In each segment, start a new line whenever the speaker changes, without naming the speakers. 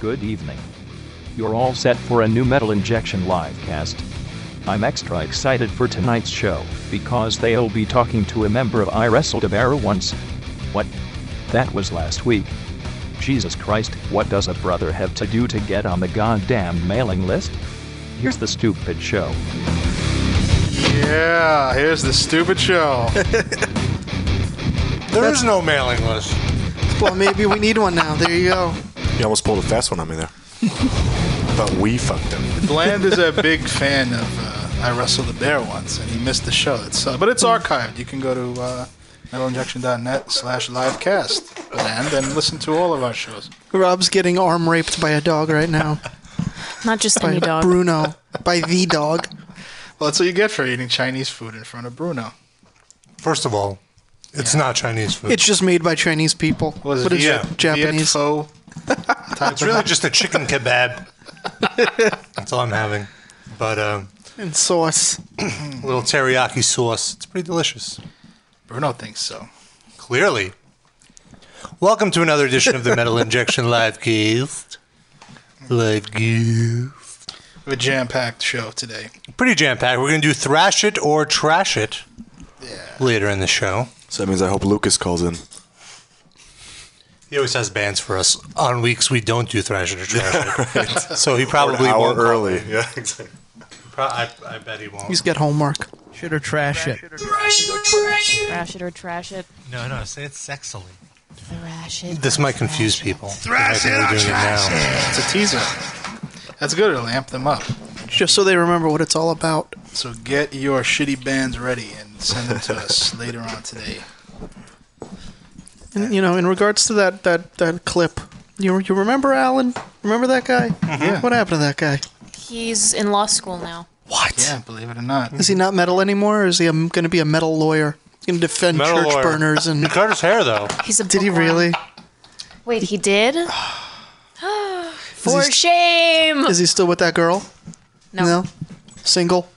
Good evening. You're all set for a new metal injection live cast. I'm extra excited for tonight's show because they'll be talking to a member of I Wrestled of Era once. What? That was last week. Jesus Christ, what does a brother have to do to get on the goddamn mailing list? Here's the stupid show.
Yeah, here's the stupid show. There is no mailing list.
Well, maybe we need one now. There you go.
You almost pulled a fast one on me there. but we fucked him.
Bland is a big fan of uh, I Wrestled the Bear once, and he missed the show. It's, uh, but it's archived. You can go to uh, metalinjection.net slash livecast, Bland, and listen to all of our shows.
Rob's getting arm raped by a dog right now.
Not just
by
any dog.
Bruno. By the dog.
Well, that's what you get for eating Chinese food in front of Bruno.
First of all, it's not Chinese food.
It's just made by Chinese people.
What is
What
it?
is
Viet-
it? Japanese.
Viet Fo?
It's really just a chicken kebab. That's all I'm having. But um,
and sauce.
a little teriyaki sauce. It's pretty delicious.
Bruno thinks so.
Clearly. Welcome to another edition of the Metal Injection Livecast. Livecast.
We have a jam packed show today.
Pretty jam packed. We're going to do Thrash It or Trash It later in the show.
So that means I hope Lucas calls in.
He always has bands for us. On weeks we don't do Thrash It or Trash It. so he probably
An hour
won't.
early. Yeah, exactly.
Pro- I, I bet he won't.
He's got homework.
Shit or trash it.
Trash it or trash it.
no, no, say it sexily.
Thrash it.
This might confuse people. Thrash it or trash
It's a teaser. That's good. It'll amp them up.
Just so they remember what it's all about.
So get your shitty bands ready and send them to us later on today.
And, you know, in regards to that that, that clip, you, you remember Alan? Remember that guy?
Mm-hmm.
What happened to that guy?
He's in law school now.
What?
Yeah, believe it or not.
Is he not metal anymore, or is he going to be a metal lawyer? He's going to defend
Metal
church
lawyer.
burners and.
He cut his hair though.
He's a
Did he
bookworm.
really?
Wait, he did? For shame.
Is he still with that girl?
No.
Single?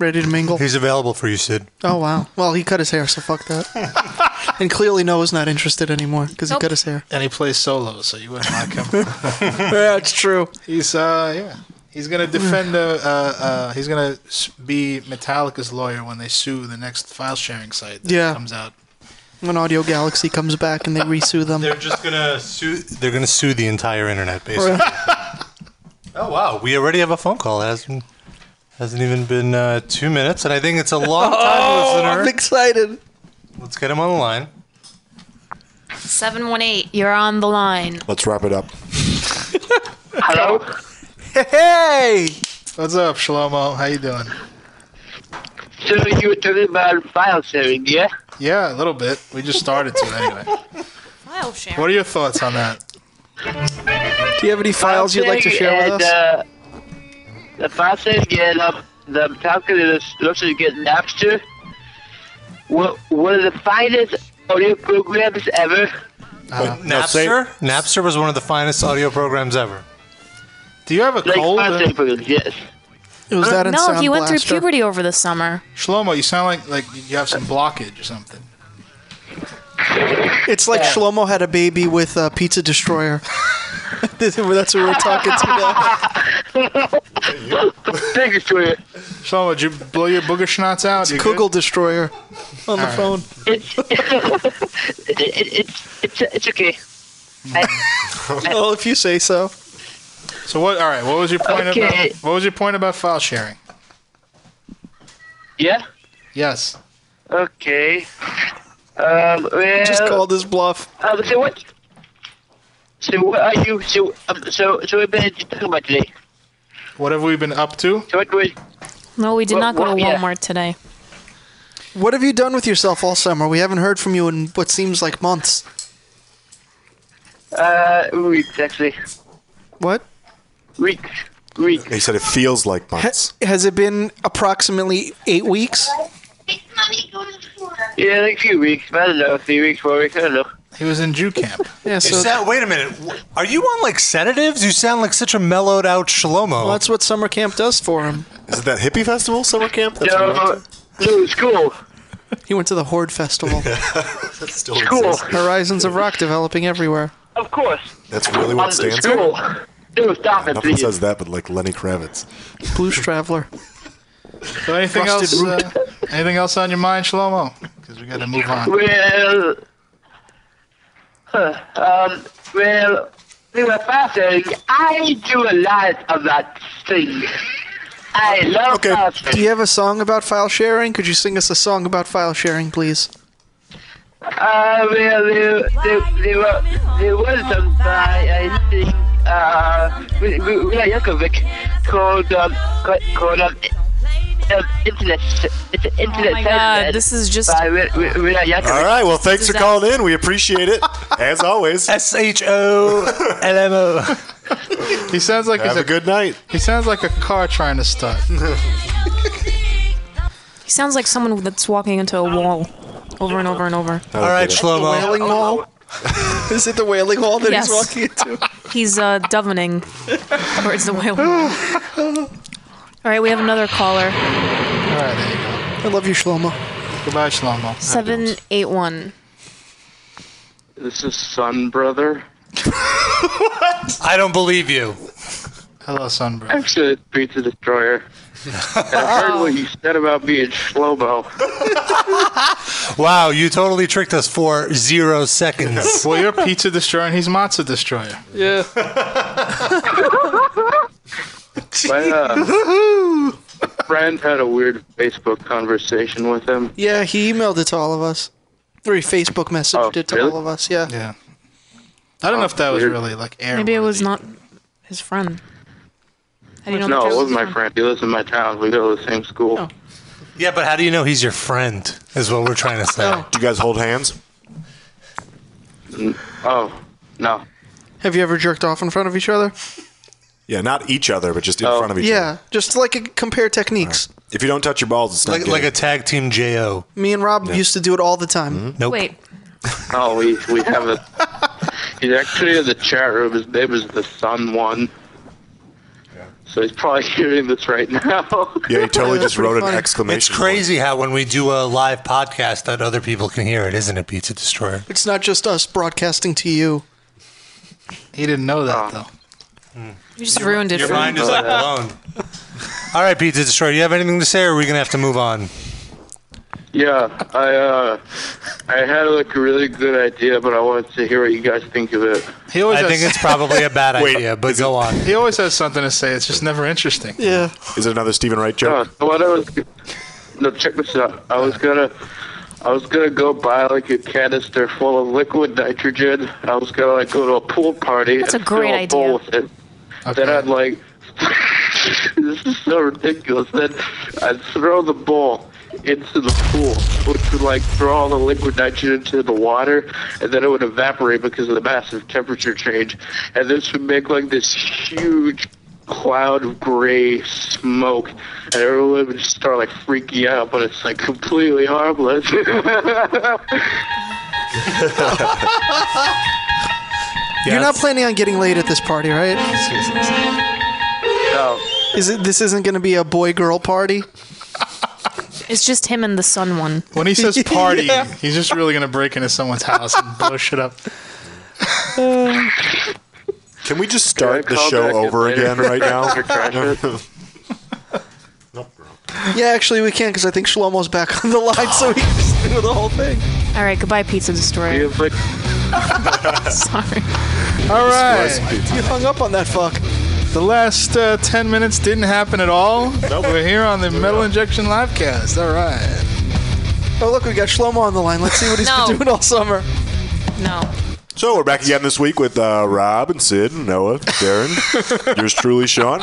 Ready to mingle?
He's available for you, Sid.
Oh wow! Well, he cut his hair, so fuck that. and clearly, Noah's not interested anymore because
Nope.
he cut his hair.
And he plays solo, so you wouldn't like him.
That's true.
he's uh yeah. He's gonna defend the uh, uh he's gonna s- be Metallica's lawyer when they sue the next file sharing site that
Yeah.
comes out.
When Audio Galaxy comes back and they resue them,
They're just gonna sue. They're gonna sue the entire internet, basically. oh wow, we already have a phone call. It hasn't hasn't even been uh, two minutes, and I think it's a long time
Oh, I'm
listener.
excited.
Let's get him on the line.
718, you're on the line.
Let's wrap it up.
Hello.
Hey!
What's up, Shlomo? How you doing?
So you were talking about file sharing, yeah?
Yeah, a little bit. We just started to anyway.
File share.
What are your thoughts on that?
Do you have any files you'd like to share with us?
and, Uh, the file sharing and um, the calculator looks to get Napster. One one of the finest audio programs ever.
say-
Napster. Napster was one of the finest audio programs ever.
Do you have a
Like
cold?
file
uh,
sharing programs, yes.
It was that and
No,
Sound
he went through
Blaster.
puberty over the summer.
Shlomo, you sound like like you have some blockage or something.
It's like Shlomo had a baby with uh, Pizza Destroyer. That's who we're talking to now.
Thank you, Stuart.
Shlomo, did you blow your booger schnapps out? You good?
Kugel Destroyer on the phone.
It's, it, it, it's, it's, it's okay.
Oh, if you say so.
So what? All right. What was your point
Okay.
about? What was your point about file sharing?
Yeah?
Yes.
Okay. Um, well,
Just call this bluff.
um, so what? So what are you? So um, so so we've been talking about today.
What have we been up to?
So what was
No, we did
Well,
not go to
well, yeah.
Walmart today.
What have you done with yourself all summer? We haven't heard from you in what seems like months.
Uh, weeks actually.
What?
Weeks. Weeks.
He said it feels like months.
Has it been approximately eight weeks?
Yeah, like a few weeks. I don't know, three weeks, four weeks. I don't know.
He was in Jew camp.
Yeah,
You
so
sound- wait a minute. W- Are you on like sedatives? You sound like such a mellowed out Shlomo.
well, that's what summer camp does for him.
Is it that hippie festival summer camp? That's what
No, no, it's cool.
He went to the Horde Festival.
still
It's cool.
exists.
Horizons of Rock developing everywhere.
I'm of course.
That's really what
On
it
the
stands
school.
for.
Dude, stop it,
Nothing
please.
says that, but like Lenny Kravitz.
Blues Traveler.
So anything else?
Rusted
Uh, anything else on your mind, Shlomo? Because we got to move on.
Well, huh, um, well, they were fascinating. I do a lot of that thing. I love
Okay.
Do
fascinating.
you have a song about file sharing? Could you sing us a song about file sharing, please?
Uh, well, there, there, there, were, there was some guy, I think, uh, we- we- we had Yankovic called, um, ca- called, um, um, internet, it's an internet.
Oh my god, this is just.
By Will- Will- Will Yankovic.
All right. Well, thanks for
Suzanne.
calling in. We appreciate it. As always.
S H O L M O.
He sounds like he's
Have
a,
a good night.
he sounds like a car trying to start.
He sounds like someone that's walking into a wall over and over and over.
All right, Shlomo.
Wailing Wall? Oh, Is it the Wailing Wall that
Yes.
he's walking into?
He's uh, dovening towards the whale. All right, we have another caller.
All right, there you
I love you,
go.
Shlomo.
Goodbye, Shlomo.
781.
This is Sun Brother.
I don't believe you.
Hello, Sunbro.
Actually, it's Pizza Destroyer. And I heard what you said about being Shlomo.
Wow, you totally tricked us for zero seconds.
Well, you're pizza destroyer and he's monster destroyer.
My uh, friend had a weird Facebook conversation with him.
Yeah, he emailed it to all of us. Or he Facebook messaged
Oh,
it to
really?
all of us, yeah.
Yeah. I don't know if that was
Weird.
really like air.
Maybe it was
worthy.
not his friend. How do you know
No,
that
it
was
wasn't my
his
friend. He lives in my town. We go to the same school.
yeah, but how do you know he's your friend? Is what we're trying to say.
Do you guys hold hands?
Oh, no.
Have you ever jerked off in front of each other?
Yeah, not each other, but just in
Oh.
front of each other.
Yeah, just to, like a, compare techniques.
If you don't touch your balls, it's not
Like,
good.
like a tag team JO.
Me and Rob used to do it all the time.
Mm-hmm.
Nope.
Wait,
No, Oh, we, we have a. He's actually in the chat room. His name is the Sun One. So he's probably hearing this right now.
yeah, he totally
Yeah,
just
that's pretty
wrote an
funny.
It's
exclamation.
crazy how when we do a live podcast that other people can hear it, isn't it, Pizza Destroyer?
It's not just us broadcasting to you.
He didn't know that though.
you just ruined it
Your
for me.
mind is like blown. All right, Pizza Destroyer, you have anything to say, or are we gonna have to move on?
Yeah, I uh, I had like a really good idea, but I wanted to hear what you guys think of it.
He always
I
has,
think it's probably a bad idea, but go on.
he always has something to say. It's just never interesting.
Yeah.
Word. Is it another Stephen Wright
Uh,
joke?
what I was no, check this out. I was gonna I was gonna go buy like a canister full of liquid nitrogen. I was gonna like go to a pool party.
That's
and
a great
fill a bowl with it. Then I'd like this is so ridiculous. Then I'd throw the ball into the pool, which would like throw all the liquid nitrogen into the water, and then it would evaporate because of the massive temperature change. And this would make like this huge cloud of gray smoke, and everyone would just start like freaking out. But it's like completely harmless.
You're not planning on getting laid at this party, right?
so,
Is it this isn't going to be a boy girl party?
It's just him and the sun one.
When he says party, he's just really gonna break into someone's house and blow shit up.
Can we just start the
Can I call
show
back
over
later?
again right
Or trash it?
now?
Yeah, actually we can because I think Shlomo's back on the line, so we can just do the whole thing.
All right, goodbye, Pizza Destroyer.
It's like
Sorry.
All right.
You hung up on that fuck.
The last uh, 10 minutes didn't happen at all. We're here on the Metal Injection Livecast. All right.
Oh look, we got Shlomo on the line. Let's see what he's
No.
been doing all summer.
No.
so we're back again this week with uh, Rob and Sid and Noah, Darren, yours truly, Sean.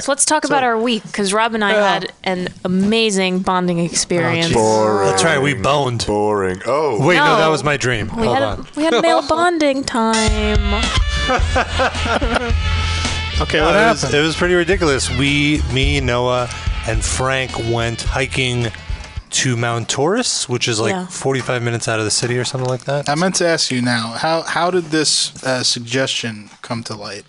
So let's talk about our week because Rob and I had an amazing bonding experience.
Boring.
Oh, That's right, we boned.
Boring. Oh,
Wait, no,
No.
that was my dream.
we
Hold
had
on.
a, we had male bonding time.
Okay, what
it, was,
happened?
it was pretty ridiculous. We, me, Noah, and Frank went hiking to Mount Taurus, which is like
Yeah.
45 minutes out of the city or something like that.
I meant to ask you now. How how did this uh, suggestion come to light?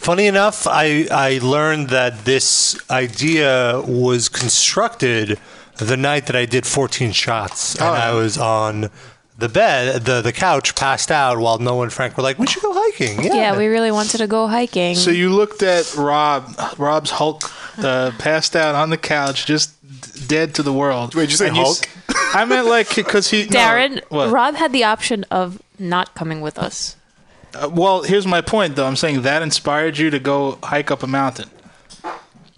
Funny enough, I, I learned that this idea was constructed the night that I did 14 shots, and
Oh.
I was on the bed, the the couch, passed out while Noah and Frank were like, "We should go hiking." Yeah,
we really wanted to go hiking.
So you looked at Rob, Rob's Hulk, uh, passed out on the couch, just d- dead to the world. Wait,
did you say Hulk?
I meant like because he no,
Darren,
what?
Rob had the option of not coming with us.
Uh, well, here's my point though. I'm saying that inspired you to go hike up a mountain.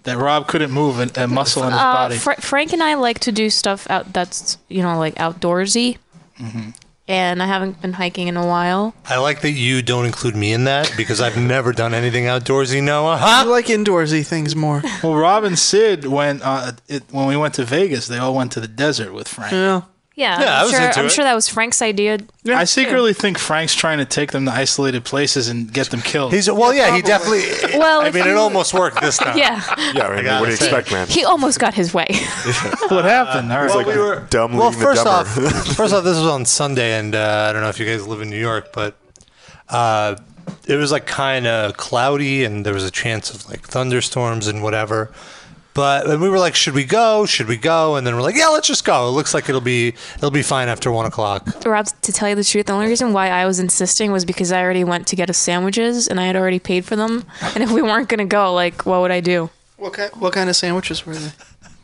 That Rob couldn't move an- a muscle in his
Uh,
body.
Fra- Frank and I like to do stuff out that's you know like outdoorsy,
Mm-hmm.
and I haven't been hiking in a while.
I like that you don't include me in that because I've never done anything outdoorsy, Noah. Huh?
I like indoorsy things more.
well, Rob and Sid went uh, it, when we went to Vegas. They all went to the desert with Frank.
Yeah.
Yeah,
Yeah,
I'm
I was
sure.
into
I'm
it.
sure that was Frank's idea.
I secretly think Frank's trying to take them to isolated places and get them killed.
He's well, yeah, he definitely.
Well,
I
if
mean, it
you-
almost worked this time.
Yeah,
Yeah, I mean, what do you
say.
expect, man?
he almost got his way.
what happened? All right.
like- dumb
well,
leading the
first
dumber.
off, first off, this was on Sunday, and uh, I don't know if you guys live in New York, but uh, it was like kind of cloudy, and there was a chance of like thunderstorms and whatever. But and we were like, should we go? Should we go? And then we're like, yeah, let's just go. It looks like it'll be it'll be fine after one o'clock.
Rob, to tell you the truth, the only reason why I was insisting was because I already went to get us sandwiches and I had already paid for them. And if we weren't gonna go, like, what would I do?
What kind, what kind of sandwiches were they?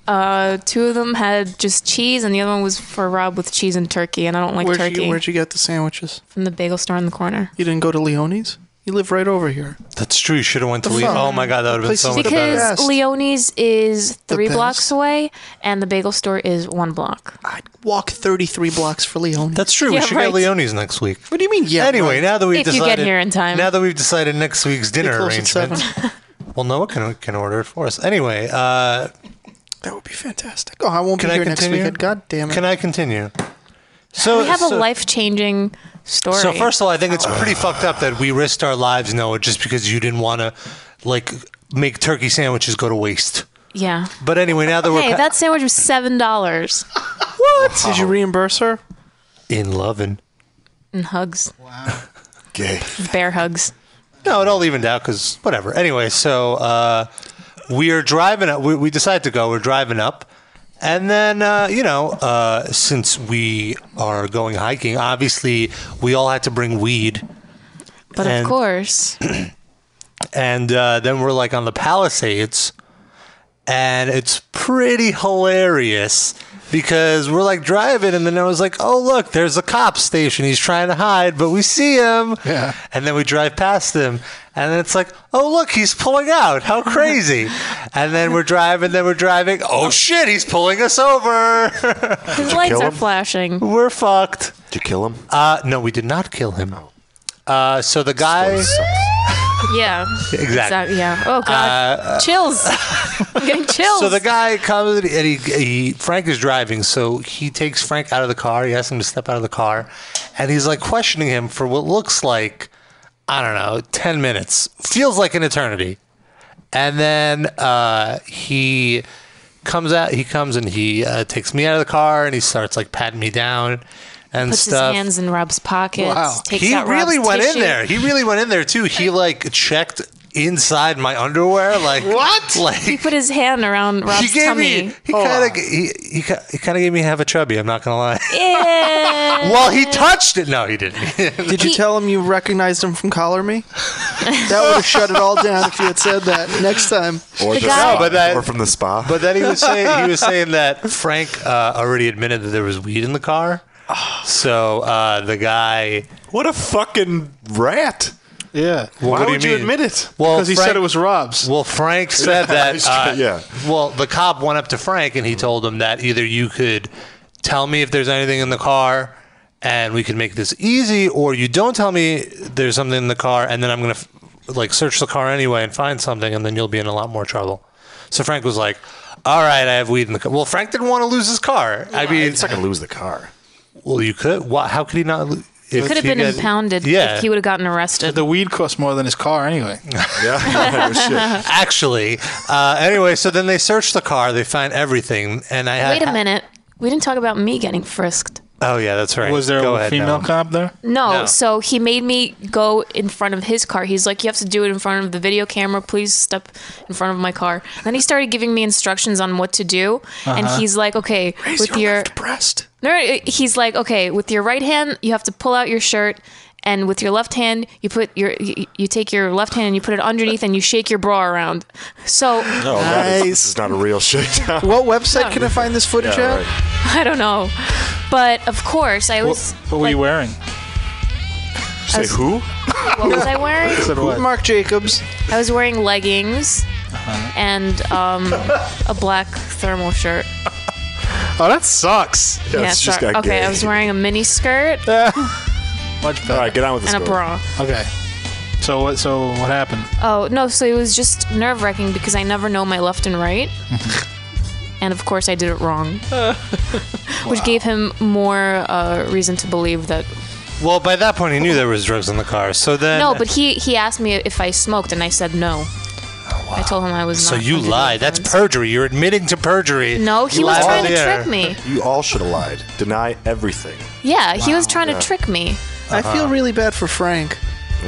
Uh, two of them had just cheese, and the other one was for Rob with cheese and turkey. And I don't like
Where'd
turkey
you, where'd you get the sandwiches?
from the bagel store in the corner.
You didn't go to Leone's? You live right over here.
That's true. You should have went to
The
leave.
fuck?
Oh my god, that would have been
Place
so
is
much
the
better.
Because
best.
Leone's is three
best.
blocks away, and the bagel store is one block.
I'd walk 33 blocks for Leone's.
That's true.
Yeah,
we should
right.
get Leone's next week.
what do you mean, yeah?
anyway,
right?
now that we've
If you get
decided,
here in time.
now that we've decided next week's
Be
dinner
close at
arrangement,
seven.
well, Noah can can order it for us. Anyway, uh,
That would be fantastic. Oh, I won't
can
be
I
here next
continue?
weekend. God damn it.
Can I continue? So
We have a
so-
life changing story.
So first of all, I think it's pretty fucked up that we risked our lives, Noah, just because you didn't want to like make turkey sandwiches go to waste.
yeah.
But anyway, now that we're
Hey,
pa-
that sandwich was seven dollars
what? Did you reimburse her?
in loving.
and hugs,
Gay.
bear hugs.
No, it all evened out because whatever. Anyway, so uh, we are driving up. We, we decided to go. We're driving up. And then, uh, you know, uh, since we are going hiking, obviously we all had to bring weed.
But
And-
of course,
And uh, then we're like on the Palisades. And it's pretty hilarious because we're like driving. And then I was like, oh, look, there's a cop station. He's trying to hide, but we see him.
Yeah.
And then we drive past him, and then it's like, oh look, he's pulling out. How crazy! and then we're driving, then we're driving. Oh shit, he's pulling us over.
his lights
kill
are
him?
flashing.
we're fucked.
Did you kill him? Oh.
Uh, no, we did not kill him. Uh, so the guy,
Yeah.
exactly. Uh,
So- yeah. Oh god. chills. I'm getting chills.
So the guy comes and he, he Frank is driving, so he takes Frank out of the car. He asks him to step out of the car, and he's like questioning him for what looks like I don't know ten minutes. Feels like an eternity. And then uh, he comes out. He comes and he uh, takes me out of the car and he starts like patting me down and
puts
stuff.
his hands in Rob's pockets.
Wow.
Takes
he
out
really
Rob's
went
tissue.
in there. He really went in there too. He like checked inside my underwear. Like what? Like
He put his hand around Rob's
he gave
tummy.
me. He kind of. He, he, ki- he kind of gave me half a chubby. I'm not gonna lie.
Eh.
well, he touched it. No, he didn't.
Did you
He-
tell him you recognized him from Collar Me? that would have shut it all down if you had said that next time.
Or the,
guy-
spa.
Oh,
No, but that-
or from the spa.
but then he was saying he was saying that Frank uh, already admitted that there was weed in the car. Ah. So uh, the guy.
what a fucking rat!
yeah.
Why
what do
would
you
you,
mean?
admit it?
Well,
Because he
Frank-
said it was Rob's.
Well, Frank said that. Uh,
Yeah.
Well, the cop went up to Frank and he told him that either you could tell me if there's anything in the car and we could make this easy, or you don't tell me there's something in the car and then I'm going to like search the car anyway and find something and then you'll be in a lot more trouble. So Frank was like, all right, I have weed in the car. Well, Frank didn't want to lose his car. I mean,
It's not gonna lose the car.
well, you could. Why, how could he not? lo- If
Could have
he
been
got-
impounded
Yeah.
if he would have gotten arrested.
the weed cost more than his car anyway.
Yeah. Oh, shit.
Actually, uh, anyway, so then they searched the car. They find everything, and I had.
Wait a minute. We didn't talk about me getting frisked.
Oh yeah, that's right.
Was there
Go
a
ahead,
female
Noah.
cop there?
No,
No.
so he made me go in front of his car. He's like, You have to do it in front of the video camera. Please step in front of my car.
Uh-huh.
And then he started giving me instructions on what to do. And he's like, Okay, with your.
breast.
No, no, he's like, okay, with your right hand, you have to pull out your shirt, and with your left hand, you put your you, you take your left hand and you put it underneath, and you shake your bra around. So
No, that is,
Nice.
this is not a real shakedown.
What website can I find this footage
Yeah,
at?
right.
I don't know, but of course, I
What,
was.
what were you wearing?
Say who?
What was I wearing?
Said what?
Mark Jacobs.
I was wearing leggings
Uh-huh.
and um, a black thermal shirt.
Oh, that sucks.
Yeah,
yeah,
it's just
sorry.
got
Okay,
gay.
I was wearing a mini skirt
Much better.
All right, get on with this.
and a bra.
Okay. So what? So what happened?
Oh no! So it was just nerve wracking because I never know my left and right, and of course I did it wrong, which gave him more uh, reason to believe that.
Well, by that point, he knew there was drugs in the car. So then,
No, but he he asked me if I smoked, and I said no.
Oh,
I told him I was.
so
not
you
under the
lied. That's
influence.
perjury. You're admitting to perjury.
No, he
You
was
lied Oh,
trying
on
to
the air.
trick me.
You all should have lied. Deny everything.
Yeah, he was trying to trick me.
I feel really bad for Frank.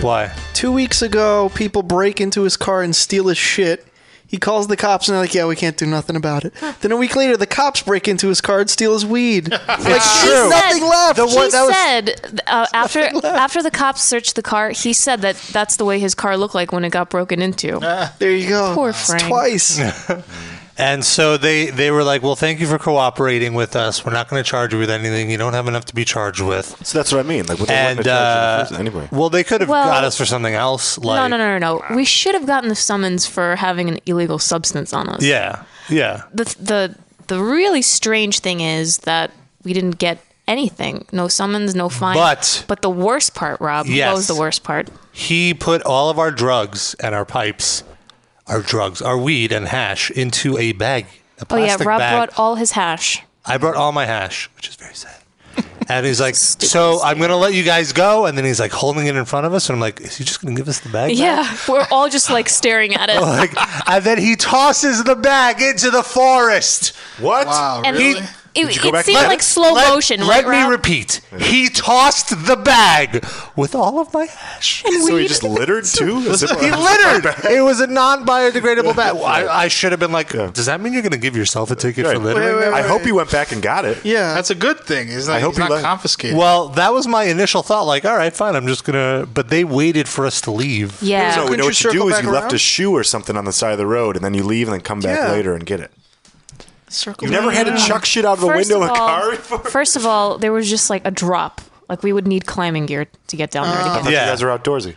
Why?
Two weeks ago, people break into his car and steal his shit. He calls the cops and they're like, "Yeah, we can't do nothing about it." Then a week later, the cops break into his car and steal his weed. like,
He
there's nothing
said-
left.
The
He
one- that was-
said uh, after after the cops searched the car, he said that that's the way his car looked like when it got broken into.
Ah.
there you go.
Poor
It's
Frank.
Twice.
And so they, they were like, well, thank you for cooperating with us. We're not going to charge you with anything. You don't have enough to be charged with.
So that's what I mean. Like, what they
And
wouldn't
uh,
have charged you in the first- anyway.
well, they could have
Well-
got us for something else. Like,
no, no, no, no, no. We should have gotten the summons for having an illegal substance on us.
Yeah, yeah.
The the the really strange thing is that we didn't get anything. No summons, no fine.
But-
but the worst part, Rob.
Yes.
What was the worst part?
He put all of our drugs and our pipes, our drugs, our weed and hash into a bag. A
Oh yeah,
plastic
Rob
bag.
brought all his hash.
I brought all my hash, which is very sad. And he's like, so I'm going to let you guys go. And then he's like holding it in front of us. And I'm like, is he just going to give us the bag? back?
Yeah, we're all just like staring at it.
Like, and then he tosses the bag into the forest.
what?
Wow,
And
really?
It,
you go
it
back
seemed
and-
like slow
Let-
motion,
Let
right,
me
Rob?
repeat. He tossed the bag with all of my hash.
so he just littered too? Is it-
He littered. It was a non-biodegradable bag. I, I should have been like,
Yeah.
does that mean you're going to give yourself a ticket
Right.
for littering?
Wait, wait,
now?"
I hope he went back and got it.
Yeah.
That's a good thing, isn't it?
I hope
He's
he
not
left.
confiscated.
Well, that was my initial thought. Like, all right, fine. I'm just gonna. But they waited for us to leave.
Yeah.
So we
Couldn't
know
you
what you
circle
do is
back
you left
around?
a shoe or something on the side of the road, and then you leave and then come back
Yeah.
later and get it.
circle.
You never had to chuck shit out of a
First
window
of
of a
all-
car before.
First of all, there was just like a drop. Like we would need climbing gear to get down there to get.
You
Uh, Yeah.
guys are outdoorsy.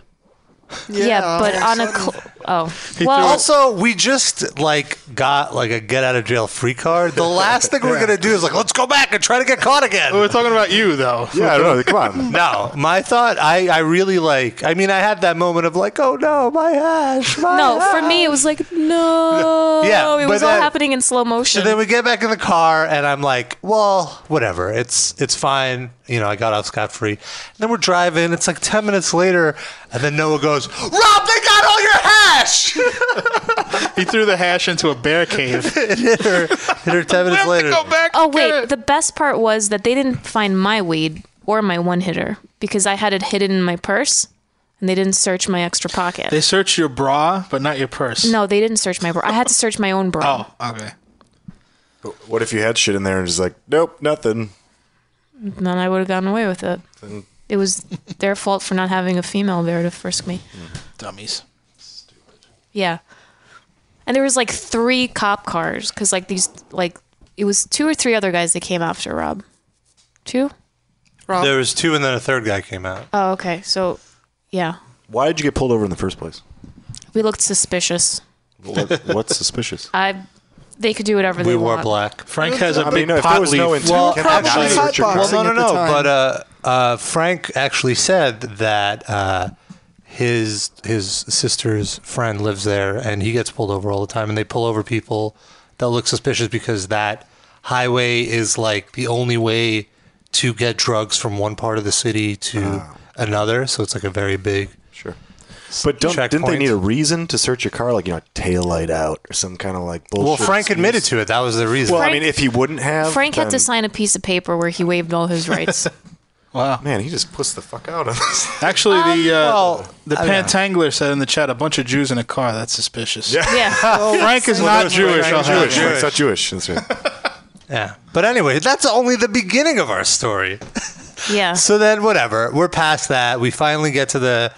Yeah, but on a cl- oh well,
Also, we just like got like a get out of jail free card. The last thing we're gonna do is like, let's go back and try to get caught again.
we were talking about you though.
Yeah, I don't know. Come on.
no, my thought. I I really like. I mean, I had that moment of like, oh no, my hash. My
no.
hash.
For me, it was like no.
Yeah,
it
but
was all
then-
happening in slow motion.
So then we get back in the car, and I'm like, "Well, whatever. It's it's fine. You know, I got off scot free." Then we're driving. It's like ten minutes later, and then Noah goes, "Rob, they got all your hash."
He threw the hash into a bear cave.
It hit her. Hit her ten minutes later.
oh wait, the best part was that they didn't find my weed or my one hitter because I had it hidden in my purse, and they didn't search my extra pocket.
They searched your bra, but not your purse.
no, they didn't search my bra. I had to search my own bra.
Oh, okay.
What if you had shit in there and just like, nope, nothing.
Then I would have gotten away with it. It was their fault for not having a female there to frisk me.
Dummies.
Yeah. And there was like three cop cars because like these like it was two or three other guys that came after Rob. Two?
There was two, and then a third guy came out.
Oh, okay. So yeah.
Why did you get pulled over in the first place?
We looked suspicious.
What, what's suspicious?
I they could do whatever they
we wore
want.
black.
Frank has a
I
big
mean, no, if
pot
there was
leaf.
no intent,
Well,
can I not
probably
search your
hot
car?
box.
Well, no,
at
no,
the
no.
time.
But uh, uh, Frank actually said that uh, his his sister's friend lives there, and he gets pulled over all the time, and they pull over people that look suspicious because that highway is like the only way to get drugs from one part of the city to another. So it's like a very big.
Ah. Sure. But don't,
Checkpoint.
didn't they need a reason to search your car? Like, you know, tail light out or some kind of like bullshit.
Well, Frank
excuse?
admitted to it. That was the reason.
Well, I mean,
Frank-
if he wouldn't
uh,
have.
Frank had
then-
to sign a piece of paper where he waived all his rights.
Wow.
Man, he just pussed the fuck out on this.
Actually, the
Um,
uh,
well,
the Pantangler said in the chat, a bunch of Jews in a car. That's suspicious.
Yeah.
yeah.
Frank is
Well,
not
there was
Jewish.
Frank
I'll
Jewish.
have you.
Frank's not Jewish. That's right.
Yeah. But anyway, that's only the beginning of our story.
Yeah.
So then, whatever. We're past that. We finally get to the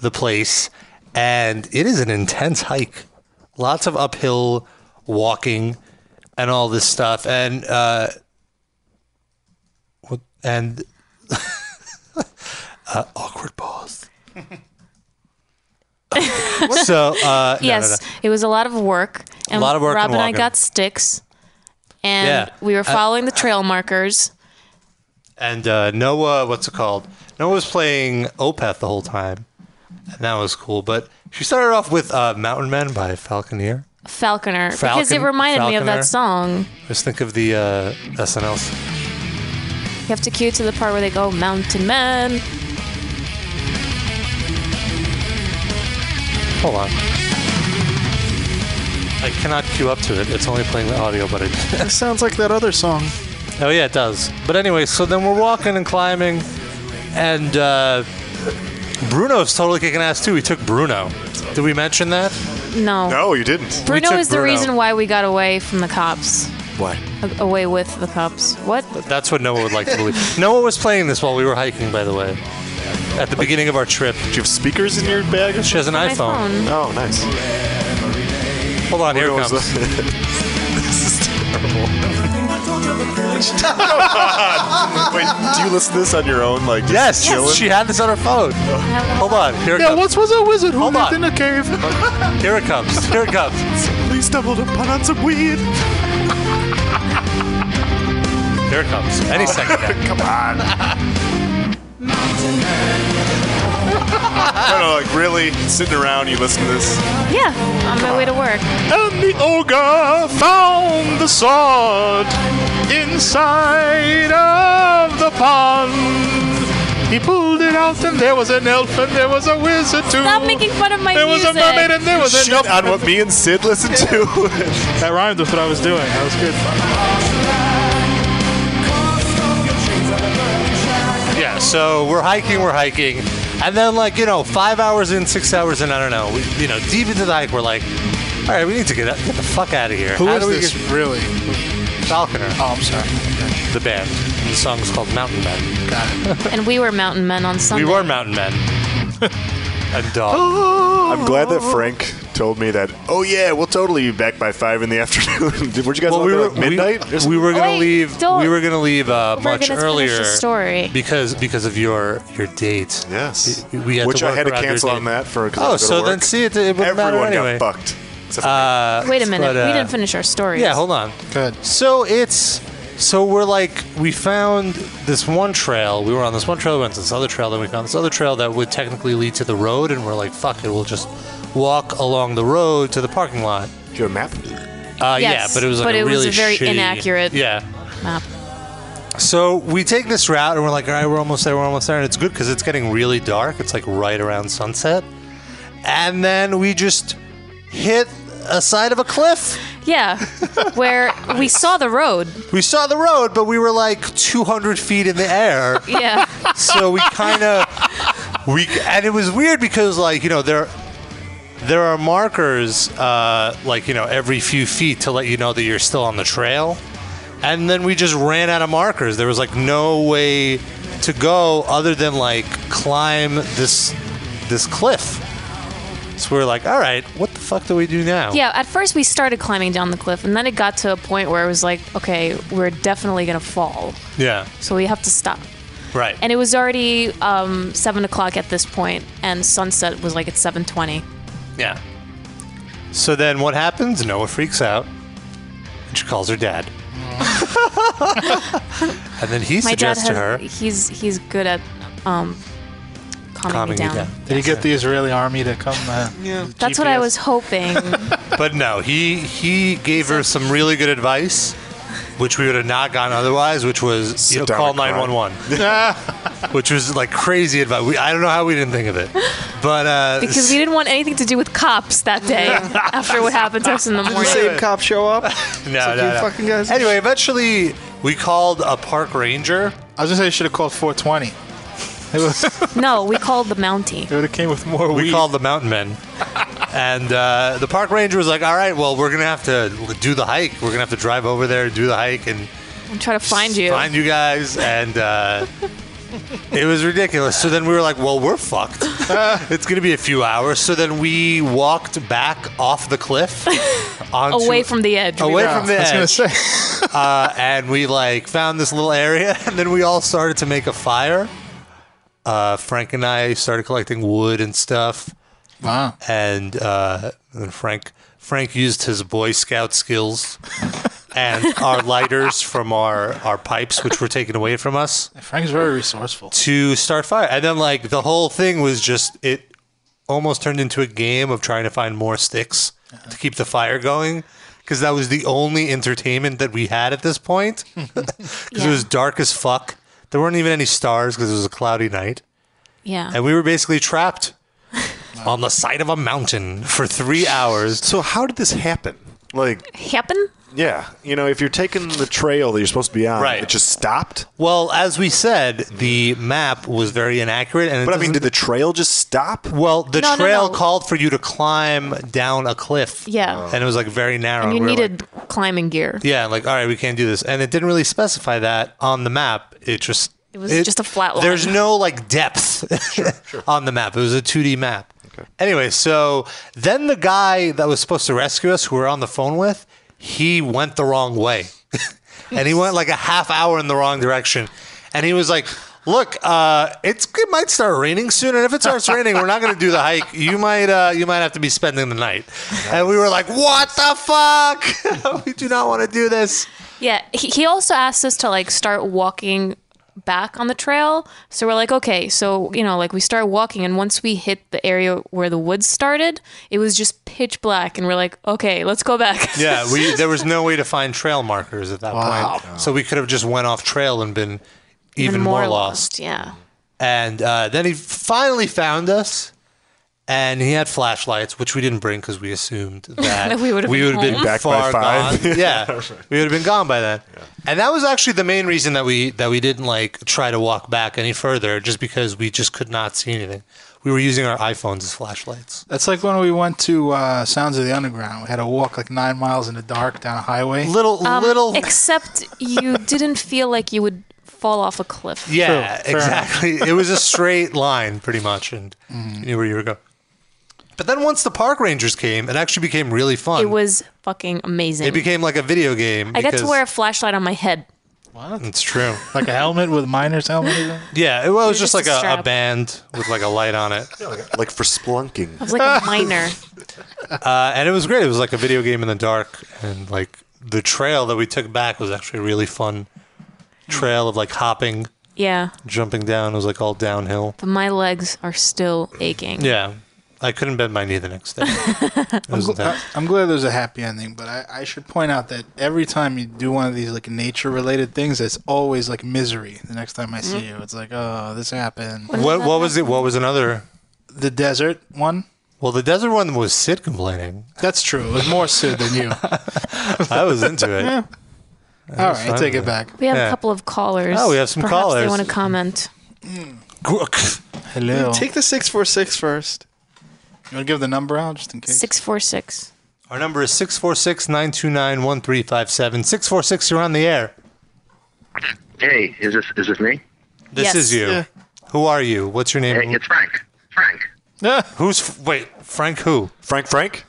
the place, and it is an intense hike. Lots of uphill walking, and all this stuff. And uh, what- and uh, awkward pause. so uh, no, no,
yes,
no.
it was a lot of work. And
lot of work
Rob
and
and, I
walking.
got sticks, and
Yeah.
we were
Uh,
following the trail markers.
and uh, Noah, what's it called? Noah was playing Opeth the whole time, and that was cool. But she started off with uh, "Mountain Men" by Falconeer.
Falconer, because it
Falcon-
reminded me of
Falconer.
that song.
Just think of the uh, SNL.
You have to cue to the part where they go mountain men.
Hold on. I cannot queue up to it. It's only playing the audio, but it.
It sounds like that other song.
oh yeah, it does. But anyway, so then we're walking and climbing, and uh, Bruno's totally kicking ass too. We took Bruno. Did we mention that?
No.
No, you didn't.
Bruno
took
is the
Bruno.
reason why we got away from the cops.
Why?
A- Away with the cops. What?
That's what Noah would like to believe. Noah was playing this while we were hiking, by the way, at the beginning of our trip.
Do you have speakers in your bag?
She has an
My
iPhone.
phone.
Oh, nice.
Hold on, here it
Where
comes.
was the- this is terrible. Wait, do you listen to this on your own? Like, just
Yes,
chilling?
she had this on her phone. Hold on, here it
Yeah,
comes.
once was a wizard who
Hold
lived
on.
in a cave.
Here it comes. Here it comes.
We stumbled upon some weed.
Here it comes. Any second. now.
Come on. no, no, like really sitting around, you listen to this.
Yeah, on my way to work.
And the ogre found the sword inside of the pond. He pulled it out, and there was an elf, and there was a wizard too.
Stop making fun of my
there was
music.
a mermaid, and there was an
Shit
elf. on what me and Sid listened to.
That rhymed with what I was doing. That was good.
yeah, so we're hiking, we're hiking. And then, like, you know, five hours in, six hours in, I don't know. We, you know, deep into the hike, we're like, all right, we need to get, out- get the fuck out of here.
Who
How
is
do we
this
get
really?
Falconer,
Oh, I'm sorry.
the band? And the song's called Mountain Men.
Got it.
And we were mountain men on Sunday.
We were Mountain Men. and dog.
I'm glad that Frank told me that. Oh yeah, we'll totally be back by five in the afternoon. Did- Were you guys
Well,
out
we
there
were
like midnight?
We, we were gonna
Wait,
leave.
don't-
We were gonna leave uh,
We're
much
gonna
earlier
oh finish the story.
because because of your your date.
yes.
We- we had to
Which I
work
had to
around your
cancel
date.
on that for. 'cause I
Oh,
was gonna
so then
work.
see it. It wouldn't matter
everyone
anyway. Uh,
got fucked. Except for
Wait a minute.
But, uh,
we didn't finish our story.
Yeah, hold on.
Good.
So it's so we're like we found this one trail. We were on this one trail, we went to this other trail, then we found this other trail that would technically lead to the road, and we're like, fuck it, we'll just walk along the road to the parking lot.
me. Your map.
Uh,
Yes,
yeah, but it was like
but
a
it was
really
a very
shitty-
inaccurate-
Yeah.
Map.
So we take this route and we're like, all right, we're almost there, we're almost there. And it's good because it's getting really dark. It's like right around sunset. And then we just hit a side of a cliff.
Yeah, where we saw the road.
We saw the road, but we were like 200 feet in the air.
Yeah.
so we kind of we and it was weird because like you know there there are markers uh, like you know every few feet to let you know that you're still on the trail and then we just ran out of markers there was like no way to go other than like climb this this cliff so we were like all right what the fuck do we do now
Yeah, at first we started climbing down the cliff, and then it got to a point where it was like, okay, we're definitely gonna fall,
yeah
so we have to stop.
right
And it was already um, seven o'clock at this point, and sunset was like at seven twenty.
Yeah. So then what happens? Noah freaks out. And she calls her dad. and then he
My dad
suggests
has
to her
he's he's good at um, calming,
calming
me down.
down.
Did he get the Israeli army to come? Uh,
That's what I was hoping.
But no, he he gave her some really good advice, which we would have not gotten otherwise, which was you know,
down
call
and cry.
911. which was like crazy advice. We, I don't know how we didn't think of it. But uh
because we didn't want anything to do with cops that day after what happened to us in the
Did the
morning.
same cop show up?
no, no,
like, you
no.
fucking guys-
Anyway, eventually we called a park ranger.
I was gonna say you should have called 420. They would
No, we called the Mountie.
have came with more
We
weed.
called the mountain men. And uh, the park ranger was like, "All right, well, we're gonna have to do the hike. We're gonna have to drive over there, do the hike, and
I'm trying to find you.
find you guys." And uh, it was ridiculous. So then we were like, "Well, we're fucked. it's gonna be a few hours." So then we walked back off the cliff, onto,
Away from the edge.
away
Yeah,
from the
I was
edge
gonna say.
uh, and we like found this little area, and then we all started to make a fire. Uh, Frank and I started collecting wood and stuff,
wow.
and uh, then Frank Frank used his Boy Scout skills and our lighters from our our pipes, which were taken away from us,
Frank's very resourceful.
to start fire. And then like the whole thing was just it almost turned into a game of trying to find more sticks
Uh-huh.
to keep the fire going. Because that was the only entertainment that we had at this point. Because
Yeah.
it was dark as fuck. There weren't even any stars because it was a cloudy night.
yeah.
And we were basically trapped on the side of a mountain for three hours.
So how did this happen? Like,
Happen?
yeah, you know, if you're taking the trail that you're supposed to be on,
Right.
it just stopped.
Well, as we said, the map was very inaccurate. And it
But I mean,
doesn't-
did the trail just stop?
well, the
No, no,
trail
no.
called for you to climb down a cliff.
Yeah.
And it was like very narrow.
You
we were like,
needed climbing gear.
Yeah, like all right, we can't do this, and it didn't really specify that on the map. It just
It was just a flat line.
There's no like depth on the map. It was a 2D map. Anyway, so then the guy that was supposed to rescue us, who we are on the phone with, he went the wrong way, and he went like a half hour in the wrong direction, and he was like. Look, uh, it's it might start raining soon, and if it starts raining, we're not going to do the hike. You might uh, you might have to be spending the night. And we were like, "What the fuck? we do not want to do this."
Yeah, he, he also asked us to like start walking back on the trail. So we're like, okay, so you know, like we start walking, and once we hit the area where the woods started, it was just pitch black, and we're like, okay, let's go back.
Yeah, we there was no way to find trail markers at that point, so we could have just went off trail and been even, more, lost.
Yeah,
And uh, then he finally found us, and he had flashlights, which we didn't bring because we assumed that
We would've been
would've
home.
Back by
far
five.
gone. yeah, we would have been gone by then. And that was actually the main reason that we that we didn't like try to walk back any further, just because we just could not see anything. We were using our iPhones as flashlights.
That's like when we went to uh, Sounds of the Underground. We had to walk like nine miles in the dark down a highway.
Little
Um,
little
except you didn't feel like you would fall off a cliff.
Yeah,
True. Fair
exactly. it was a straight line, pretty much, and you
Mm-hmm.
knew where you were going. But then once the park rangers came, it actually became really fun.
It was fucking amazing.
It became like a video game.
I got to
because-
wear a flashlight on my head.
It's true.
Like a helmet with miner's helmet. in it.
Yeah, it was just,
just
like a,
a
a
strap.
band with like a light on it,
Like for splunking.
I was like a miner.
uh, and it was great. It was like a video game in the dark, and like the trail that we took back was actually a really fun trail of like hopping,
Yeah,
jumping down. It was like all downhill.
but my legs are still aching.
Yeah, I couldn't bend my knee the next day. It was
I-
intense.
Uh, I'm glad there's a happy ending, but I, I should point out that every time you do one of these like nature-related things, it's always like misery. The next time I see
Mm-hmm.
you, it's like, oh, this happened.
What, what was it? What was another?
The desert one.
Well, the desert one was Sid complaining.
That's true. It was more Sid than you.
I was into it.
All right, I
fine
take
with
it
it.
back.
We have
Yeah.
a couple of callers.
Oh, we have some
Perhaps They
callers.
want to comment.
Mm.
Hello.
Take the 646 first.
You want to give the number out just in case?
Six four six.
Our number is 646 929 1357. 646, you're on the air.
Hey, is this is this me?
This
Yes.
is you.
Yeah.
Who are you? What's your
Hey,
name?
it's Frank. Frank.
Who's. Wait, Frank who?
Frank, Frank?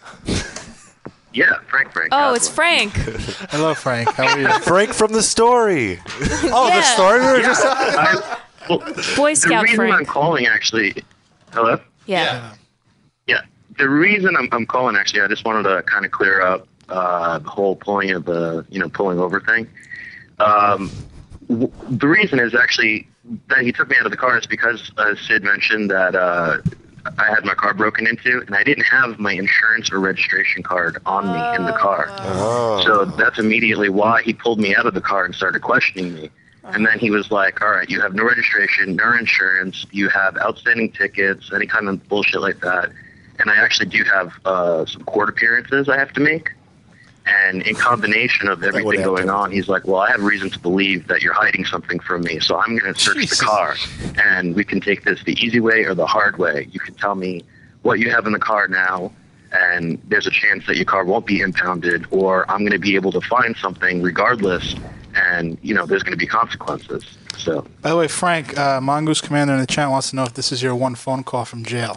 Yeah, Frank. Frank. Uh,
Oh,
How's
it's
it?
Frank.
Hello, Frank. How are you?
Frank from the story.
Oh,
Yeah.
the story we were just
Well,
Boy
the
Scout
reason I'm
Frank.
calling actually. Hello.
Yeah.
Yeah, the reason I'm, I'm calling actually, I just wanted to kind of clear up uh, the whole pulling of the you know pulling over thing. Um, w- the reason is actually that he took me out of the car is because uh, Sid mentioned that uh, I had my car broken into and I didn't have my insurance or registration card on me in the car. So that's immediately why he pulled me out of the car and started questioning me. And then he was like, "All right, you have no registration, no insurance, you have outstanding tickets, any kind of bullshit like that." And I actually do have uh, some court appearances I have to make. And in combination of everything going on, he's like, "Well, I have reason to believe that you're hiding something from me, so I'm going to search the car, and we can take this the easy way or the hard way. You can tell me what you have in the car now,
then there's a chance that your car won't be impounded, or I'm going to be able to find something regardless, and you know there's going to be consequences. So
By the way, Frank, uh, Mongoose Commander in the chat wants to know if this is your one phone call from jail.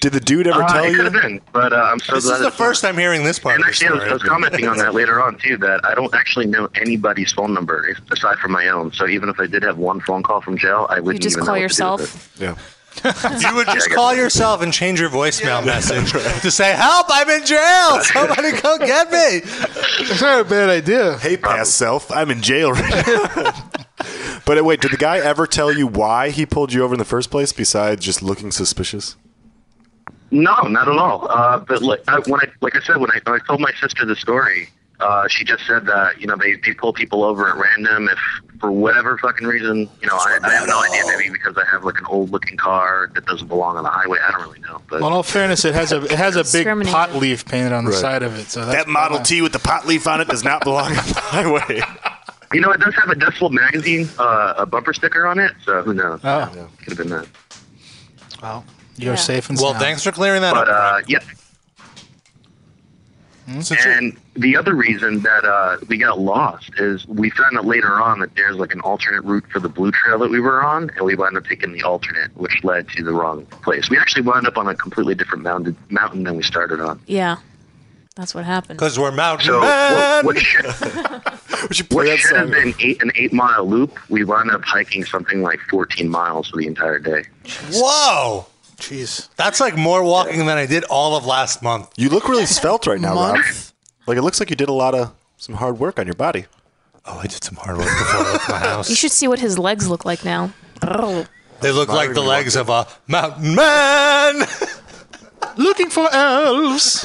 Did the dude ever
Uh,
tell
it could have
you?
been, but uh, I'm so
This
glad
is the
it's
first time hearing this part
And
of the
actually, I was,
story.
I was commenting on that later on too. That I don't actually know anybody's phone number aside from my own. So even if I did have one phone call from jail, I
You
wouldn't
just
even
call
know what to do with
yourself.
Yeah.
You would just
Yeah, I
call
guess.
yourself and change your voicemail message to say, "Help! I'm in jail. Somebody come get me."
It's not a bad idea.
Hey, past self, I'm in jail right now. but uh, wait, did the guy ever tell you why he pulled you over in the first place besides just looking suspicious?
it. No, not at all. Uh, but like I, when I, like I said, when I, when I told my sister the story, uh, she just said that you know they, they pull people over at random if for whatever fucking reason. You know, I, I have no idea. Maybe because I have like an old looking car that doesn't belong on the highway. I don't really know. But
Well, in all fairness, it has a it has a big
Discriminated.
pot leaf painted on the
Right.
side of it. So that's
That Model
why.
T with the pot leaf on it does not belong on the highway.
you know, it does have a Decibel magazine, uh, a bumper sticker on it. So who knows?
Oh.
Yeah, could have been that.
Well, you're
Yeah.
safe and
Well,
sound.
thanks for clearing that
But
up.
uh, yeah.
Since you-
And the other reason that uh, we got lost is we found out later on that there's like an alternate route for the blue trail that we were on, and we wound up taking the alternate, which led to the wrong place. We actually wound up on a completely different mountain, mountain than we started on.
Yeah, that's what happened.
Because we're mountain
So
men.
what, what should,
Would you
what
play that
should have
song?
been eight, an eight mile loop, we wound up hiking something like 14 miles for the entire day.
Whoa.
Jeez.
That's like more walking than I did all of last month.
You look really svelte right now, Rob.
Month.
Like it looks like you did a lot of some hard work on your body.
Oh, I did some hard work before I left my
You
house.
should see what his legs look like now. Oh,
They look like the legs of a mountain man
Looking for elves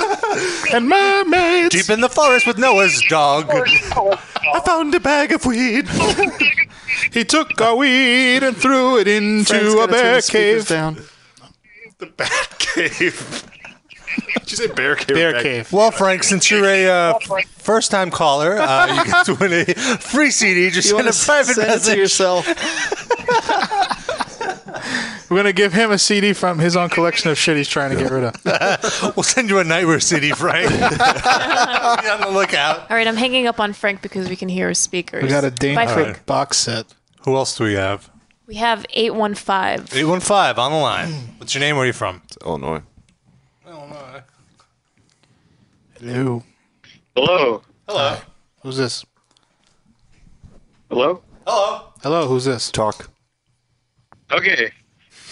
and mermaids.
deep in the forest with Noah's dog.
I found a bag of weed.
He took our weed and threw it
Frank's
into a
gotta turn the
bear cave.
speakers Down.
cave. Did you say bear cave? or
Bear
bag?
cave.
Well, Frank, since you're a uh, first-time caller, uh, you get to win a free CD. Just
You
send
want
a
to send
private
it to
message.
yourself?
We're gonna give him a CD from his own collection of shit he's trying to get rid of.
We'll send you a nightwear CD, Frank. Be on the lookout.
all right. I'm hanging up on Frank because we can hear his speakers.
We got a
Bye,
Dane
Frank.
Cook box set.
Who else do we have?
We have eight one five.
Eight one five on the line. What's your name? Where are you from?
Illinois.
Ew.
Hello.
Hello.
Who's this?
Hello?
Hello.
Hello, who's this?
Talk.
Okay.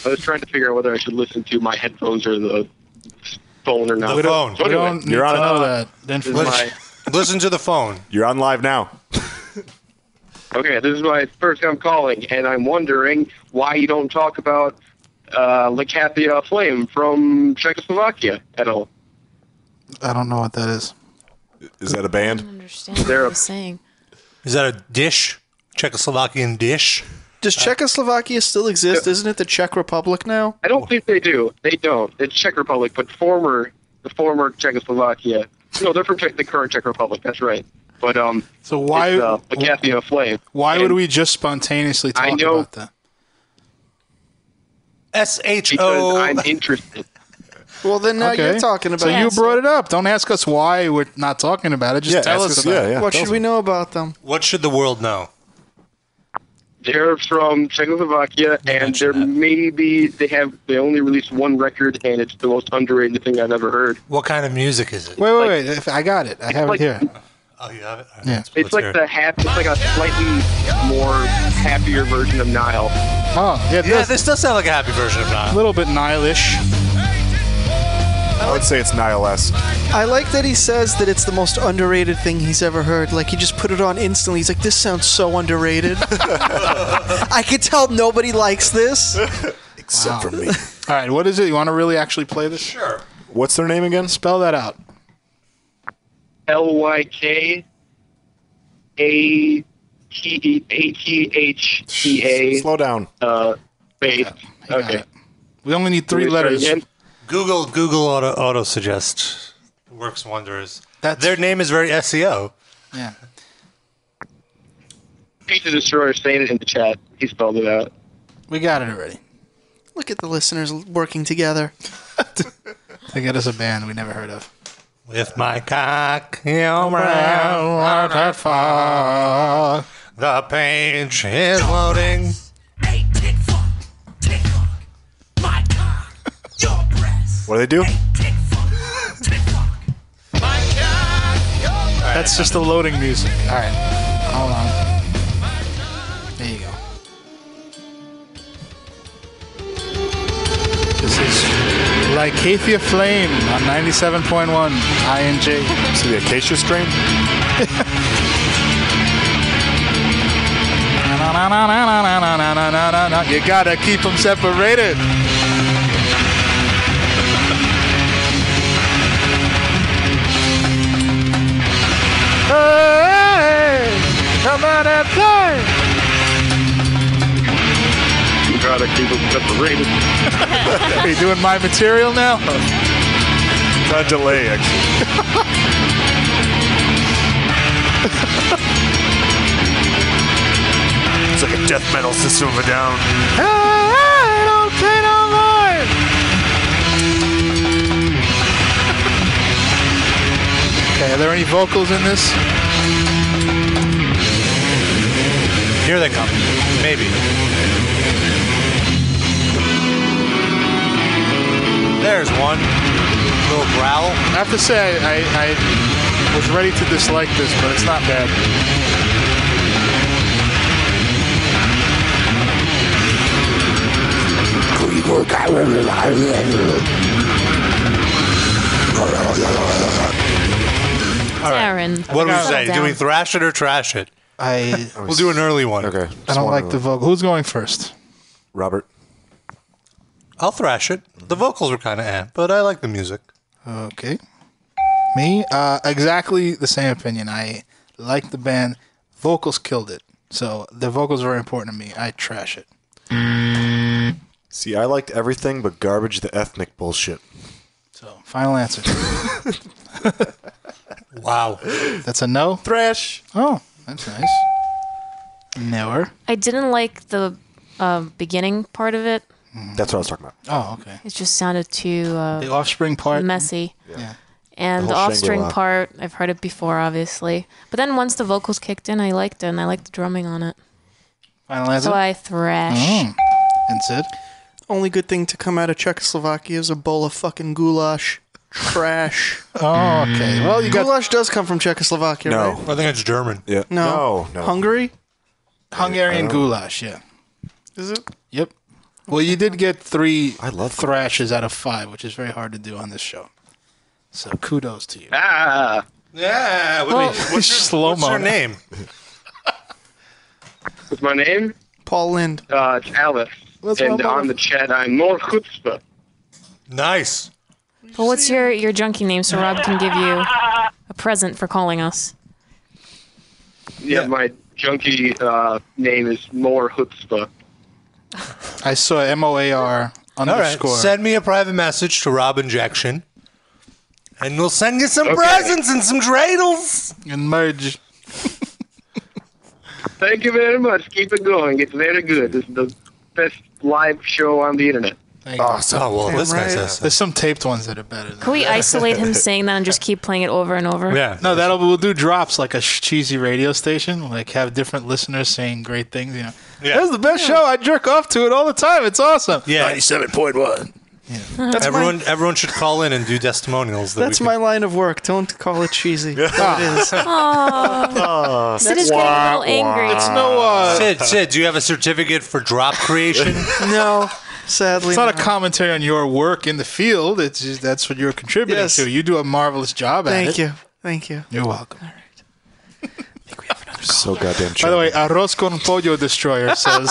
I was trying to figure out whether I should listen to my headphones or the phone or not.
The phone.
So
We
anyway,
don't need
You're
to
on
know
another-
that. Then for
Let's-
Listen, listen to the phone.
You're on live now.
Okay, this is my first time calling, and I'm wondering why you don't talk about uh, Lacathia Flame from Czechoslovakia at all.
I don't know what that is.
Is that a band?
understand what
They're
I
a-
was saying.
Is that a dish? Czechoslovakian dish?
Does Czechoslovakia still exist? Isn't it the Czech Republic now?
I don't think they do. They don't. It's Czech Republic, but former the former Czechoslovakia. No, they're from Czech, the current Czech Republic. That's right. But um,
So why
it's, uh, Lacathia Flame?
why would
And
we just spontaneously talk
I know-
about that?
S H
Because
O.
I'm interested.
Well, then now you're talking about
So you
Yeah, so-
brought it up. Don't ask us why we're not talking about it. Just
Yeah,
tell
ask
us,
us-
about
yeah,
it.
yeah.
What
Tell
should
us.
we know about them?
What should the world know?
They're from Czechoslovakia, and they're
mentioned that.
maybe they have they only released one record, and it's the most underrated thing I've ever heard.
What kind of music is it?
Wait, wait, wait. If I got it. I have
like-
it here.
Oh, you have it? All right,
Yeah.
let's- let's
It's
hear
like
it.
the hap- It's like a slightly more happier version of Nile.
Oh, yeah,
Yeah,
this
this does sound like a happy version of
a
Nile.
little bit nihilish.
I would say it's Nihilesque.
I like that he says that it's the most underrated thing he's ever heard. Like he just put it on instantly. He's like, "This sounds so underrated." I could tell nobody likes this.
Except for me.
All right, what is it? You want to really actually play this?
Sure.
What's their name again?
Spell that out.
L Y K A T A T H T
Slow down.
E A uh space. Okay.
We only need three
Let me start
letters.
again.
Google Google auto auto suggest works wonders.
That's-
Their name is very E SEO.
Yeah.
Pizza Destroyer saying it in the chat. He spelled it out.
We got it already.
Look at the listeners working together.
They get us a band we never heard of.
With my cock around at far, the page is loading.
What do they do?
That's just the loading music. All right, hold on. There you go. This is Lycathia Flame on 97.1 INJ.
So the acacia strain?
You gotta keep them separated. Hey, come on and play.
You gotta keep them separated.
Are you doing my material now?
It's on delay, actually.
Ah.
it's like a death metal system of a down.
I don't play no more. Okay, are there any vocals in this?
Here they come. Maybe. There's one. Little growl.
I have to say, I, I was ready to dislike this, but it's not bad.
Darren.
What do we
Settle
say? Do
down.
we thrash it or trash it?
I
We'll do an early one.
Okay.
I don't like the vocal. Who's going first?
Robert.
I'll thrash it. The vocals were kind of eh, but I like the music.
Okay. Me? Uh, exactly the same opinion. I like the band. Vocals killed it. So the vocals are very important to me. I trash it.
See, I liked everything but garbage the ethnic bullshit.
So final answer.
Wow.
That's a no.
Thrash.
Oh, that's nice. Never.
I didn't like the uh, beginning part of it.
That's what I was talking about.
Oh, okay.
It just sounded too
The
uh,
offspring part.
messy.
Yeah.
And the,
whole
offspring
Shangri-La.
part, I've heard it before, obviously. But then once the vocals kicked in, I liked it, and I liked the drumming on it.
Oh,
Final answer.
So I thrash.
Mm. and Sid.
Only good thing to come out of Czechoslovakia is a bowl of fucking goulash. Trash.
Oh, okay. Well, you got
goulash does come from Czechoslovakia,
No.
right?
I think it's German.
Yeah.
No.
No. no.
Hungary?
Hungarian goulash. Yeah.
Is it?
Yep. Well, you did get three
I love
thrashes out of five, which is very hard to do on this show. So kudos to you.
Ah,
Yeah. What,
Well,
Uh, what's your,
Oh, Slow-mo.
What's your name?
what's my name?
Paul Lind.
Uh, it's Alex. and on the chat, I'm more chutzpah.
Nice.
Well, what's your, your junkie name so Rob can give you a present for calling us?
Yeah,
Yeah.
my junkie uh, name is more chutzpah.
I saw M O A R
All right.
underscore.
Send me a private message to Rob Injection, and we'll send you some
Okay.
presents and some dreidels.
and merge.
Thank you very much. Keep it going. It's very good. It's the best live show on the internet.
Awesome. Oh well, this guy
right.
says so.
There's some taped ones that are better. Than
Can we isolate him saying that and just keep playing it over and over?
Yeah.
No, that'll we'll do drops like a sh- cheesy radio station. Like have different listeners saying great things. You know,
Yeah.
that's the best show. I jerk off to it all the time. It's awesome.
Yeah.
ninety-seven point one.
everyone, everyone should call in and do testimonials. That
That's
we
my line of work. Don't call it cheesy. that is.
uh,
Sid is getting a little angry.
It's no. Uh,
can- Sid, Sid, do you have a certificate for drop creation?
No, sadly.
it's not a
no.
commentary on your work in the field. It's just, that's what you're contributing
Yes.
to. You do a marvelous job at it.
Thank you. Thank you.
You're welcome.
So goddamn
By the way, Arroz con Pollo Destroyer says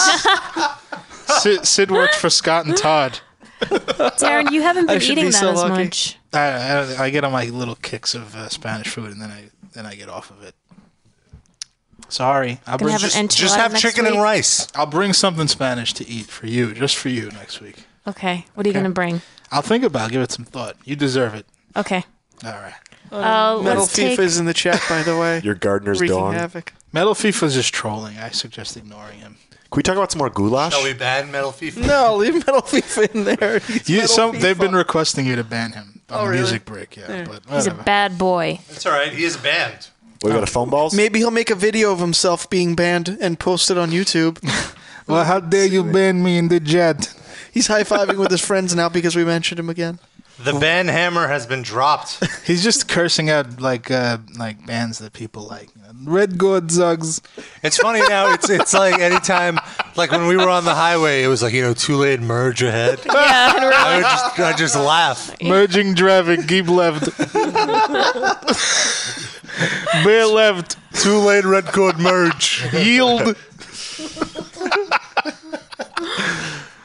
Sid, Sid works for Scott and Todd.
Darren, you haven't
I
been
should
eating
be
that
so
as
lucky.
much.
I, I, I get on my little kicks of uh, Spanish food, and then I then I get off of it. Sorry, I'll bring,
Gonna have an enchilada
Just have
next
chicken and
week?
rice.
I'll bring something Spanish to eat for you, just for you next week.
Okay. What are you gonna bring?
I'll think about, it, give it some thought. You deserve it.
Okay.
All right.
Uh,
Metal
let's
Thief
take.
is in the chat, by the way.
your gardener's
Wreaking
dog.
havoc.
Metal FIFA's just trolling. I suggest ignoring him.
Can we talk about some more goulash?
Shall we ban metal FIFA?
No, leave Metal FIFA in there.
You, some, they've been requesting you to ban him on
Oh,
the
really?
music break. Yeah, but
He's a
whatever.
bad boy.
It's all right. He is banned.
What about a phone balls?
Maybe he'll make a video of himself being banned and post it on YouTube.
well, how dare you ban me in the jet?
He's high fiving with his friends now because we mentioned him again.
The ban hammer has been dropped.
He's just cursing out like uh, like bands that people like. you know, Red Gourd Zugs.
It's funny now. It's it's like anytime, like when we were on the highway, it was like you know, too late, merge ahead.
Yeah, and we're
I would
like,
just, I just laugh.
Merging traffic, keep left. Bear left,
Too late, red cord merge.
yield.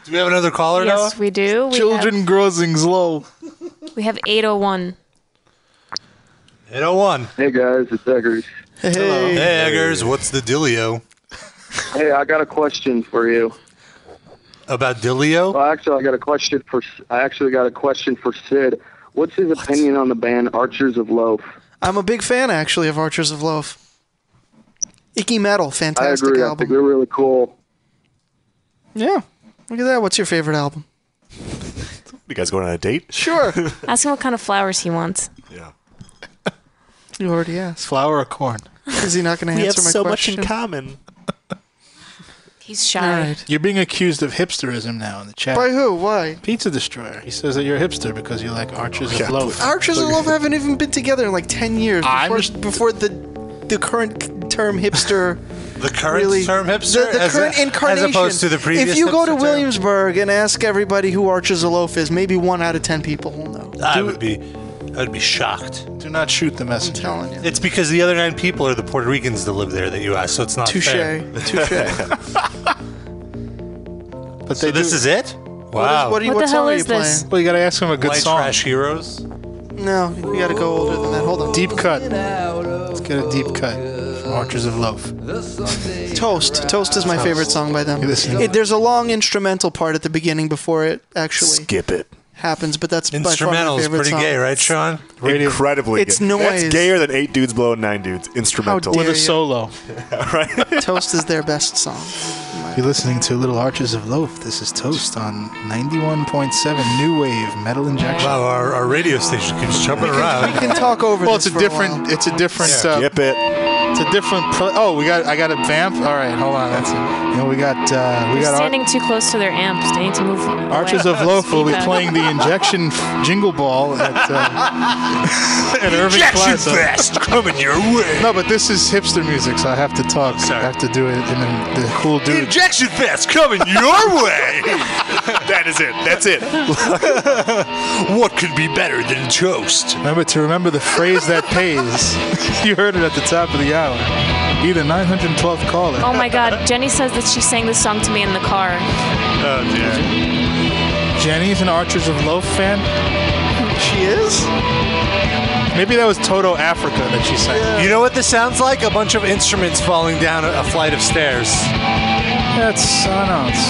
Do we have another caller now?
yes, we do. We
Children grossing slow.
Have, we have 801.
801.
Hey guys, it's Eggers.
Hey, Eggers, what's the dealio
Hey, I got a question for you.
about dealio?
Well, actually, I got a question for. I actually got a question for Sid. What's his opinion on the band Archers of Loaf?
I'm a big fan, actually, of Archers of Loaf. Icky Metal,
I
fantastic
agree. I think
album.
they're really cool.
Yeah. Look at that. What's your favorite album?
You guys going on a date?
Sure.
Ask him what kind of flowers he wants.
Yeah.
you already asked.
Flour or corn?
Is he not going to answer my question?
common.
He's shy.
All right.
You're being accused of hipsterism now in the chat.
By who? Why?
Pizza Destroyer. He says that you're a hipster because you like Archers
Yeah.
of Loaf.
Archers of Love haven't even been together in like ten years
I'm
before,
just-
before the the current term hipster.
The current
really
term hipster?
the, the
as a-
current incarnation.
As opposed to the previous
If you go
hipster
to
term?
Williamsburg and ask everybody who Archers of Loaf is, maybe one out of ten people will know.
I would be, I would be shocked.
Do not shoot the
I'm
messenger.
telling you.
It's because the other nine people are the Puerto Ricans that live there that you asked, so it's not
Touche.
fair.
Touche.
But
So
they
this
do.
is it? Wow.
What, do you-
What the
what song
hell
are
is
you
this?
Well, you gotta ask him a good
White
song.
Trash Heroes?
playing? No, we gotta go older than that. Hold on.
Deep cut. Let's get a deep cut from Archers of Loaf.
Toast. Toast is my favorite song by them.
You listen to
It, there's a long instrumental part at the beginning before it actually
Skip it.
happens, but that's by far
Instrumental
my
is
favorite
pretty
song.
gay, right, Sean?
Radio-
Incredibly
It's
gay.
noise.
That's gayer than eight dudes blowing nine dudes. Instrumental.
dare
With
There
a
you-
solo.
Toast is their best song.
You're listening to Little Archers of Loaf. This is Toast on 91.7 New Wave Metal Injection.
Wow, our, our radio station keeps jumping
We
around.
can talk over.
Well, it's
this
a
for while.
different. It's a different. Uh,
Skip it.
It's a different. Pro- oh, we got. I got a vamp. All right, hold on. That's it. You know, we got. Uh, we
They're
got. Ar-
standing too close to their amps. They need to move. away.
Archers of Loaf will be
Feedback.
playing the Injection f- Jingle Ball at, uh, at Irving
Jackson
Plaza.
Fest coming your way.
No, but this is hipster music, so I have to talk.
Sorry.
I have to do it in the, the cool dude.
Injection Fest coming your way.
That is it. That's it.
What could be better than toast?
Remember to remember the phrase that pays. you heard it at the top of the hour. Be the 912th caller.
Oh my God! Jenny says that she sang this song to me in the car.
Oh dear.
Jenny's an Archers of Loaf fan.
She is.
Maybe that was Toto Africa that she sang.
You know what this sounds like? A bunch of instruments falling down a, a flight of stairs.
That's I don't know. It's,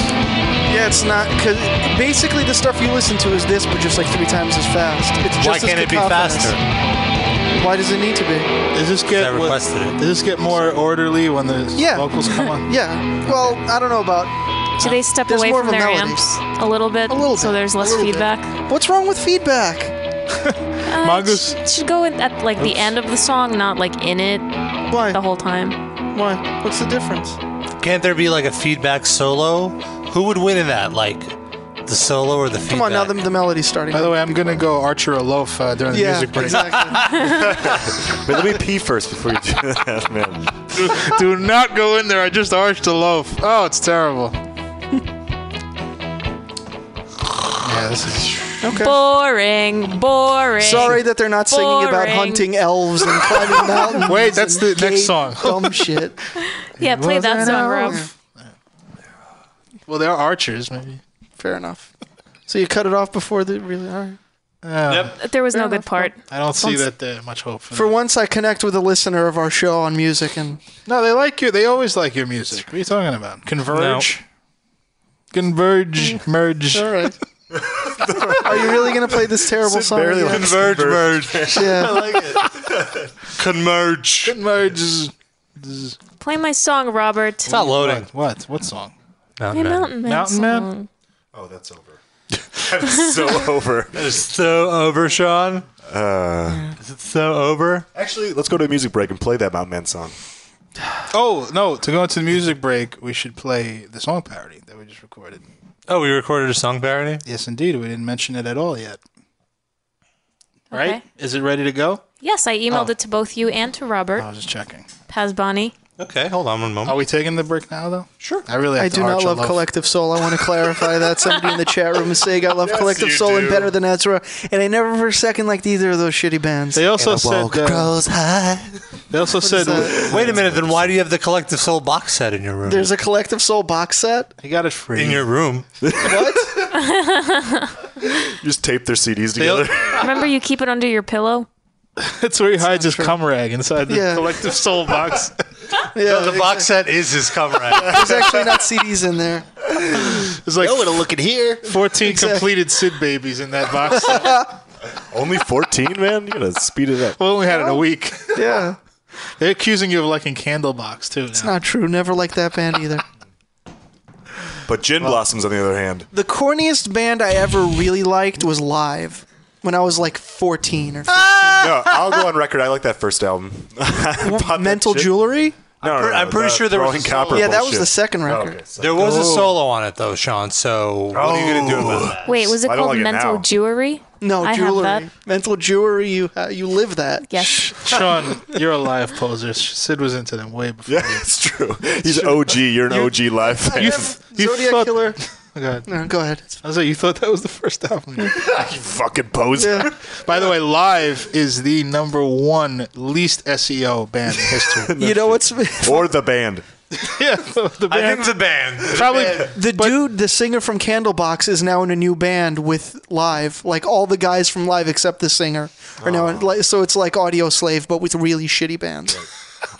Yeah, it's not because basically the stuff you listen to is this, but just like three times as fast. It's just
Why
as
can't it be
cacophonous.
faster?
Why does it need to be?
does this get
I
what-
requested it.
does this get more orderly when the
Yeah.
vocals come on?
Yeah. Well, I don't know about
Do they step
There's
away
more
from
of a
their
melody.
amps a little bit,
a little.
so
bit,
there's
a
less
little bit.
feedback?
What's wrong with feedback?
Uh,
Mongoose-
It should go in at like the end of the song, not like in it
Why?
the whole time.
Why? What's the difference?
Can't there be like a feedback solo? Who would win in that? Like the solo or the feedback?
Come on, now the, the melody's starting.
By the way, I'm gonna go Archer of Loaf uh, during the
yeah,
music break.
exactly.
But let me pee first before you do that, man.
Do not go in there. I just arched a loaf. Oh, it's terrible. yeah, this is.
Okay.
Boring, boring.
Sorry that they're not singing about
Boring.
hunting elves and climbing mountains.
Wait, that's
and
the next
gay
song.
dumb shit.
Yeah, play that song, bro.
Well, they are archers, maybe.
Fair enough. So you cut it off before the really. All right.
Uh,
There was no good part.
I don't see that there's much hope for.
For
that.
once, I connect with a listener of our show on music, and
No, they like you. They always like your music. What are you talking about? Converge. Converge. Merge.
all right. Are you really gonna play this terrible song?
barely
again?
likes-
Converge, merge,
Yeah.
converge.
Merge.
Play my song, Robert.
It's not loading.
What? What song?
Mountain
Yeah,
Man.
Mountain Man.
Mountain Man?
song.
Oh, that's over. that's so over.
That is so over, Sean.
Uh,
Is it so over?
actually, let's go to a music break and play that Mountain Man song.
Oh no! To go into the music break, we should play the song parody that we just recorded.
Oh, we recorded a song parody?
Yes, indeed. We didn't mention it at all yet. Right?
Okay.
Is it ready to go?
Yes, I emailed
Oh.
it to both you and to Robert
I was just checking.
Pazbani.
Okay, hold on one
Are
moment.
we taking the break now, though? Sure. I really. Have
I
to
do not
arch a
love, Collective Soul. I want to clarify that. Somebody in the chat room is saying I love Collective Soul and better than Ezra, and I never for a second liked either of those shitty bands.
They also said. Uh,
high.
they also said
that?
Wait a minute, then why do you have the Collective Soul box set in your room?
There's a Collective Soul box set.
he got it free.
in your room.
What?
Just tape their CDs
They al-
together.
Remember, you keep it under your pillow.
That's where he hides his cum rag inside the
Yeah.
collective soul box.
yeah,
The box set is his cover. art.
There's actually not CDs in there.
There's like
to look at here.
14 completed Sid babies in that box.
Only 14, man? You gotta speed it up.
we only had it a week.
Yeah,
They're accusing you of liking Candlebox too. Now.
not true. Never liked that band either.
But Gin Blossoms, on the other hand.
The corniest band I ever really liked was Live when I was like 14 or
Ah,
No, I'll go on record. I like that first album. I bought that
Mental
shit.
Jewelry.
No, no,
pre-
no,
I'm pretty
the
sure there was
Uh, Throwing
a
Copper
solo.
Yeah, that was
bullshit.
the second
Oh,
record.
okay, so-
There was a solo on it though, Sean. So what are you gonna do about that?
Wait, was it
Oh. I don't
called
like it
Mental
now.
Jewelry?
No,
I have
jewelry.
that.
Mental jewelry. You uh, you live that.
Yes.
Sean, you're a live poser. Sid was into them way before.
Yeah, it's true. He's OG. You're an OG live fan.
You, you
Zodiac
thought,
Killer.
Oh, God.
No, go ahead.
I was like, you thought that was the first album.
You fucking poser.
Yeah.
By the way, Live is the number one least SEO band in history.
you know what's
Or the band.
yeah, the, the
I
band
think the band.
probably
the dude, the singer from Candlebox, is now in a new band with Live. Like all the guys from Live except the singer are now.
Oh.
In, like, so it's like Audio Slave, but with really shitty bands.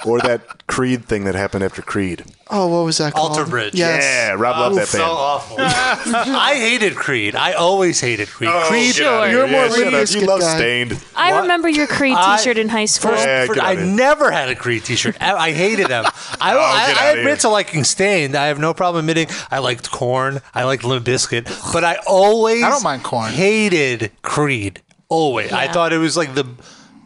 Or that Creed thing that happened after Creed.
Oh, what was that called?
Alter Bridge.
Yes.
Yeah, Rob loved that
so
band.
awful. I hated Creed. I always hated Creed.
Oh,
Creed.
Sure.
You're more
shut up.
You
You
love
love guy.
Stained.
I remember your Creed
I-
T-shirt in high school.
First,
Yeah,
first-
get out
I
of here. Oh,
never had a Creed T-shirt. I, I hated them. I,
get
I, I
out of here.
admit to liking Stained. I have no problem admitting I liked Corn. I liked Limp Biscuit, but I always
I don't mind Korn.
Hated Creed. Always. I
Yeah.
thought it was like the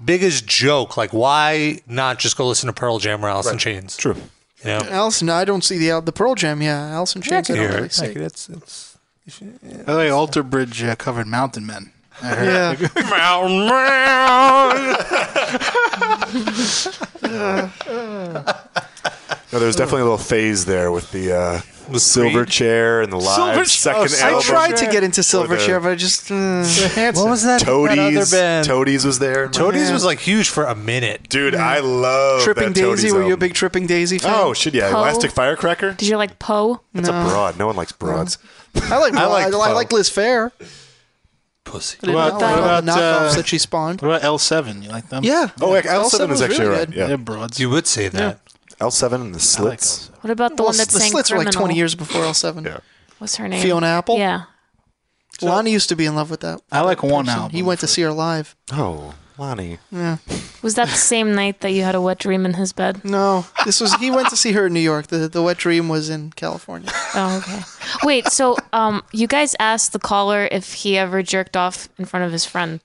biggest joke. Like, why not just go listen to Pearl Jam or Alice in Chains?
True.
You know.
Allison, no, I don't see the the Pearl Jam. Yeah, Allison Chains. I don't
Here.
really see.
Like, it's- it's-
By the way, Alter Bridge uh, covered Mountain Men. I heard.
Yeah.
No, there was
Hmm.
definitely a little phase there with the uh, silver
Creed?
chair and the live
Silver Chair.
second
Oh,
album.
I tried to get into
the-
Silverchair, but I just. uh,
what was that? That other
Toadies.
band.
Toadies was there.
Toadies was like huge for a minute.
Dude, I love
Tripping
that Toadies
Daisy. Were you a
album.
big Tripping Daisy fan?
Oh shit, yeah,
Poe?
Elastic Firecracker.
Did you like Poe?
That's a broad. No one likes broads.
I like. I
like
like, I,
Poe.
like Liz Fair.
Pussy.
I didn't
What
know
about-
all the
what about,
knockoffs
uh,
that she spawned.
What about L7? You like them?
Yeah.
Oh, like
L7
L7 is
was
actually
really
right.
good.
Yeah,
They're broads.
You would say that.
L7 and the Slits.
What about the
Well,
one that
the
sang
slits
Criminal?
were like 20 years before L7.
Yeah.
What's her name?
Fiona Apple?
Yeah.
Lonnie used to be in love with that.
I like one
person.
album.
He went to see her live.
oh, Lonnie.
Was that the same night that you had a wet dream in his bed?
No, this was he went to see her in New York. The the wet dream was in California.
Oh, okay. Wait, so um, you guys asked the caller if he ever jerked off in front of his friend,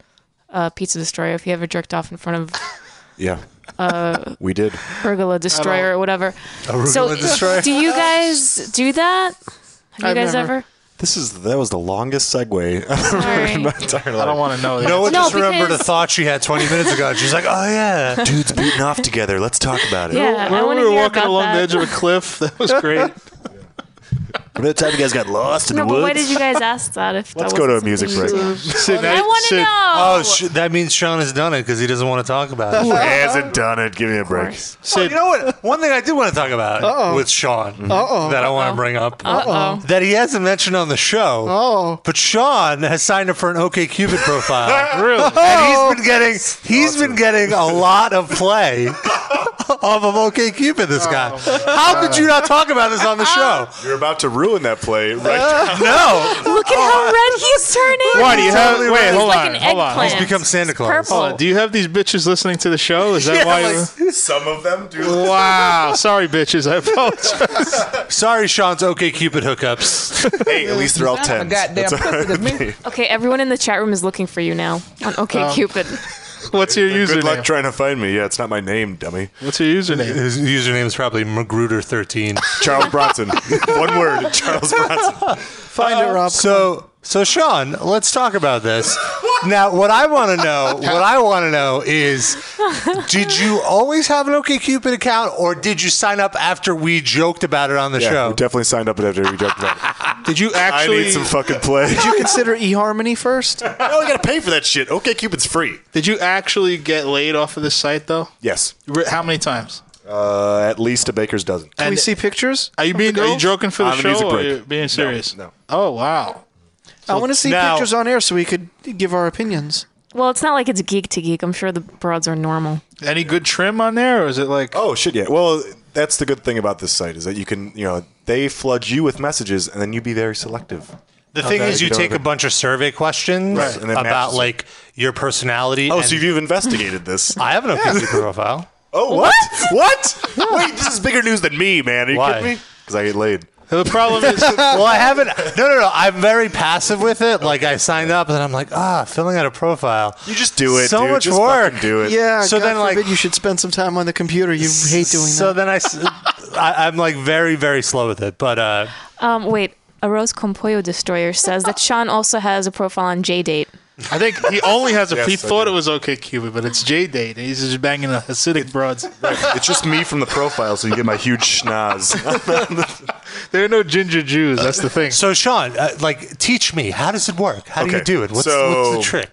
uh, Pizza Destroyer, if he ever jerked off in front of
Yeah. we did.
Pergola Destroyer or whatever. so
Destroyer?
do you guys do that? Have you
I've
guys
never.
ever?
This is that was the longest segue I've ever in
Sorry.
my entire life.
I don't want to know.
No one
No,
just remembered a
because-
thought she had 20 minutes ago. She's like, oh, yeah.
Dudes beating off together. Let's talk about it.
Yeah, I
Remember
want
we
to
were
hear
walking
about
along
that.
the edge of a cliff. That was great.
Remember the time you guys got lost in
no,
the
but
woods?
why did you guys ask that? If
Let's
that
go to a
wasn't
music
something
break.
you did?
Sid,
I
now-
want to
Sid,
know.
Oh, sh- that means Sean has done it because he doesn't want to talk about it.
He hasn't done it. Give me a break.
Well, you know what? One thing I do want to talk about with
Mm-hmm.
Sean that I want to bring up
Uh-oh.
that he hasn't mentioned on the show.
Oh.
But Sean has signed up for an OKCupid profile,
Really?
and he's
Oh.
been getting he's been getting a lot of play off of OKCupid. This guy,
Oh.
Oh,
how could you not talk about
Uh,
this on the show? Uh,
You're about to ruin that play right now.
No,
Look at how red he's turning.
Why do you have?
Totally
wait,
right.
hold
It's
on,
like an
hold on.
eggplant.
He's become Santa
It's
Claus.
purple.
Hold on. Do you have these bitches listening to the show? Is that
Yeah,
why?
Some of them do.
wow. Sorry, bitches. I apologize.
Sorry, Sean's OK Cupid hookups.
hey, at least they're all ten. That's all right with me.
Okay, everyone in the chat room is looking for you now on OK
Um,
Cupid.
What's your
Good luck
username?
trying to find me. Yeah, it's not my name, dummy.
What's your username?
His username is probably Magruder13.
Charles Bronson. One word. Charles Bronson.
Find it, Rob.
So, so Sean, let's talk about this. now, what I want to know, what I want to know is, did you always have an OkCupid account, or did you sign up after we joked about it on the
Yeah,
show?
we definitely signed up after we joked about it.
Did you
I
actually?
need some fucking play.
Consider eHarmony first.
oh, I gotta pay for that shit. Okay, Cupid's free.
did you actually get laid off of this site though?
Yes.
Re- How many times?
Uh, at least a baker's dozen.
Can we
And-
see pictures?
Are you being? Are you joking for the
On Uh, the
show?
music
or
break.
Are you being serious?
no.
Oh wow.
I want to see
now-
pictures on air so we could give our opinions.
Well, it's not like it's geek to geek. I'm sure the broads are normal.
Any good trim on there, or is it like?
Oh shit, yeah. Well, that's the good thing about this site is that you can, you know, they flood you with messages and then you be very selective.
The thing
Okay.
is, you
You don't
take a
have it.
bunch of survey questions
Right, and it
about
matches.
like your personality.
Oh,
and-
so you've investigated this?
I have an OkCupid profile.
Oh, what? What? Wait, this is bigger news than me, man. Are you
Why?
kidding me? Because I get laid.
The problem is.
well, I haven't. No, no, no. I'm very passive with it. Like I signed up, and I'm like, ah, filling out a profile.
You just do it.
So
dude.
much
Just
work.
fucking Do it.
Yeah.
So
So
then,
then,
like-
Ah, forbid you should spend some time on the computer. You hate doing
so
that.
then I, s- I, am like very, very slow with it. But uh,
Um, wait, a Rose Compoyo Destroyer says that Sean also has a profile on JDate.
I think he only has a.
Yes,
he
I
thought
do.
it was OK Cupid, but it's J Date. He's just banging the Hasidic broads.
It's just me from the profile, so you get my huge schnoz.
There are no ginger Jews. That's the thing.
so, Sean, uh, like, teach me. How does it work? How do you
Okay,
do it? What's, what's
so-
the trick?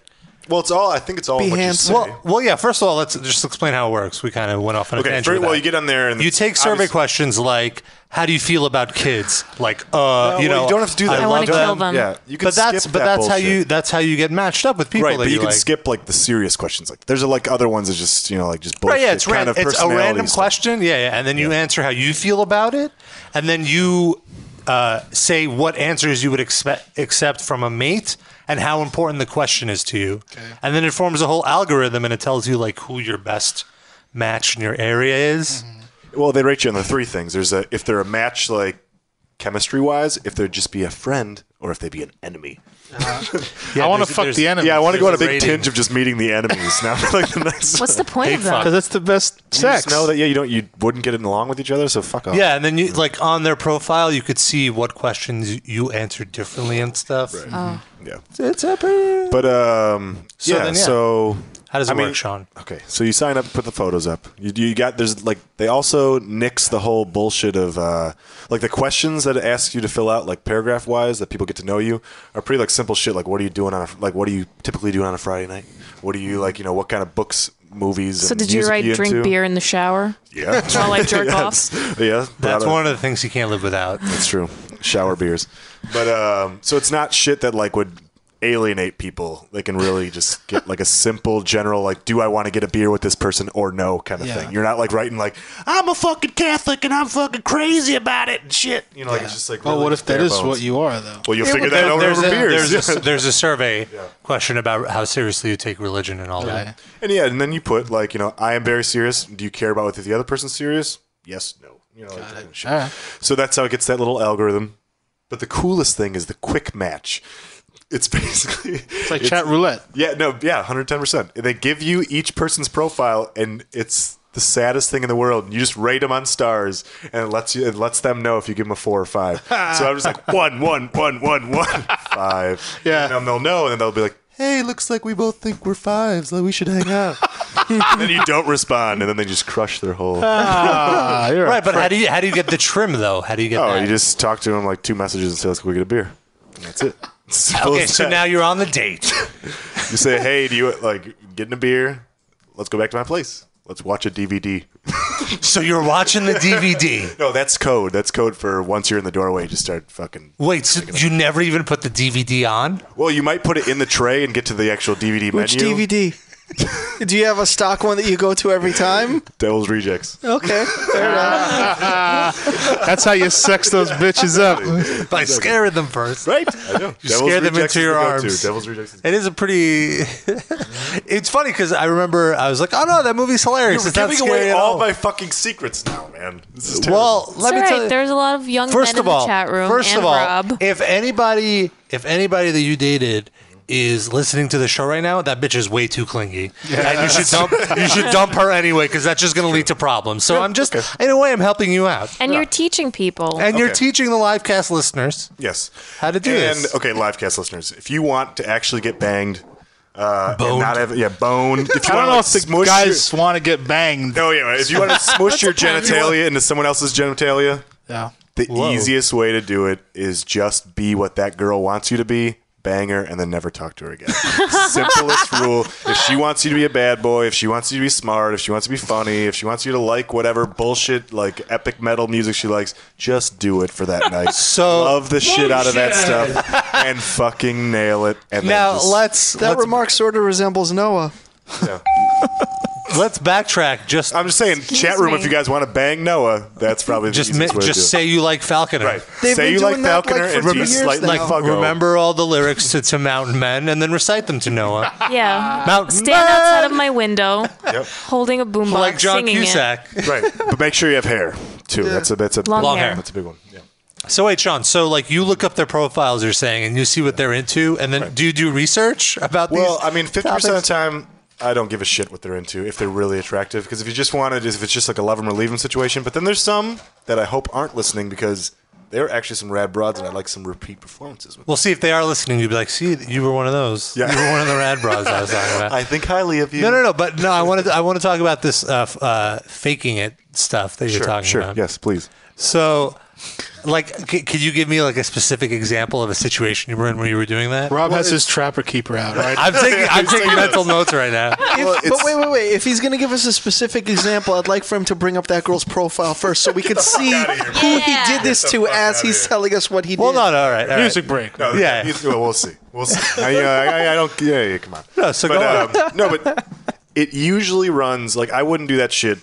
well, it's all. I think it's all.
Be
in what you
handsome.
say.
Well, well, yeah. First of all, let's just explain how it works. We kind of went off on a
okay.
tangent.
Very
with
well,
that.
you get on there and
You take survey
obviously-
questions like, "How do you feel about kids?" Like, uh, you
well,
know,
you don't have to do that.
I
love
wanna kill them.
Yeah, you can
but that's
skip
but
that
that's how
bullshit.
you that's how you get matched up with people.
right,
that
but you can
like.
skip like the serious questions. Like there's like other ones that's just you know like just bullshit
Right, yeah, it's,
kind
ran-
of
it's a
personality
random
stuff.
question. Yeah, yeah, and then you answer how you feel about it, and then you uh, say what answers you would expect accept from a mate and how important the question is to you. And then it forms a whole algorithm and it tells you like who your best match in your area is.
Well, they rate you on the three things. There's a if they're a match like chemistry wise, if they'd just be a friend, or if they be an enemy.
Uh-huh.
I want to
there's-
fuck the
there's-
enemy.
Yeah, I want to go on a
There's a
big
rating.
tinge of just meeting the enemies. Now, like the next.
What's the point of that?
fuck.
because that's the best
You just
sex.
know that yeah, you don't you wouldn't get along with each other, so fuck off.
Yeah, and then you like on their profile you could see what questions you answered differently and stuff.
yeah.
It's a pretty-
But um,
So
yeah.
then, yeah.
So
How does it
I mean-
work, Sean?
Okay, so you sign up, put the photos up. You, you got there's like they also nix the whole bullshit of uh, like the questions that it asks you to fill out like paragraph wise that people get to know you are pretty like simple shit like what are you doing on a, like what are you typically doing on a Friday night? What do you like you know what kind of books, movies?
So
and
did you
music
write drink
into?
beer in the shower
Yeah,
while I jerk off?
yeah.
That's
But, uh,
one of the things you can't live without.
That's true. Shower beers, but um, so it's not shit that like would alienate people. They can really just get like a simple general like, do I want to get a beer with this person or no kind of
Yeah.
thing. You're not like writing like, I'm a fucking Catholic and I'm fucking crazy about it and shit. You know, like it's just like.
Well,
really
what
just
if that
bare
is
bones.
what you are though?
Well, you'll
Yeah,
figure
well,
that out
there-
over
there's
beers.
a- There's a, there's a survey question about how seriously you take religion and all that.
and yeah, and then you put like, you know, I am very serious. Do you care about whether the other person's serious? Yes, no. You know, like, that kind of shit.
All right.
So that's how it gets that little algorithm. But the coolest thing is the quick match. It's basically
It's like chat roulette.
Yeah, no, yeah, 110%. They give you each person's profile and it's the saddest thing in the world. You just rate them on stars and it lets you it lets them know if you give them a 4 or 5. so I'm just like one, one, one, one, one, five.
Yeah.
And then they'll know and then they'll be like, "Hey, looks like we both think we're fives. Like we should hang out." and then you don't respond and then they just crush their whole
Ah, you're
Right, but how do you how do you get the trim though? How do you get?
Oh,
that?
you just talk to him like two messages and say, let's go get a beer. And that's it. It's simple
okay.
as
So
that.
now you're on the date.
you say, hey, do you like getting a beer? Let's go back to my place. Let's watch a DVD.
so you're watching the DVD.
No, that's code. That's code for once you're in the doorway, just start fucking.
Wait, so you never even put the DVD on?
Well, you might put it in the tray and get to the actual DVD
Which
menu.
DVD? Do you have a stock one that you go to every time?
Devil's Rejects.
Okay, fair enough.
Ah. That's how you sex those bitches up
by scaring them first,
right?
I
know.
You
Devil's
scare them
Rejects
into
is
your
the go-to.
arms.
Devil's Rejects is-
It is a pretty. it's funny because I remember I was like, "Oh no, that movie's hilarious."
You're
it's not
giving
scary
away
at
all
all.
my fucking secrets now, man. This is
well,
terrible.
let me tell you.
There's a lot of young
First
men
of
in
all,
the chat room.
first
and
of all,
Rob.
if anybody, if anybody that you dated is listening to the show right now, that bitch is way too clingy, and you should dump, you should dump her anyway because that's just going to lead to problems. So I'm just, in a way, I'm helping you out,
and you're teaching people.
and you're
Okay.
teaching the live cast listeners
Yes.
how to do
and
this.
okay, livecast listeners, if you want to actually get banged, uh, and
Boned.
not have yeah boned. If you
I don't
wanna,
know
like,
if the
smush
guys want to get banged.
Your, oh yeah, if you want to smush your genitalia into someone else's genitalia,
Yeah.
the
Whoa.
easiest way to do it is just be what that girl wants you to be. Bang her and then never talk to her again. Simplest rule. If she wants you to be a bad boy, if she wants you to be smart, if she wants you to be funny, if she wants you to like whatever bullshit, like epic metal music she likes, just do it for that night.
So-
love the shit out of that stuff and fucking nail it. And
Now
then just,
let's
That
let's,
remark sort of resembles Noah.
yeah.
let's backtrack. Just
I'm just saying, chat room.
me.
If you guys want to bang Noah, that's probably the
just mi-
easiest way to do
just
it.
say you like Falconer.
right.
They've
say
been
you like
doing that, like,
Falconer
for
and
two
be
years
slightly
now.
Like
fucko.
remember all the lyrics to, to Mountain Men and then recite them to Noah.
yeah.
Mountain
Stand
Men,
outside of my window, holding a boombox,
like John
singing
Cusack.
right? But make sure you have hair too. That's a that's a
Long
Long
hair.
hair.
That's a big one. Yeah.
So wait, Sean. So like you look up their profiles, you're saying, and you see what they're into, and then do you do research about these?
Well, I mean, fifty percent of
topics?
the time, I don't give a shit what they're into if they're really attractive. Because if you just wanted, if it's just like a love 'em or leave 'em situation. But then there's some that I hope aren't listening because they're actually some rad broads, and I like some repeat performances with.
We'll see if they are listening. You'd be like, see, you were one of those.
Yeah.
You were one of the rad bras I was talking about.
I think highly of you.
no, no, no. But no, I want to. I want to talk about this uh, f- uh, faking it stuff that you're
Sure,
talking
sure.
about.
Yes, please.
So, like, c- could you give me like a specific example of a situation you were in where you were doing that?
Rob has his trapper keeper out, right?
I'm taking I'm taking mental notes right now.
If, but wait, wait, wait. If he's going to give us a specific example, I'd like for him to bring up that girl's profile first so we can see who
Yeah.
he did this to as he's telling us what he
Well,
did.
not all right. all right.
Music break.
No,
Yeah.
you- well, we'll see. We'll see. I, you know, I, I don't. Yeah, yeah, come on.
No, so
but, um, no, but it usually runs like I wouldn't do that shit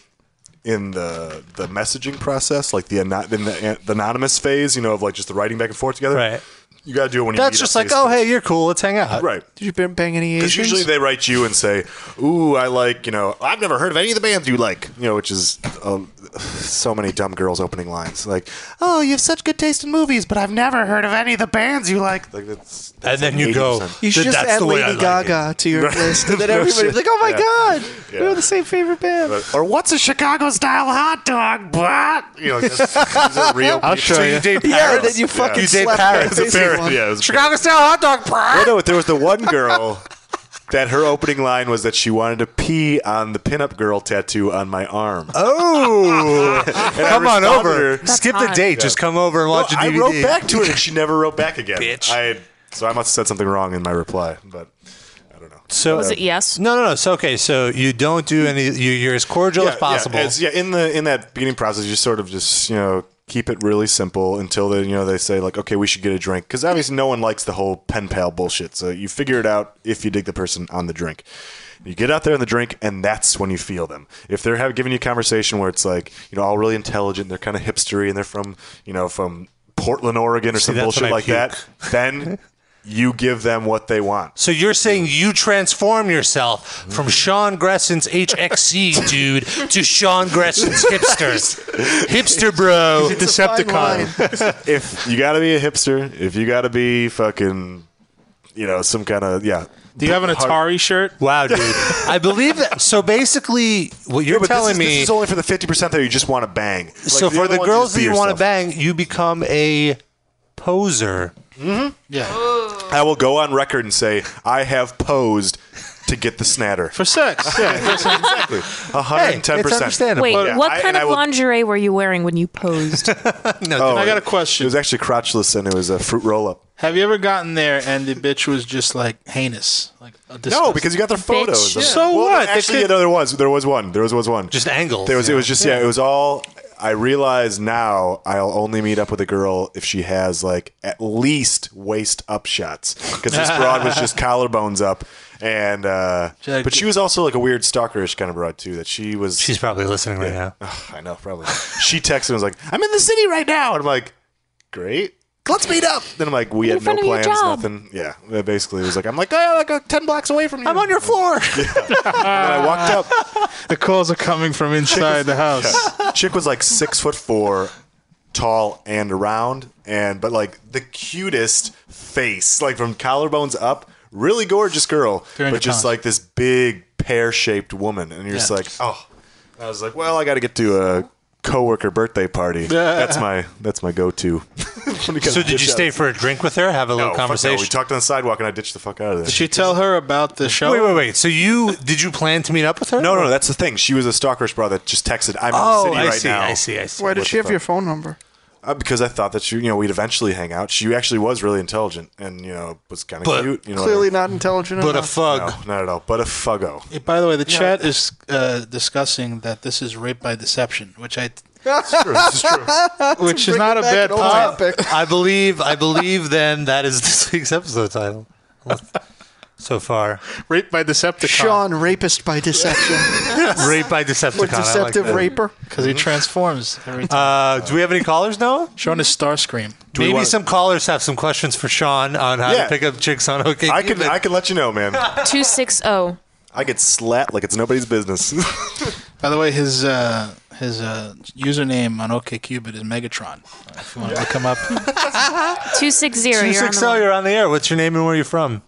in the the messaging process, like the ano- in the, the anonymous phase, you know, of like just the writing back and forth together.
Right.
You got to do it when you.
That's
meet
just
on
like, oh
Facebook.
hey, you're cool. Let's hang out.
Right.
Did you bang- bang any Asians?
Because usually they write you and say, "Ooh, I like you know, I've never heard of any of the bands you like," you know, which is um, so many dumb girls opening lines like, "Oh, you have such good taste in movies, but I've never heard of any of the bands you like." Like that's,
And
that's
then
like
you go.
80%.
You should
"Th-
just
that's
add
the way I
Lady
like it."
Gaga to your list, and then everybody's
shit.
like, "Oh my
Yeah.
god, we
Yeah.
were the same favorite band."
or what's a Chicago style hot dog? But you know, like, Oh, that's- these are real.
I'll
people.
show you.
date
yeah, and then you fucking
You
date
slapped
Paris.
my
It's a
face with
parody,
one.
yeah, it was a
Chicago style hot dog. brah.
Well, no, there was the one girl that her opening line was that she wanted to pee on the pinup girl tattoo on my arm.
Oh, come on
responded
over.
her-
Skip the
hot.
date. Just come over and
No,
watch a
I
DVD.
wrote back to her and she never wrote back again.
Bitch.
I had, so I must have said something wrong in my reply, but I don't know.
So
Was it yes?
No, no, no. So okay, so you don't do any. You, you're as cordial as possible.
Yeah, it's- yeah, in the in that beginning process, you sort of just you know keep it really simple until then you know they say like, okay, we should get a drink because obviously no one likes the whole pen pal bullshit. So you figure it out if you dig the person on the drink. You get out there on the drink, and that's when you feel them. If they're have, giving you conversation where it's like you know all really intelligent, they're kind of hipstery, and they're from you know from Portland, Oregon, or some
that's when
bullshit
I
like that, then. You give them what they want.
so you're saying you transform yourself from Sean Gresson's HXC dude to Sean Gresson's hipster, hipster bro.
Fine
Decepticon.
line.
If you gotta be a hipster, if you gotta be fucking, you know, some kind of yeah,
Do you have an Atari shirt?
Wow, dude. I believe that. So basically, what you're
but this
telling
is-
me
this is only for the fifty percent that you just want to bang. Like,
so for
other
the
ones,
girls
just
that
be
you want to
yourself.
bang, you become a poser.
Mm-hmm. Yeah.
I will go on record and say I have posed to get the snatter.
For sex. Yeah.
exactly, hundred and ten
it's
percent.
understandable.
Wait,
Yeah,
what
I-
kind
and I
of
will-
lingerie were you wearing when you posed?
No,
Oh, I got a
It
question.
was actually crotchless and it was a fruit roll up.
Have you ever gotten there and the bitch was just like heinous? Like a
No, because you got their photos.
Bitch.
So
Well,
what? They
Actually,
could-
yeah, no, there was there was one. There was was one.
just angles.
There was it was just yeah. It was all. I realize now I'll only meet up with a girl if she has like at least waist up shots because this broad was just collarbones up, And uh, but she was also like a weird stalkerish kind of broad too. That she was.
She's probably listening right now.
Ugh, I know, probably. she texted and was like, "I'm in the city right now," and I'm like, "Great." Let's meet up. Then I'm like, we
In
had no
front of your
plans,
job.
nothing. Yeah, that basically, it was like, I'm like, oh, like uh, ten blocks away from you. I'm on
your floor.
I walked up.
The calls are coming from inside the house.
Yeah. Chick was like six foot four, tall and round, and but like the cutest face, like from collarbones up, really gorgeous girl,
300
but just
pounds.
like this big pear shaped woman, and you're just
Yeah.
like, oh. I was like, well, I got to get to a coworker birthday party. that's my that's my go to.
So did you stay for a drink with her? Have a little conversation?
Oh, We talked on the sidewalk, and I ditched the fuck out of there.
Did she tell her about the show?
Wait, wait, wait. So you did you plan to meet up with her?
No, no, no, that's the thing. She was a stalkerish bra that just texted, "I'm
Oh,
in the city
I
right
see,
now."
I see, I see.
Why
What
did she
the
have your
fuck?
phone number?
Uh, because I thought that she, you know, we'd eventually hang out. She actually was really intelligent, and you know, was kind of
But-
cute. You know,
Clearly not intelligent
But a
enough.
whatever.
fug.
No, not at all. But a fuggo.
Hey, by the way, the chat is uh, discussing that this is rape by deception, which I, which is not a bad point.
I believe. I believe. Then that is this week's episode title. So far,
Rape by Decepticon.
Sean, rapist by deception.
rape by Decepticon.
or
I like
deceptive
that.
raper.
Because
Mm-hmm.
he transforms every time.
Uh, do we have any callers now?
Sean is
Mm-hmm.
Starscream.
we
Maybe
want-
some callers have some questions for Sean on how
Yeah.
to pick up chicks on OK.
I can, I can let you know, man.
260.
I get slat like it's nobody's business.
By the way, his uh, his uh, username on OKCupid is Megatron. Uh, If you want to look him up,
260.
Two
oh, You're on
six
the
zero.
line.
You're on the air. What's your name and where you from?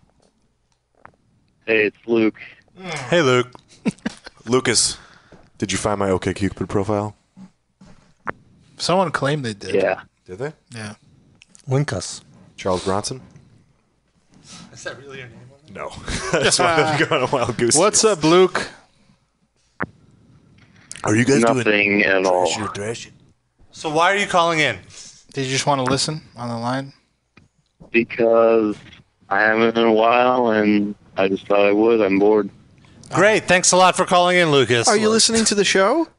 Hey, it's Luke.
Hey, Luke.
Lucas, did you find my OKCupid profile?
someone claimed they did.
Yeah.
Did they?
Yeah.
Link us.
Charles Bronson?
Is that really your name?
No, that's why I'm going on a wild goose.
What's
chase.
up, Luke?
Are you guys doing?
Nothing at all.
So why are you calling in?
Did you just want to listen on the line?
Because I haven't in a while, and I just thought I would. I'm bored.
Great. Thanks a lot for calling in, Lucas.
Are you listening to the show?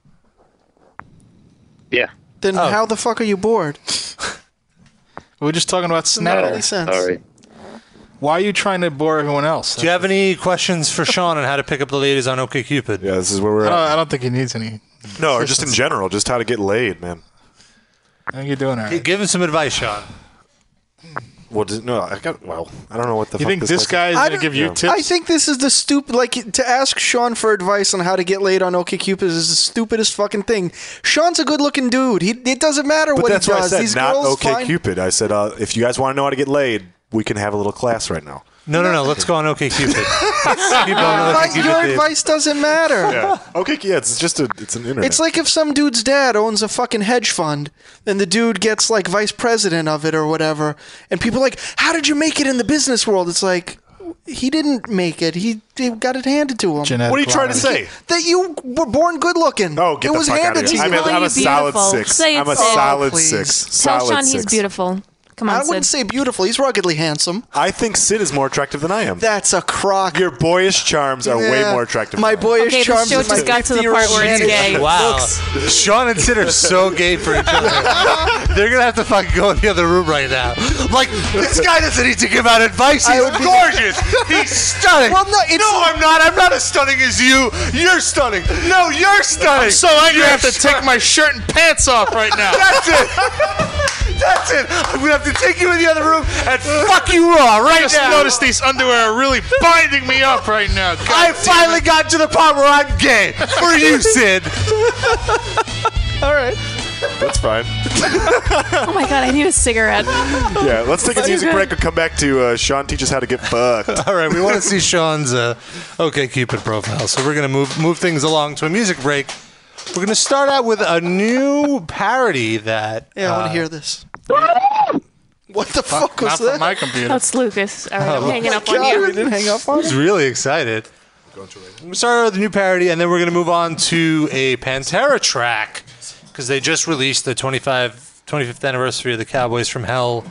Yeah.
Then
Oh.
how the fuck are you bored?
We were just talking about Snapple.
any sense.
Sorry.
Why are you trying to bore everyone else?
Do you have any questions for Sean on how to pick up the ladies on Uh, OkCupid?
Yeah, this is where we're
I, don't,
at.
I don't think he needs any.
No, or just in general, just how to get laid, man.
I think you're doing all right.
Give him some advice, Sean.
Well, just, no, I got. Well, I don't know what the.
You
fuck
think
this,
this
was-
guy is
I
going to
don't-
give you
Yeah.
tips?
I think this is the stupid. Like to ask Sean for advice on how to get laid on OkCupid is the stupidest fucking thing. Sean's a good-looking dude. He it doesn't matter
But
what
that's
he
why I
does.
said
These
not
girls
okay
find
Cupid. I said uh, if you guys want to know how to get laid, we can have a little class right now.
No, no, no. Let's go on OkCupid. Let's keep on
Like, your
OkCupid.
advice doesn't matter.
okay, yeah, it's just a it's an internet.
It's like if some dude's dad owns a fucking hedge fund and the dude gets like vice president of it or whatever, and people are like, How did you make it in the business world? It's like, he didn't make it. He, he got it handed to him.
Genetic
what are you trying to
lottery.
say?
That you were born good looking.
Oh, get
it
the
was
fuck out
handed
of here!
to
I'm
you.
a,
Tell
I'm a
you
solid
beautiful.
six.
Say
I'm a
it's all,
solid
please.
six.
Tell
solid
Sean
six.
he's beautiful. Come
I
on,
wouldn't
Sid.
say beautiful. He's ruggedly handsome.
I think Sid is more attractive than I am.
That's a crock.
Your boyish charms are way
Yeah.
more attractive.
My
than I am.
boyish
Okay, this
charms
show
and my
just got to the
50
part where it's
years-
gay.
Wow. Sean and Sid are so gay for each other. They're going to have to fucking go in the other room right now. Like, this guy doesn't need to give out advice. He's
would be-
gorgeous. He's stunning.
Well, no, it's-
I'm not. I'm not as stunning as you. You're stunning. No, you're stunning.
So I'm going to have to
stunning.
take my shirt and pants off right now.
That's it. That's it. I'm gonna have to take you in the other room and fuck you raw right
I just
now.
noticed these underwear are really binding me up right now. God
I finally got to the part where I'm gay for you, Sid.
All right.
That's fine.
Oh my god, I need a cigarette.
Yeah, let's take a music break and come back to uh, Sean teaches how to get fucked.
All right, we want to see Sean's uh, OK Cupid profile, so we're gonna move move things along to a music break. We're gonna start out with a new parody that
Yeah, I want
uh,
to hear this. What the fuck was
Not from
that?
my computer.
That's Lucas. All right, I'm hanging up on
God, we
you.
didn't hang up on it.
He's really excited. We started with a new parody, and then we're going to move on to a Pantera track because they just released the 25, 25th anniversary of the Cowboys from Hell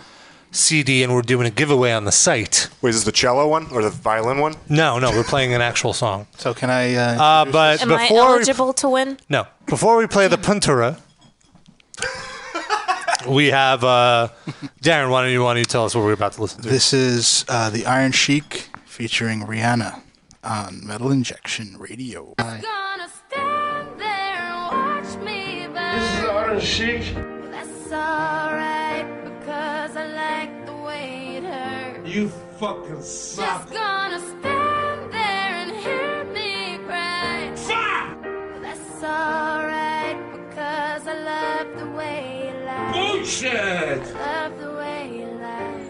CD, and we're doing a giveaway on the site.
Wait, is this the cello one or the violin one?
No, no, we're playing an actual song.
So can I? Uh,
Uh, but
Am
before
I
we-
eligible to win?
no, before we play the Pantera, we have uh, Darren. Why don't you why don't you tell us what we're about to listen to?
this is uh, the Iron Sheik featuring Rihanna.
on Metal Injection Radio.
That's alright because I like the way it hurts.
You fucking suck.
Just gonna stand there and hear me cry. That's alright because I love the way you lie.
Bullshit!
I love the way you lie.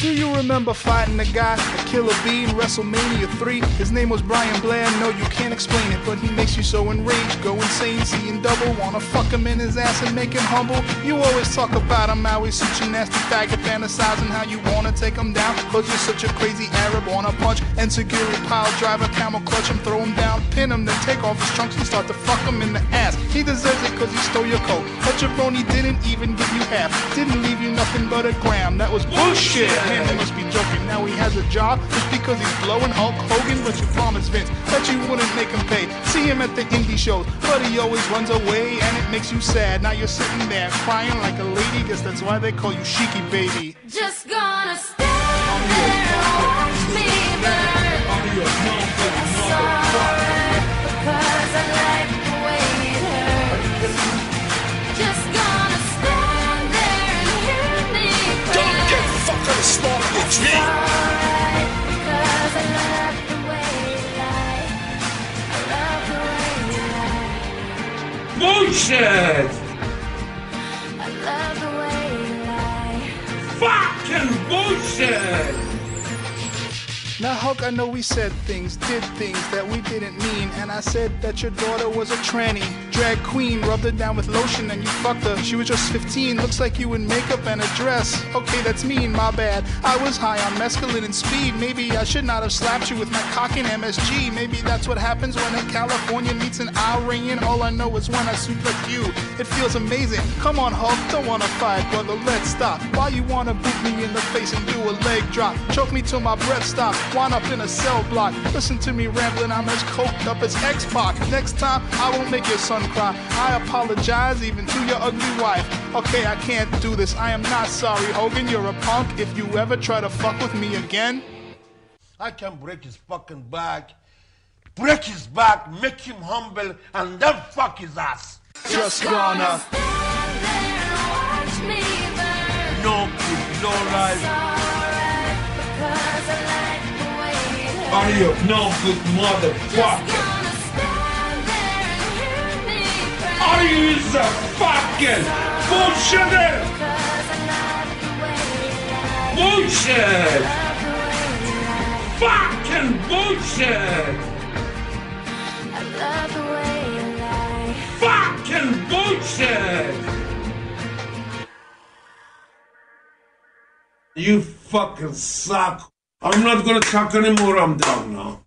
Do you remember fighting the guy, the Killer Bean, WrestleMania 3? His name was Brian Blair. No, you can't explain it, but he makes you so enraged. Go insane, seeing double. Wanna fuck him in his ass and make him humble. You always talk about him, how he's such a nasty faggot, fantasizing how you wanna take him down. Cause you're such a crazy Arab, wanna punch. And security pile driver, camel clutch him, throw him down, pin him, then take off his trunks and start to fuck him in the ass. He deserves it cause he stole your coat. But your brony didn't even give you half. Didn't leave you nothing but a gram. That was bullshit. Man, they must be joking. Now he has a job just because he's blowing Hulk Hogan. But you promised Vince that you wouldn't make him pay. See him at the indie shows, but he always runs away and it makes you sad. Now you're sitting there crying like a lady. Guess that's why they call you Shiki Baby.
Just gonna stand there and watch me burn. That's alright because I like the way it hurts. Just gonna stand there and hear me cry. Don't get fucking smart with me. Alright because I love the way you lie. I love the way you lie.
Bullshit!
I love the way you lie.
Fucking bullshit!
Now, Hulk, I know we said things, did things that we didn't mean, and I said that your daughter was a tranny, drag queen, rubbed her down with lotion, and you fucked her. She was just 15, looks like you in makeup and a dress. Okay, that's mean, my bad. I was high on mescaline and speed. Maybe I should not have slapped you with my cock and MSG. Maybe that's what happens when a California meets an Iranian. All I know is when I suplex you, it feels amazing. Come on, Hulk, don't wanna fight, brother. Let's stop. Why you wanna boot me in the face and do a leg drop? Choke me till my breath stops. Wind up in a cell block. Listen to me rambling. I'm as coked up as X-Pac. Next time, I won't make your son cry. I apologize even to your ugly wife. Okay, I can't do this. I am not sorry, Hogan. You're a punk. If you ever try to fuck with me again,
I can break his fucking back, break his back, make him humble, and then fuck his ass.
just gonna.
Watch me burn.
No good, no life.
Alright because I like the way it hurts.
Are you no good motherfucker? Are you a fucking bullshitter? Bullshit! Fucking bullshit! Fucking bullshit! You fucking suck. I'm not gonna talk anymore. I'm done now.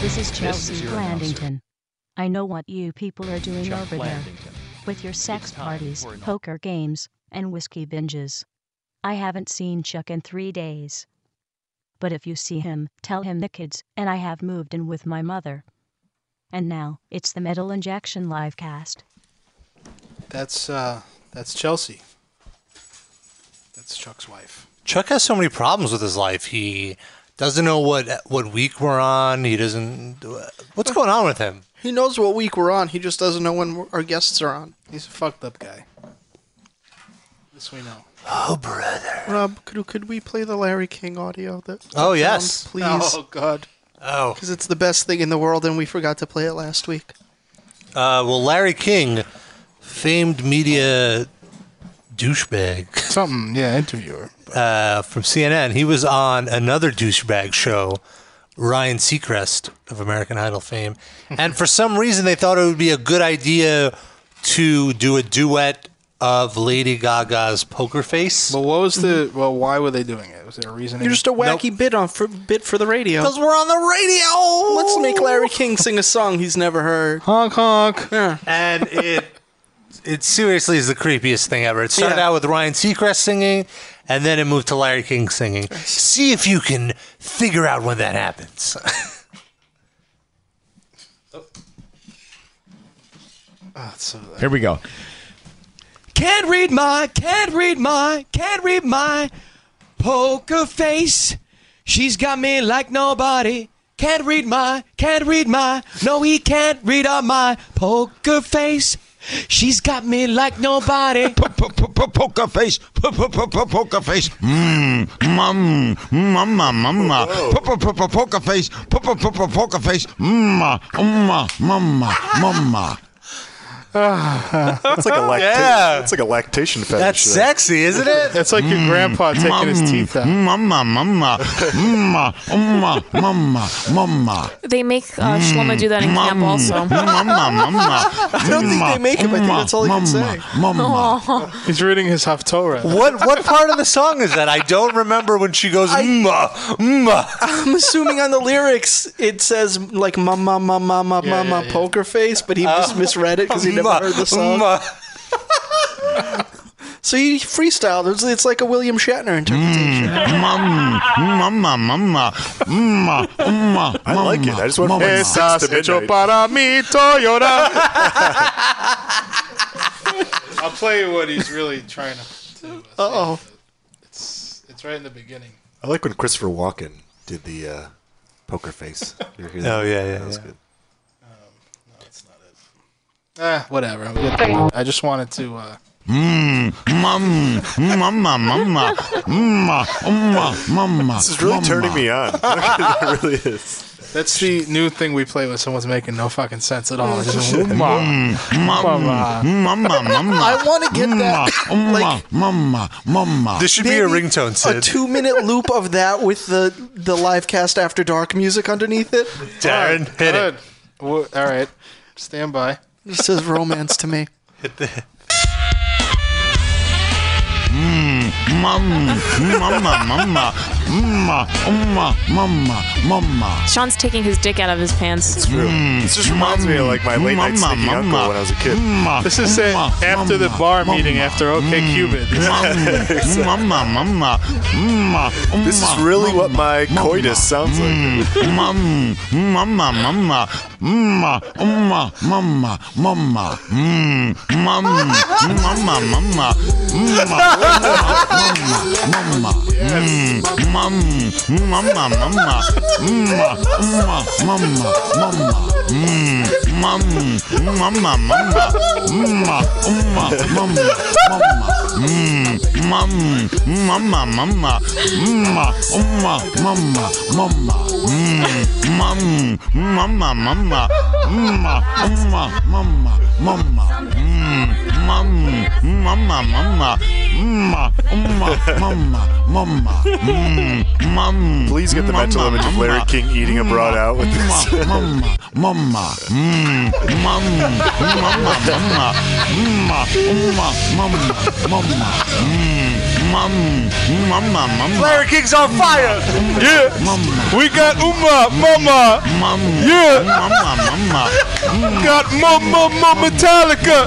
This is Chelsea
your
Blandington. I know what you people are doing
Chuck
over
Blandington.
there with your sex
time
parties,
for an-
poker games, and whiskey binges. I haven't seen Chuck in three days. But if you see him, tell him the kids and I have moved in with my mother. And now it's the Metal Injection livecast.
That's uh, that's Chelsea. That's Chuck's wife.
Chuck has so many problems with his life. He doesn't know what what week we're on. He doesn't. What's going on with him?
He knows what week we're on. He just doesn't know when our guests are on.
He's a fucked up guy. This we know.
Oh, brother.
Rob, could, could we play the Larry King audio? That that
Oh,
we
yes.
found, please.
Oh, God.
Oh.
Because it's the best thing in the world, and we forgot to play it last week.
Uh, well, Larry King, famed media douchebag.
Something, yeah, interviewer.
Uh, from CNN. He was on another douchebag show, Ryan Seacrest of American Idol fame. And for some reason, they thought it would be a good idea to do a duet of Lady Gaga's Poker Face. But
what was the. Well, why were they doing it? Was there a reason?
You're just a wacky bit on for, bit for the radio.
Because we're on the radio.
Let's make Larry King sing a song he's never heard.
Honk honk.
Yeah.
And it It seriously is the creepiest thing ever. It started
Yeah.
out with Ryan Seacrest singing, and then it moved to Larry King singing. See if you can figure out when that happens.
Uh,
Here we go. Can't read my, can't read my, can't read my poker face. She's got me like nobody. Can't read my, can't read my, no, he can't read on my poker face. She's got me like nobody.
Poker face, poker face, mmm, mum, mumma, mumma. Poker face, poker face, Mm, mumma, mumma, mumma, mumma.
Ah.
mm.
That's like a lactation.
Yeah.
That's like a lactation fetish. Hmm.
That's sexy, isn't it?
That's like your grandpa
Mm,
Hmm.
Mumma, mumma, mumma, mumma, mumma, mumma.
They make uh, Shlomo do that in camp also.
I
don't think
they make him. I think that's all he
Mm,
can say.
He's reading his Haftorah.
what what part of the song is that? I don't remember when she goes mma mma.
I'm assuming on the lyrics it says like mama mama mama
Yeah,
mama
yeah, yeah.
poker face, but he just misread it because he never
Ma-
heard the song.
ma.
so he freestyled. It's, it's like a William Shatner interpretation.
Mm, Mum, mumma, mumma, mumma, mumma. I like it. I just want mm,
Estás hecho para mí, Toyota.
I'll play you what he's really trying to. to uh
oh.
It's, it's right in the beginning.
I like when Christopher Walken did the uh, poker face. You ever hear that?
Oh, yeah, yeah,
That was
yeah.
good.
Ah, whatever. I'm good. I just wanted to. Uh,
Mmm, mum, mumma, mumma, mumma, mumma, mumma.
This is really turning
mm,
me
on.
It
really is.
That's the new thing we play when someone's making no fucking sense at all. It's just,
mm,
Mm.
Mum,
Oh,
mumma, mumma, mumma.
I wanna get
mm,
Mm.
that,
Mumma,
like-
mumma, mumma.
Maybe A two-minute loop of that with the the live cast after dark music underneath it.
Darren, hit it.
All right. Stand by.
It says romance to me.
Mmm, mum, mumma, mumma, mumma, mumma, mumma, mumma.
Sean's taking his dick out of his pants. It's
true. Mm, This just reminds me of like
mm,
my late night sneaky uncle when I was a kid.
This is it after the
mm,
bar meeting after OK
Mm.
Cupid.
Mumma, mumma, mumma,
This is really what my coitus sounds like.
Mm, Mum, mumma, mumma, mumma, mumma, mumma, mumma, mmm, mum, mumma, mumma, mumma, mumma, mumma, mmm, mum, mumma, mumma, mumma, mumma, mumma, mumma, mmm, mum, mumma, mumma, mumma, mumma, mumma, mumma. Mmm, mum, mumma, mumma, mumma, mumma, mumma, mumma. Mmm, mum, mumma, mumma, mumma, mumma, mumma, mumma. Mmm, mum, mumma, mumma, mumma, mumma, mumma, mumma. Mmm, mum.
Please get the mental image of Larry King eating a
Mmm,
broad out with this.
Mumma, mumma, mmm, mum, mumma, mumma, mumma, mumma, mumma, mumma, mmm, mum, mumma, mumma.
Larry King's on fire.
Yeah, we got umma, mumma, yeah, mumma, mumma, got mumma, mumma, Metallica,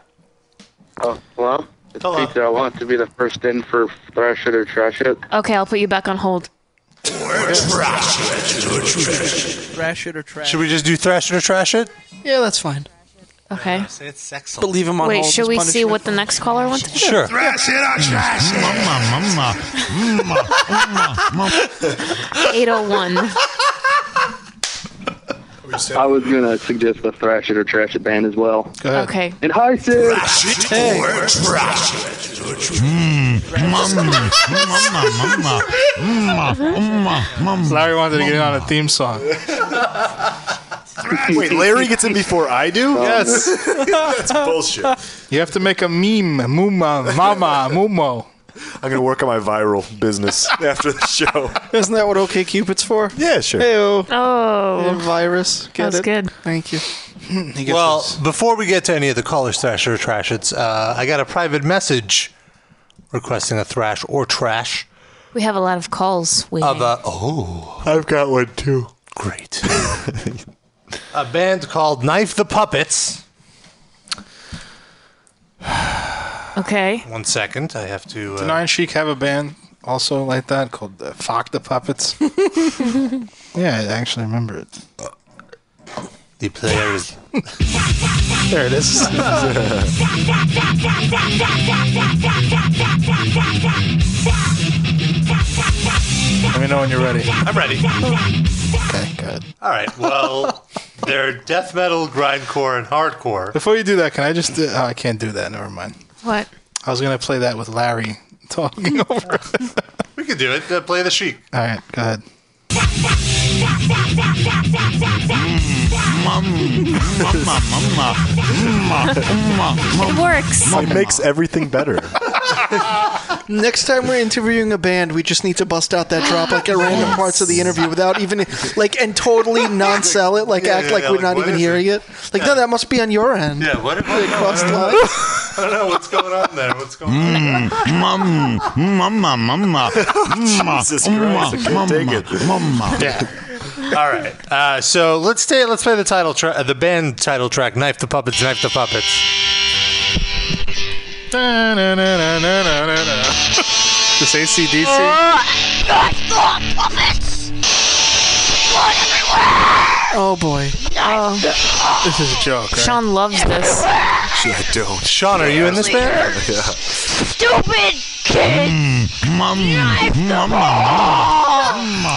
Oh, hello? It's Peter. I want to be the first in for Thrash It or Trash It.
Okay, I'll put you back on hold.
Thrash it or trash.
Should we just do thrash it or trash it?
Yeah, that's fine.
Okay.
It's excellent.
But leave him on
Wait,
hold.
should
as
we
punishment.
see what the next caller wants to do?
Sure.
Thrash it or trash it. Mama, mama, mama, mama, mama.
Eight oh one.
I was going to suggest the Thrash It or Trash It band as well.
Okay.
And hi, Sid.
Mama, mama, mama, mama, mama.
Larry wanted to get in on a theme song.
Wait, Larry gets in before I do?
Yes.
That's bullshit. I'm
You have to make a meme. Muma, mama, mumo.
going to work on my viral business after the show.
Isn't that what OK Cupid's for?
Yeah, sure.
Heyo.
Oh,
virus. Get
that's
it?
good.
Thank you. He gets
Well,
this.
before we get to any of the callers, thrash or trash, it's uh, I got a private message requesting a thrash or trash
We have a lot of calls. Waiting.
of a oh
I've got one too.
great a band called Knife the Puppets.
okay.
One second, I have to.
Did
Uh,
Iron Sheik have a band also like that called uh, Fuck the Puppets? yeah, I actually remember it.
the players.
There it is. Let me know when you're ready.
I'm ready.
Okay, good.
All right. Well, they're death metal, grindcore, and hardcore.
Before you do that, can I just? Do, oh, I can't do that. Never mind.
What?
I was gonna play that with Larry talking over. it.
We could do it. Uh, play the sheik.
All right, go ahead.
Mama, mama, mama, mama.
It works.
It makes everything better.
Next time we're interviewing a band, we just need to bust out that drop like at random parts of the interview without even like and totally non-sell it, like
Yeah,
act
yeah,
like
yeah,
we're
like,
not
what
even
is
hearing it. Like no, that must be on your end.
Yeah. What? I don't, know,
Bust lines.
I don't know what's going on there. What's going on?
Mama, mama, mama, mama,
Jesus
mama,
Christ, I can't take
mama,
it.
mama.
All right. Uh, so let's stay, let's play the title track, uh, the band title track, "Knife the Puppets, Knife the Puppets."
Hmm. This ACDC.
Oh boy.
This is a joke. Right?
Sean loves this.
I don't.
Sean, are you in this band?
Yeah.
Stupid
kids.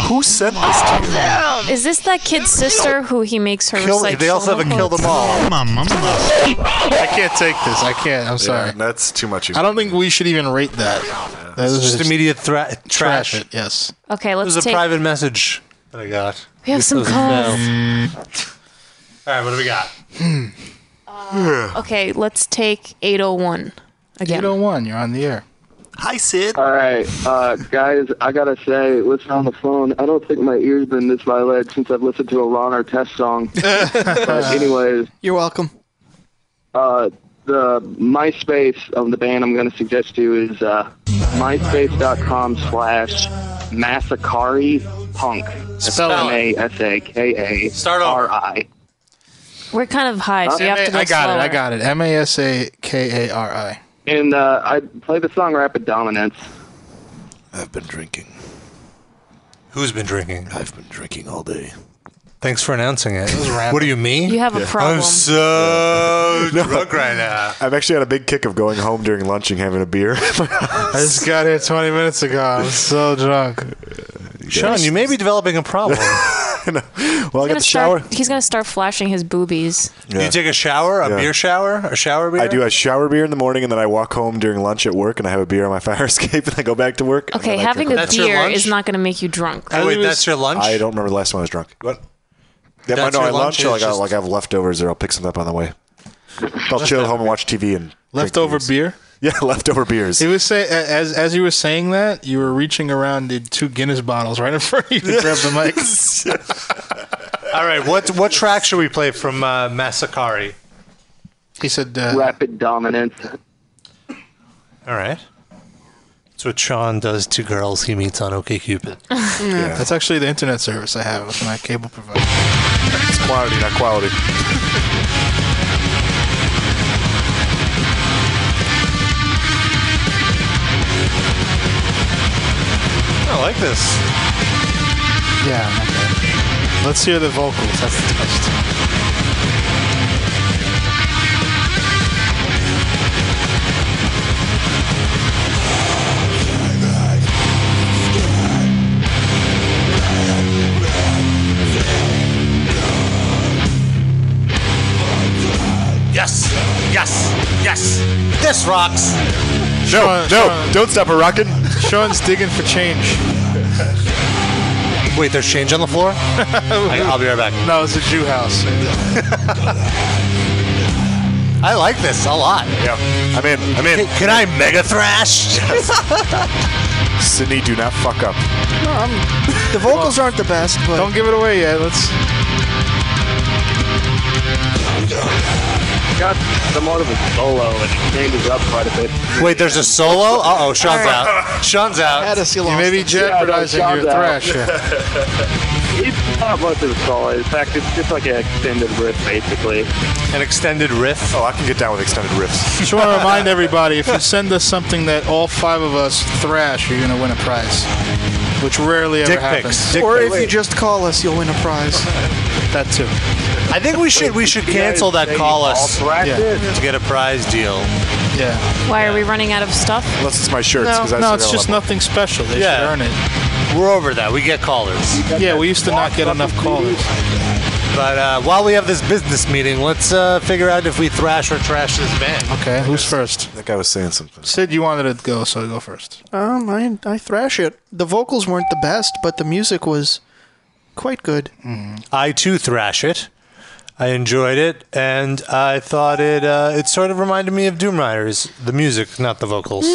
Who sent this to me?
Is this that kid's sister who he makes her
Kill,
recite
they also have a kill
children
them all.
I can't take this. I can't. I'm sorry.
that's too much.
I don't think we should even rate that. That is
Just immediate threat.
trash.
trash.
it. Yes.
quotes? Okay,
It
let's
was a
take.
private message that I got.
We have
This
some
was a
calls.
no. All right, what do we got?
Hmm.
Okay, let's take 801 again.
801, you're on the air.
Hi, Sid. All right, uh, guys, I gotta say, listen on the phone. I don't think my ears been this violated since I've listened to a Ron Artest song. but anyways,
you're welcome.
Uh, the MySpace of the band I'm gonna suggest to you is uh, myspace.com slash massacari punk.
Spell it.
M A S A K A R I.
We're kind of high, so you have to go
I got it. I
slower.
got it. M A S A K A R I.
And uh, I play the song Rapid Dominance.
I've been drinking. Who's been drinking? I've been drinking all day. Thanks for announcing it. what do you mean?
You have a problem.
I'm so Oh, drunk right now.
I've actually had a big kick of going home during lunch and having a beer.
I just got here 20 minutes ago. I'm so drunk.
Sean, you may be developing a problem.
well,
He's gonna start, he's gonna start flashing his boobies.
You take a shower, a
Yeah.
beer shower, a shower beer.
I do a shower beer in the morning, and then I walk home during lunch at work, and I have a beer on my fire escape, and I go back to work. and
Okay,
then I
having
drink
a
it.
beer is not gonna make you drunk.
Oh,
I don't remember the last time I was drunk. What? Yeah,
That's
no,
your
I lunch.
lunch?
or
It's
like, I,
just-
like I have leftovers, or I'll pick something up on the way. I'll chill at home and watch TV and
Leftover beer?
Yeah, leftover beers.
He was say a- as as you were saying that, you were reaching around the two Guinness bottles right in front of you to grab the mic.
All right, what what track should we play from uh, Masakari?
He said uh,
Rapid Dominance.
All right. That's what Sean does to girls he meets on OkCupid.
Yeah. That's actually the internet service I have with my cable provider.
It's quantity, not quality.
I like this.
Yeah. Okay. Let's hear the vocals. That's the best.
Yes, yes, yes. This rocks.
No, no, don't stop a rockin'.
Sean's digging for change.
Wait, there's change on the floor? I, I'll be right back.
Oh,
No, it's a Jew house.
I like this a lot.
Yeah, I'm in. I'm in.
Can, can I mega thrash?
Sydney, do not fuck up.
No, I'm- the vocals aren't the best, but
don't give it away yet. Let's.
Got somewhat of a solo, and it changes up quite a bit.
Wait, there's a solo? Uh oh, Sean's
All
out. Sean's out.
you may be jeopardizing
Yeah, no,
your
Sean's out.
thrash. here.
It's not much of a solo. In fact, it's just like an extended riff, basically.
An extended riff?
Oh, I can get down with extended riffs.
Just want to remind everybody if you send us something that all five of us thrash, you're going to win a prize, which rarely ever
Dick pics.
happens.
Dick
or
pics.
if you just call us, you'll win a prize.
that too.
I think we should we should
You guys
cancel that
say
call
all
us
thrash Yeah. it?
to get a prize deal.
Yeah.
Why are we running out of stuff?
Unless it's my shirts.
No,
'cause I
no
still
it's
got a
just
lot
nothing special. They
Yeah.
should earn it.
We're over that. We get callers.
Yeah, we used to not get enough callers.
But uh, while we have this business meeting, let's uh, figure out if we thrash or trash this band.
Okay, who's first?
more. That guy was saying something.
Sid, you wanted to go, so go first.
Um, I I thrash it. The vocals weren't the best, but the music was quite good.
Mm-hmm. I too thrash it. I enjoyed it, and I thought it uh, it sort of reminded me of Doom Riders, the music, not the vocals.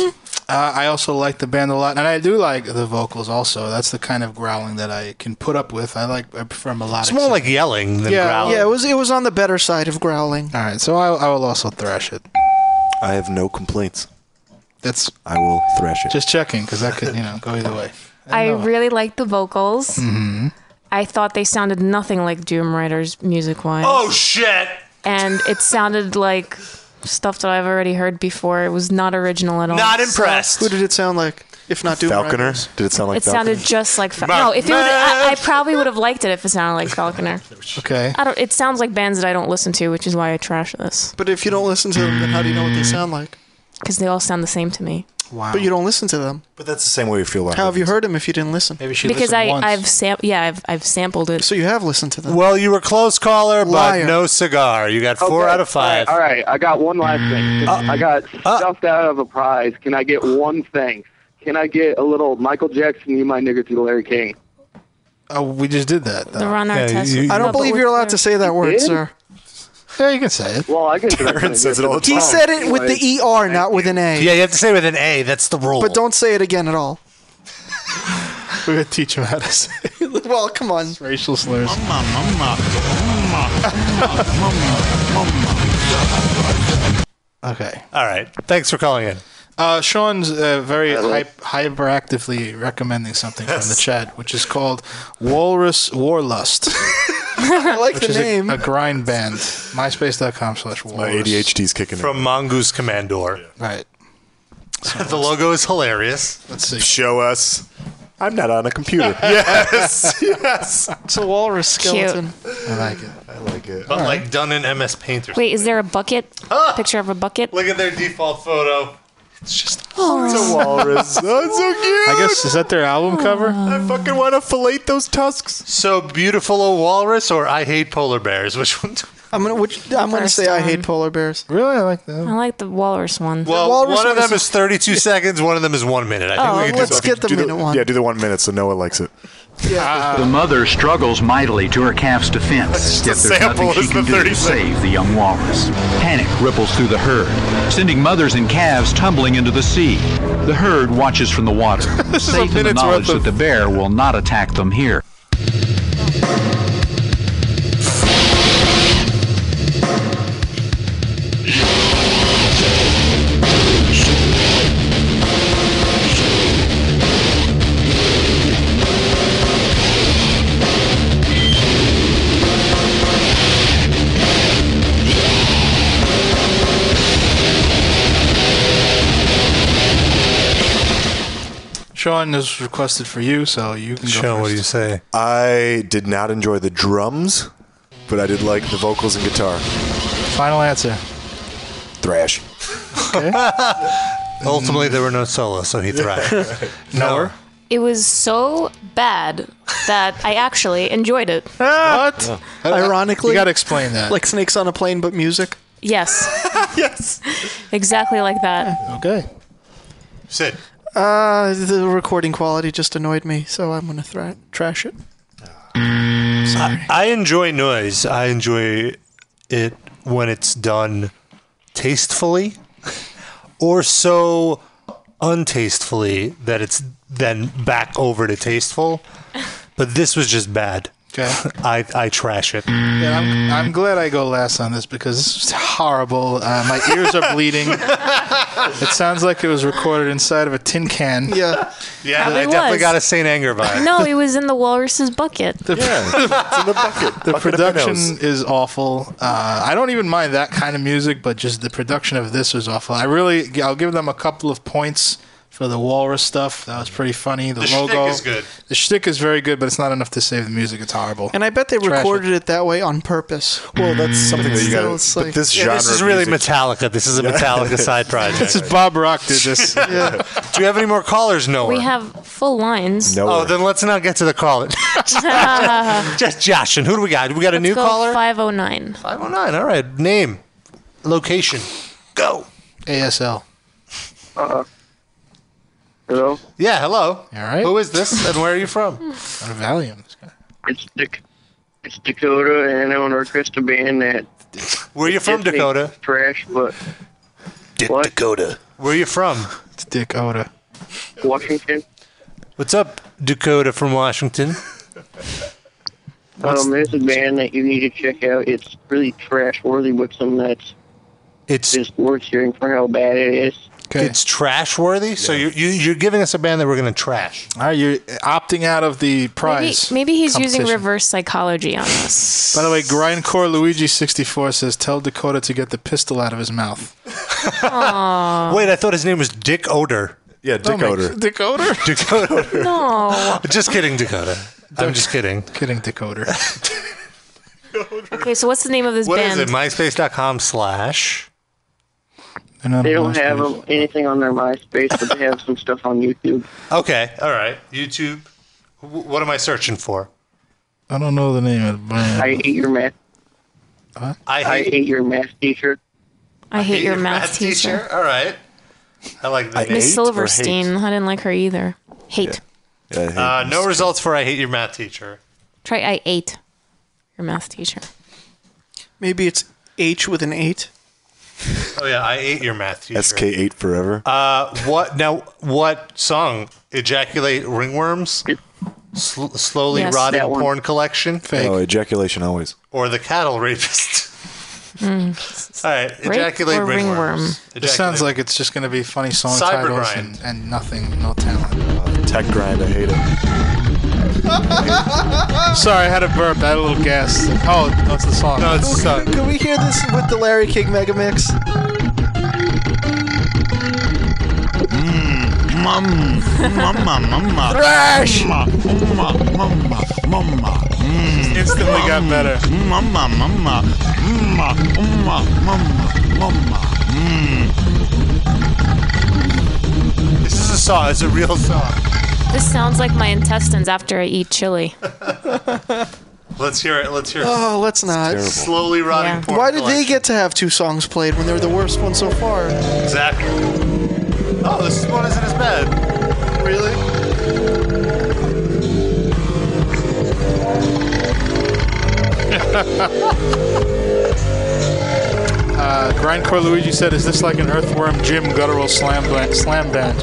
Uh, I also like the band a lot, and I do like the vocals also. That's the kind of growling that I can put up with. I like, I prefer melodic.
It's more like yelling than
Yeah,
growling.
Yeah, it was it was on the better side of growling.
All right, so I, I will also thrash it.
I have no complaints.
That's
I will thrash it.
just checking because that could, you know, go either way.
I really liked the vocals.
Mm-hmm.
I thought they sounded nothing like Doom Riders music wise.
Oh shit!
And it sounded like stuff that I've already heard before. It was not original at all.
Not impressed.
Who did it sound like? If not Doom
Falconer?
Riders?
Did it sound like
it sounded
Falconer?
just like Fal-
My
no. If it would, I, I
man.
probably would have liked it if it sounded like Falconer.
Okay.
I don't. It sounds like bands that I don't listen to, which is why I trash this
But if you don't listen to them, then how do you know what they sound like?
because they all sound the same to me.
Wow. But you don't listen to them.
But that's the same way we feel about
How have you heard them if you didn't listen?
Maybe
because I, I've sam- yeah I've, I've sampled it.
So you have listened to them.
Well, you were close caller,
Liar.
but no cigar. You got four
Okay,
out of five.
All right, all right, I got one last
Mm.
thing. I got
Uh.
stuffed out of a prize. Can I get one thing? Can I get a little Michael Jackson, You My Nigger, to Larry King?
Oh, we just did that. though.
The Ron Yeah, Artest you- was-
I don't believe you're allowed to say that word,
did?
sir.
Yeah, you can say it.
Well, I can say
Aaron says it all the
He
time.
said it with the ER, not with an A.
Yeah, you have to say with an A. That's the rule.
But don't say it again at all.
We're gonna teach him how to say
well, come on.
racial slurs. Okay.
All right. Thanks for calling in.
Uh, Sean's uh, very hype, hyperactively recommending something from the chat, which is called Walrus Warlust.
I like
which
the
is a-
name.
A, grind band. MySpace.com slash
My
walrus.
ADHD's kicking
From Mongoose Commandor.
Right.
the logo is hilarious.
Let's see.
Show us. I'm not on a computer.
yes. Yes.
It's a walrus
Cute.
skeleton.
I like it.
I like it.
But like done in MS Paint or
Wait, is there a bucket? Picture of a bucket?
Look at their default photo. It's just
It's
a walrus. That's so cute.
I guess, is that their album cover?
I fucking want to fillet those tusks.
So beautiful a walrus or I hate polar bears. Which one?
I'm gonna which, I'm gonna
First
say I hate
one.
polar bears.
Really, I like that.
I like the walrus one.
Well,
walrus
one of
one
them is 32 seconds, one of them is 1 minute. I think
Oh,
we can do
Let's
both.
get the
do
minute one.
Yeah, do the one minute so Noah likes it.
The mother struggles mightily to her calf's defense, yet there's nothing she can do to save the young walrus. Panic ripples through the herd, sending mothers and calves tumbling into the sea. The herd watches from the water, safe in the
minute's
knowledge
worth
that the bear will not attack them here.
Sean is requested for you, so you can go
Sean,
first.
what do you say?
I did not enjoy the drums, but I did like the vocals and guitar.
Final answer.
Thrash.
Ultimately, there were no solos, so he thrived.
Noah?
It was so bad that I actually enjoyed it.
What?
Ironically,
You gotta explain that.
like snakes on a plane, but music.
Yes. yes. Exactly like that.
okay.
Sid.
Uh, the recording quality just annoyed me, so I'm gonna thra- trash it.
Mm.
I, I enjoy noise. I enjoy it when it's done tastefully or so untastefully that it's then back over to tasteful. But this was just bad.
Okay.
I, I trash it.
Yeah, I'm, I'm glad I go last on this because this is horrible. Uh, my ears are bleeding. it sounds like it was recorded inside of a tin can.
Yeah,
Yeah,
Probably
I definitely
was.
got a St. Anger vibe.
No, it was in the walrus's bucket.
it's in the bucket.
The
Bucket of
production
minnows.
is awful. Uh, I don't even mind that kind of music, but just the production of this was awful. I really, I'll give them a couple of points for the walrus stuff. That was pretty funny. The,
The shtick
logo
is good.
The shtick is very good, but it's not enough to save the music. It's horrible.
and I bet they
Trash
recorded it. that way on purpose.
Well, that's something that Mm, you
Still,
got.
it's
But
like-
this
Yeah,
genre.
this
of
is really
music-
Metallica. This is a Metallica side project.
this is Bob Rock did this.
Yeah,
Do you have any more callers, Noah?
We have full lines. Uh,
No.
oh, then let's not get to the caller. just Josh. And who do we got? We got a new
Go
caller?
509.
509. All right. Name, location, go.
ASL.
Uh-huh. Hello?
Yeah, hello.
All right.
Who is this and where are you from?
Out of Valium. This guy.
It's, Dak- it's Dakota and I want to request a band that
Where are you from,
Disney
Dakota?
trash, but what?
Dakota. Where are you from?
It's Dick Oda.
Washington.
What's up, Dakota from Washington?
Um, there's a band that you need to check out. It's really trash worthy with some that's
It's
just worth hearing for how bad it is.
Okay.
it's trash worthy. So you, you you're giving us a band that we're gonna trash.
All right, you're opting out of the
Maybe,
prize.
maybe he's using
competition.
reverse psychology on us.
By the way, Grindcore Luigi64 says, Tell Dakota to get the pistol out of his mouth.
Uh-huh.
Wait, I thought his name was Dick Oder.
Yeah,
Oh
Dick Oder.
Dick Oder?
Dakota.
No.
just kidding, Dakota. I'm just kidding.
Kidding, Dick Oder.
Okay, so what's the name of this
What is
band?
it? MySpace.com slash.
looking on
They don't
MySpace.
have um, anything on their MySpace, but they have some stuff on YouTube.
Okay, all right. YouTube. Wh- What am I searching for?
I don't know the name of the band.
I hate your math.
I hate,
I hate your math teacher.
I hate your math teacher.
All right. I like the name.
Miss Silverstein. I didn't like her either. Hate.
Uh, no results for I hate your math teacher.
Try I ate your math teacher.
Maybe it's H with an eight.
Oh yeah, I ate your math teacher.
SK8 forever.
Uh, what now? What song? Ejaculate ringworms. Sl- slowly
Yes.
rotting
That one.
porn collection.
Oh, ejaculation always.
Or the cattle rapist.
Mm.
All right, ejaculate ringworms.
This sounds like it's just going to be funny song
Cyber
titles
grind.
and, and nothing, no talent.
Tech grind, I hate it.
Sorry, I had a burp. I had a little gas. Oh, that's the song. No, it's the song.
Can we hear this with the Larry King mega mix?
Mm,
Mum, mama, mama.
Thrash!
Mama, mama, mama, mama.
Instantly got better.
Mama, mama, mama, mama, mama, mama.
This is a song. It's a real song.
This sounds like my intestines after I eat chili.
Let's hear it. Let's hear it.
Oh, let's not.
Slowly rotting porn.
Why did they get to have two songs played when they were the worst one so far?
Exactly. Oh, this one isn't as bad. Really?
Uh, Grindcore Luigi said, "Is this like an Earthworm Jim guttural slam band?" Slam band.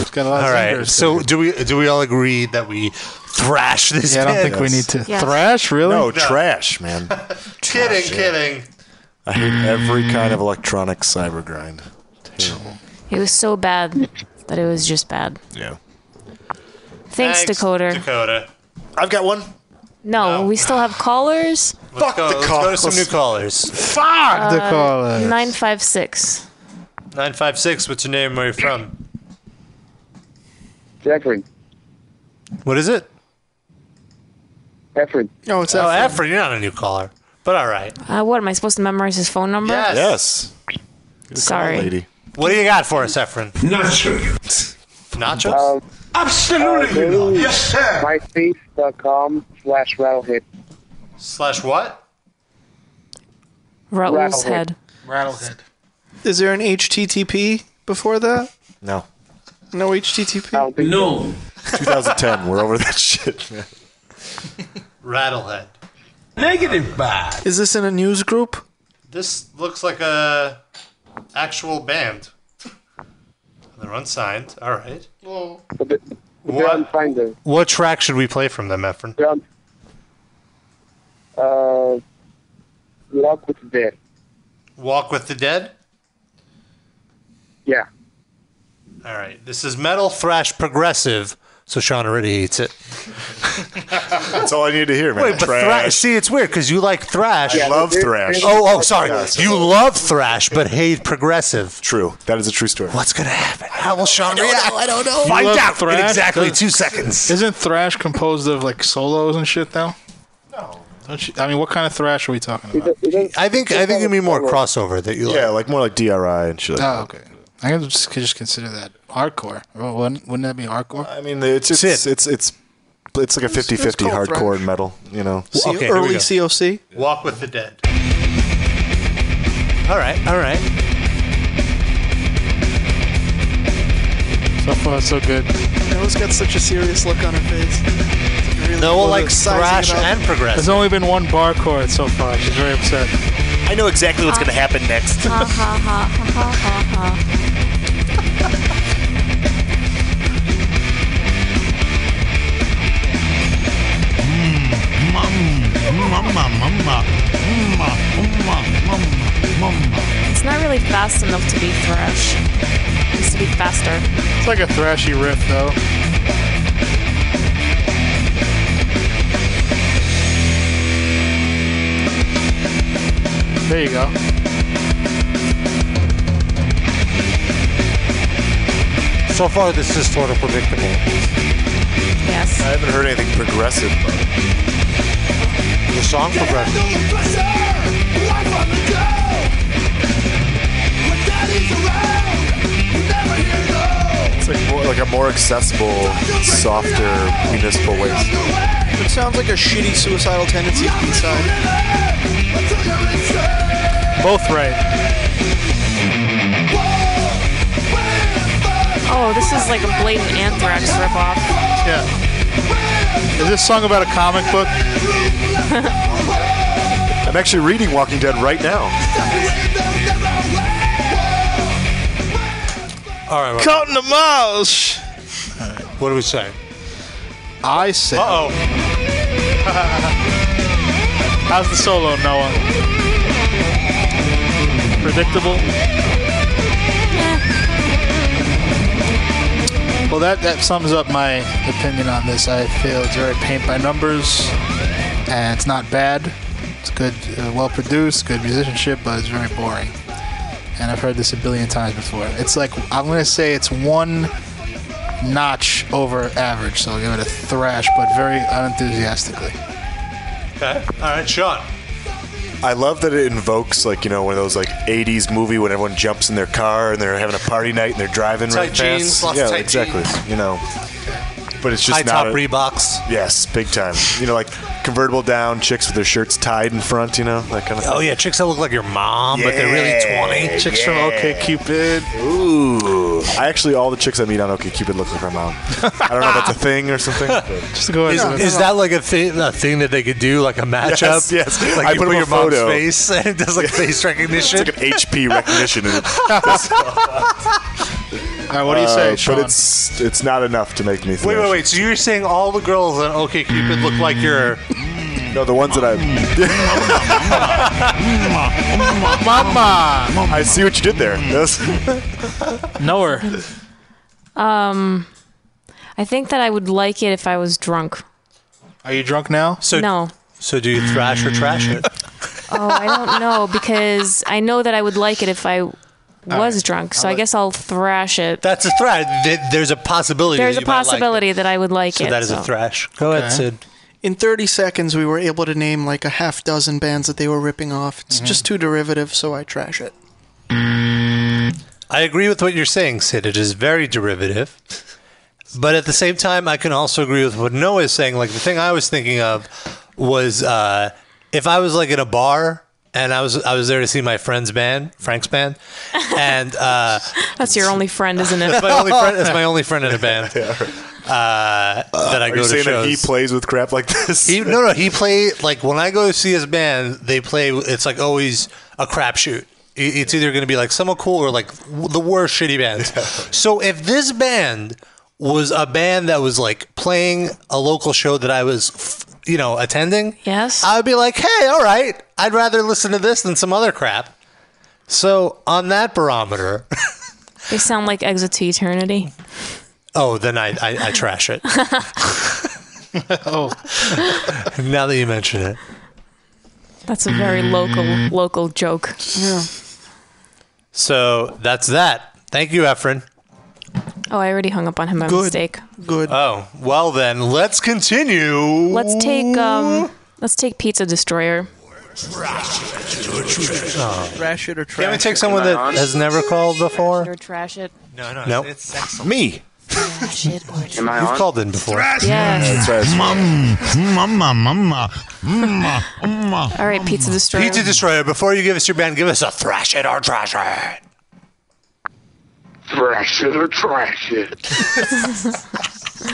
It's got a lot
All
of
right.
zingers.
So do we do we all agree that we thrash this?
Yeah, I don't
band?
think we need to Yes. thrash, really?
No,
No.
trash, man.
Kidding, kidding.
I hate every kind of electronic cyber grind. Terrible.
It was so bad that it was just bad.
Yeah.
Thanks,
Thanks,
Dakota.
Dakota.
I've got one.
No, we still have callers.
Let's Fuck go, the Let's go to some new callers. Fuck
Uh, 956.
Nine five six. What's your name? Where are you from?
Jeffrey.
What is it?
Effort.
No, it's
oh, Efren. You're not a new caller, but all right.
Uh, what, am I supposed to memorize his phone number?
Yes.
Sorry.
lady. What do you got for us, Efren? Nachos.
Um,
Nachos.
Absolutely. yes, sir. MySpace.com slash rattlehead.
Slash what?
Raoul's
Rattlehead.
head.
Rattlehead.
Is there an HTTP before that?
No.
No HTTP.
No. 2010. We're over that shit, man.
Rattlehead. Negative bad.
Is this in a news group?
This looks like a actual band. They're unsigned. All right.
They're on Finder.
What track should we play from them, Efren?
They're on. Uh, Walk with the Dead.
Walk with the Dead.
Yeah.
All right. This is metal thrash progressive. So Sean already hates it.
That's all I need to hear, man.
Wait, but thrash. See, it's weird because you like thrash.
I love thrash.
Oh, oh, sorry.
Yeah, so-
You love thrash, but hate progressive.
True. That is a true story.
What's gonna happen? How will Sean react? I don't
You
Find
love
out in
thrash?
exactly
Does-
two seconds.
Isn't thrash composed of like solos and shit though? No. Don't you, I mean, what kind of thrash are we talking about?
I think I think you mean more crossover that you like.
Yeah, like more like DRI and shit.
Oh, okay. I can just, could just consider that hardcore. Well, Wouldn't, wouldn't that be hardcore?
I mean, it's it's it's it's, it's, like a 50-50
called
hardcore and metal, you know.
Okay, here we early go.
COC.
Walk with the Dead. All right, all right.
So far, so good.
Noah's got such a serious look on her face. Really
Noah
good
likes
at sizing
thrash
it up.
and progressive.
There's only been one bar chord so far. She's very upset.
I know exactly what's going to happen next.
Ha ha ha ha ha ha ha.
Mama, mama, mama, mama, mama, mama.
It's not really fast enough to be thrash. It needs to be faster.
It's like a thrashy riff, though. There you go.
So far, this is sort of predictable.
Yes.
I haven't heard anything progressive.
The song progression.
more accessible, softer municipal waste.
It sounds like a shitty suicidal tendencies B-side.
Both right.
Oh, this is like a blatant anthrax ripoff.
Yeah. Is this song about a comic book?
I'm actually reading Walking Dead right now.
All right.
Caught in the mouse.
What do we say?
I say. Uh oh.
How's the solo, Noah? Predictable.
Well, that, that sums up my opinion on this. I feel it's very paint by numbers, and it's not bad. It's good, uh, well produced, good musicianship, but it's very boring. And I've heard this a billion times before. It's like I'm gonna say it's one notch over average, so I'll give it a thrash, but very unenthusiastically.
Okay. All right, Sean.
I love that it invokes like you know one of those like '80s movie when everyone jumps in their car and they're having a party night and they're driving
Tight
really fast.
jeans, lots of
yeah,
tight
exactly. You know, but it's just
High
not
top
a,
Reeboks.
Yes, big time. You know, like convertible down, chicks with their shirts tied in front. You know, that kind of.
Oh
thing.
yeah, chicks that look like your mom, but they're really 20.
Chicks from
OkCupid.
Ooh. I actually all the chicks I meet on OkCupid look like my mom. I don't know if that's a thing or something.
Just go
Is, is that like a, thi- a thing that they could do, like a matchup?
Yes, yes.
Like
I
you
put
put, your
up a
mom's
photo.
face and it does like face recognition.
It's like an HP recognition. And it-
All right, what do you say, Sean?
Uh, But it's it's not enough to make me.
Wait, wait, wait. So you're saying all the girls on OkCupid look like your?
No, the ones that I.
Mama. Hmm.
I see what you did there. Yes.
Know her.
Um, I think that I would like it if I was drunk.
Are you drunk now?
So
No.
So do you thrash or trash it?
Oh, I don't know because I know that I would like it if I was drunk. So i guess I'll thrash it.
That's a thrash. Th- There's a possibility.
There's
that you
a
might like
possibility that I would like
So
it.
that is a thrash. Go ahead, Sid.
In 30 seconds, we were able to name like a half dozen bands that they were ripping off. It's
Mm-hmm.
just too derivative, so I trash it.
I agree with what you're saying, Sid. It is very derivative. But at the same time, I can also agree with what Noah is saying. Like the thing I was thinking of was uh, if I was like in a bar and I was I was there to see my friend's band, Frank's band, and uh,
That's your only friend, isn't it?
that's my only friend. That's my only friend in a band uh, that I
Are
go
you
to
saying
shows.
that he plays with crap like this?
He, no, no, he play like when I go see his band, they play. It's like always a crapshoot. I- It's either going to be like somewhat cool or like w- the worst shitty bands. So if this band was a band that was like playing a local show that I was, f- you know, attending,
yes,
I would be like, hey, all right, I'd rather listen to this than some other crap. So on that barometer,
They sound like Exit to Eternity.
oh, then I I, I trash it.
oh,
now that you mention it,
That's a very local
Mm.
local joke.
so that's that. Thank you, Efren.
Oh, I already hung up on him by mistake.
Good.
Oh, well then, let's continue.
Let's take um let's take Pizza Destroyer.
Trash it or trash
Can we take someone that has never called before?
Or trash it.
No, no, no. It's me.
Am I
You've
on?
called in before.
Yes.
Mum, mama, mama, mama, mama.
All right, Pizza Destroyer.
Pizza Destroyer, before you give us your band, give us a thrash it or trash it.
Thrash it or trash it.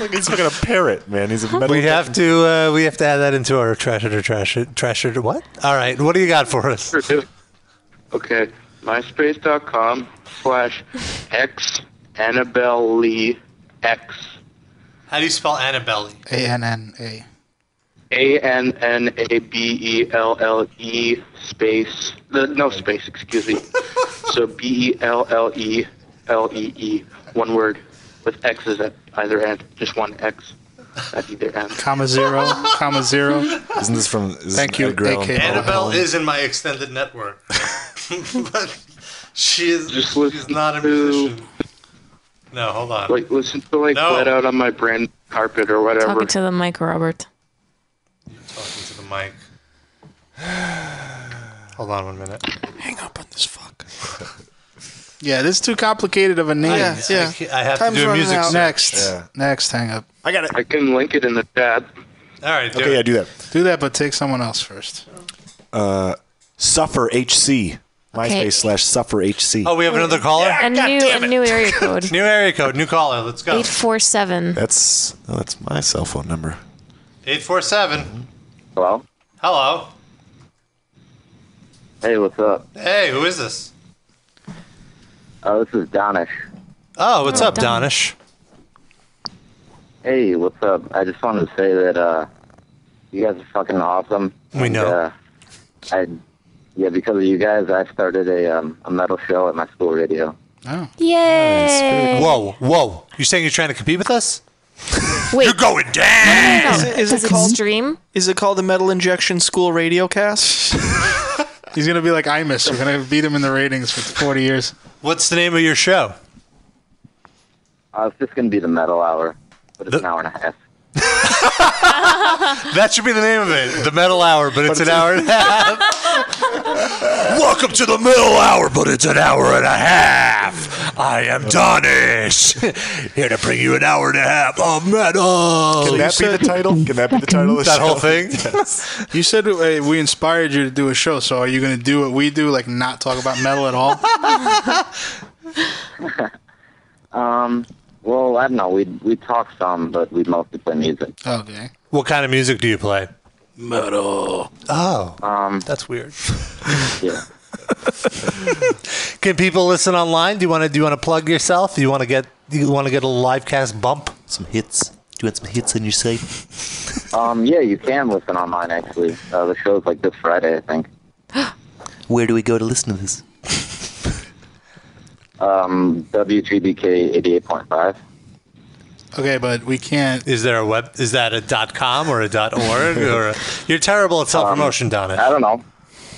like he's fucking a parrot, man. He's a metal.
We have to uh, we have to add that into our trash it or trash it. Trash it or what? All right, what do you got for us?
Okay, myspace.com slash x Annabelle Lee x
How do you spell Annabelle?
A N N A.
a n n a b e l l e space the, no space excuse me so b e l l e l e e one word with x's at either end just one x at either end.
Comma zero. comma zero.
Isn't this from? Is
Thank you, AK.
Annabelle is in my extended network. but she is
Just listen
she's not a
to-
musician. No, hold on.
Like listen to like
No.
wet out on my brand carpet or whatever.
Talking to the mic, Robert.
Talking to the mic. Hold on one minute.
Hang up on this fuck.
Yeah, this is too complicated of a name.
Yeah, I- yeah. I have to Time's do a running music out. search.
next.
Yeah.
Next, hang up.
I got it. I can link it in the chat.
All right.
Okay, yeah, do that.
Do that, but take someone else first.
Uh, Suffer HC. MySpace slash Suffer HC.
Oh, we have another caller.
a new a new area code.
new area code, new caller. Let's go.
Eight four seven.
That's oh, that's my cell phone number.
Eight four seven.
Hello.
Hello.
Hey, what's up?
Hey, who is this?
Uh, this is Donish.
Oh, what's
Oh,
up, Donish?
Hey, what's up? I just wanted to say that uh, you guys are fucking awesome.
We know.
uh, I, yeah, because of you guys, I started a um, a metal show at my school radio.
Yay!
Whoa, whoa! You saying you're trying to compete with us?
Wait.
You're going down.
Is it- is it called
Dream?
Is it called the Metal Injection School Radio Cast?
He's gonna be like Imus. We're gonna beat him in the ratings for 40 years.
What's the name of your show?
Uh, it's just gonna be the metal hour, but it's an hour and a half.
That should be the name of it, the Metal Hour. But it's an hour and a half. Welcome to the Metal Hour, but it's an hour and a half. I am Donish, here to bring you an hour and a half of
Oh,
metal.
Can that be the title? Can that be the title of the show?
You said uh, we inspired you to do a show, so are you gonna do what we do, like not talk about metal at all?
Um, well, I don't know. We we talk some, but we mostly play music.
Okay.
What kind of music do you play?
Metal.
Oh,
Um,
that's weird.
yeah.
Can people listen online? Do you want to do you want to plug yourself? Do you want to get do you want to get a live cast bump? Some hits. Do you want some hits on your site?
Um, yeah, you can listen online actually. Uh, the show's like this Friday, I think.
Where do we go to listen to this?
Um, WGBK eighty-eight point five.
Okay, but we can't.
Is there a web? Is that a dot .com or a dot .org? or a, you're terrible at self promotion, Donna. I
Um,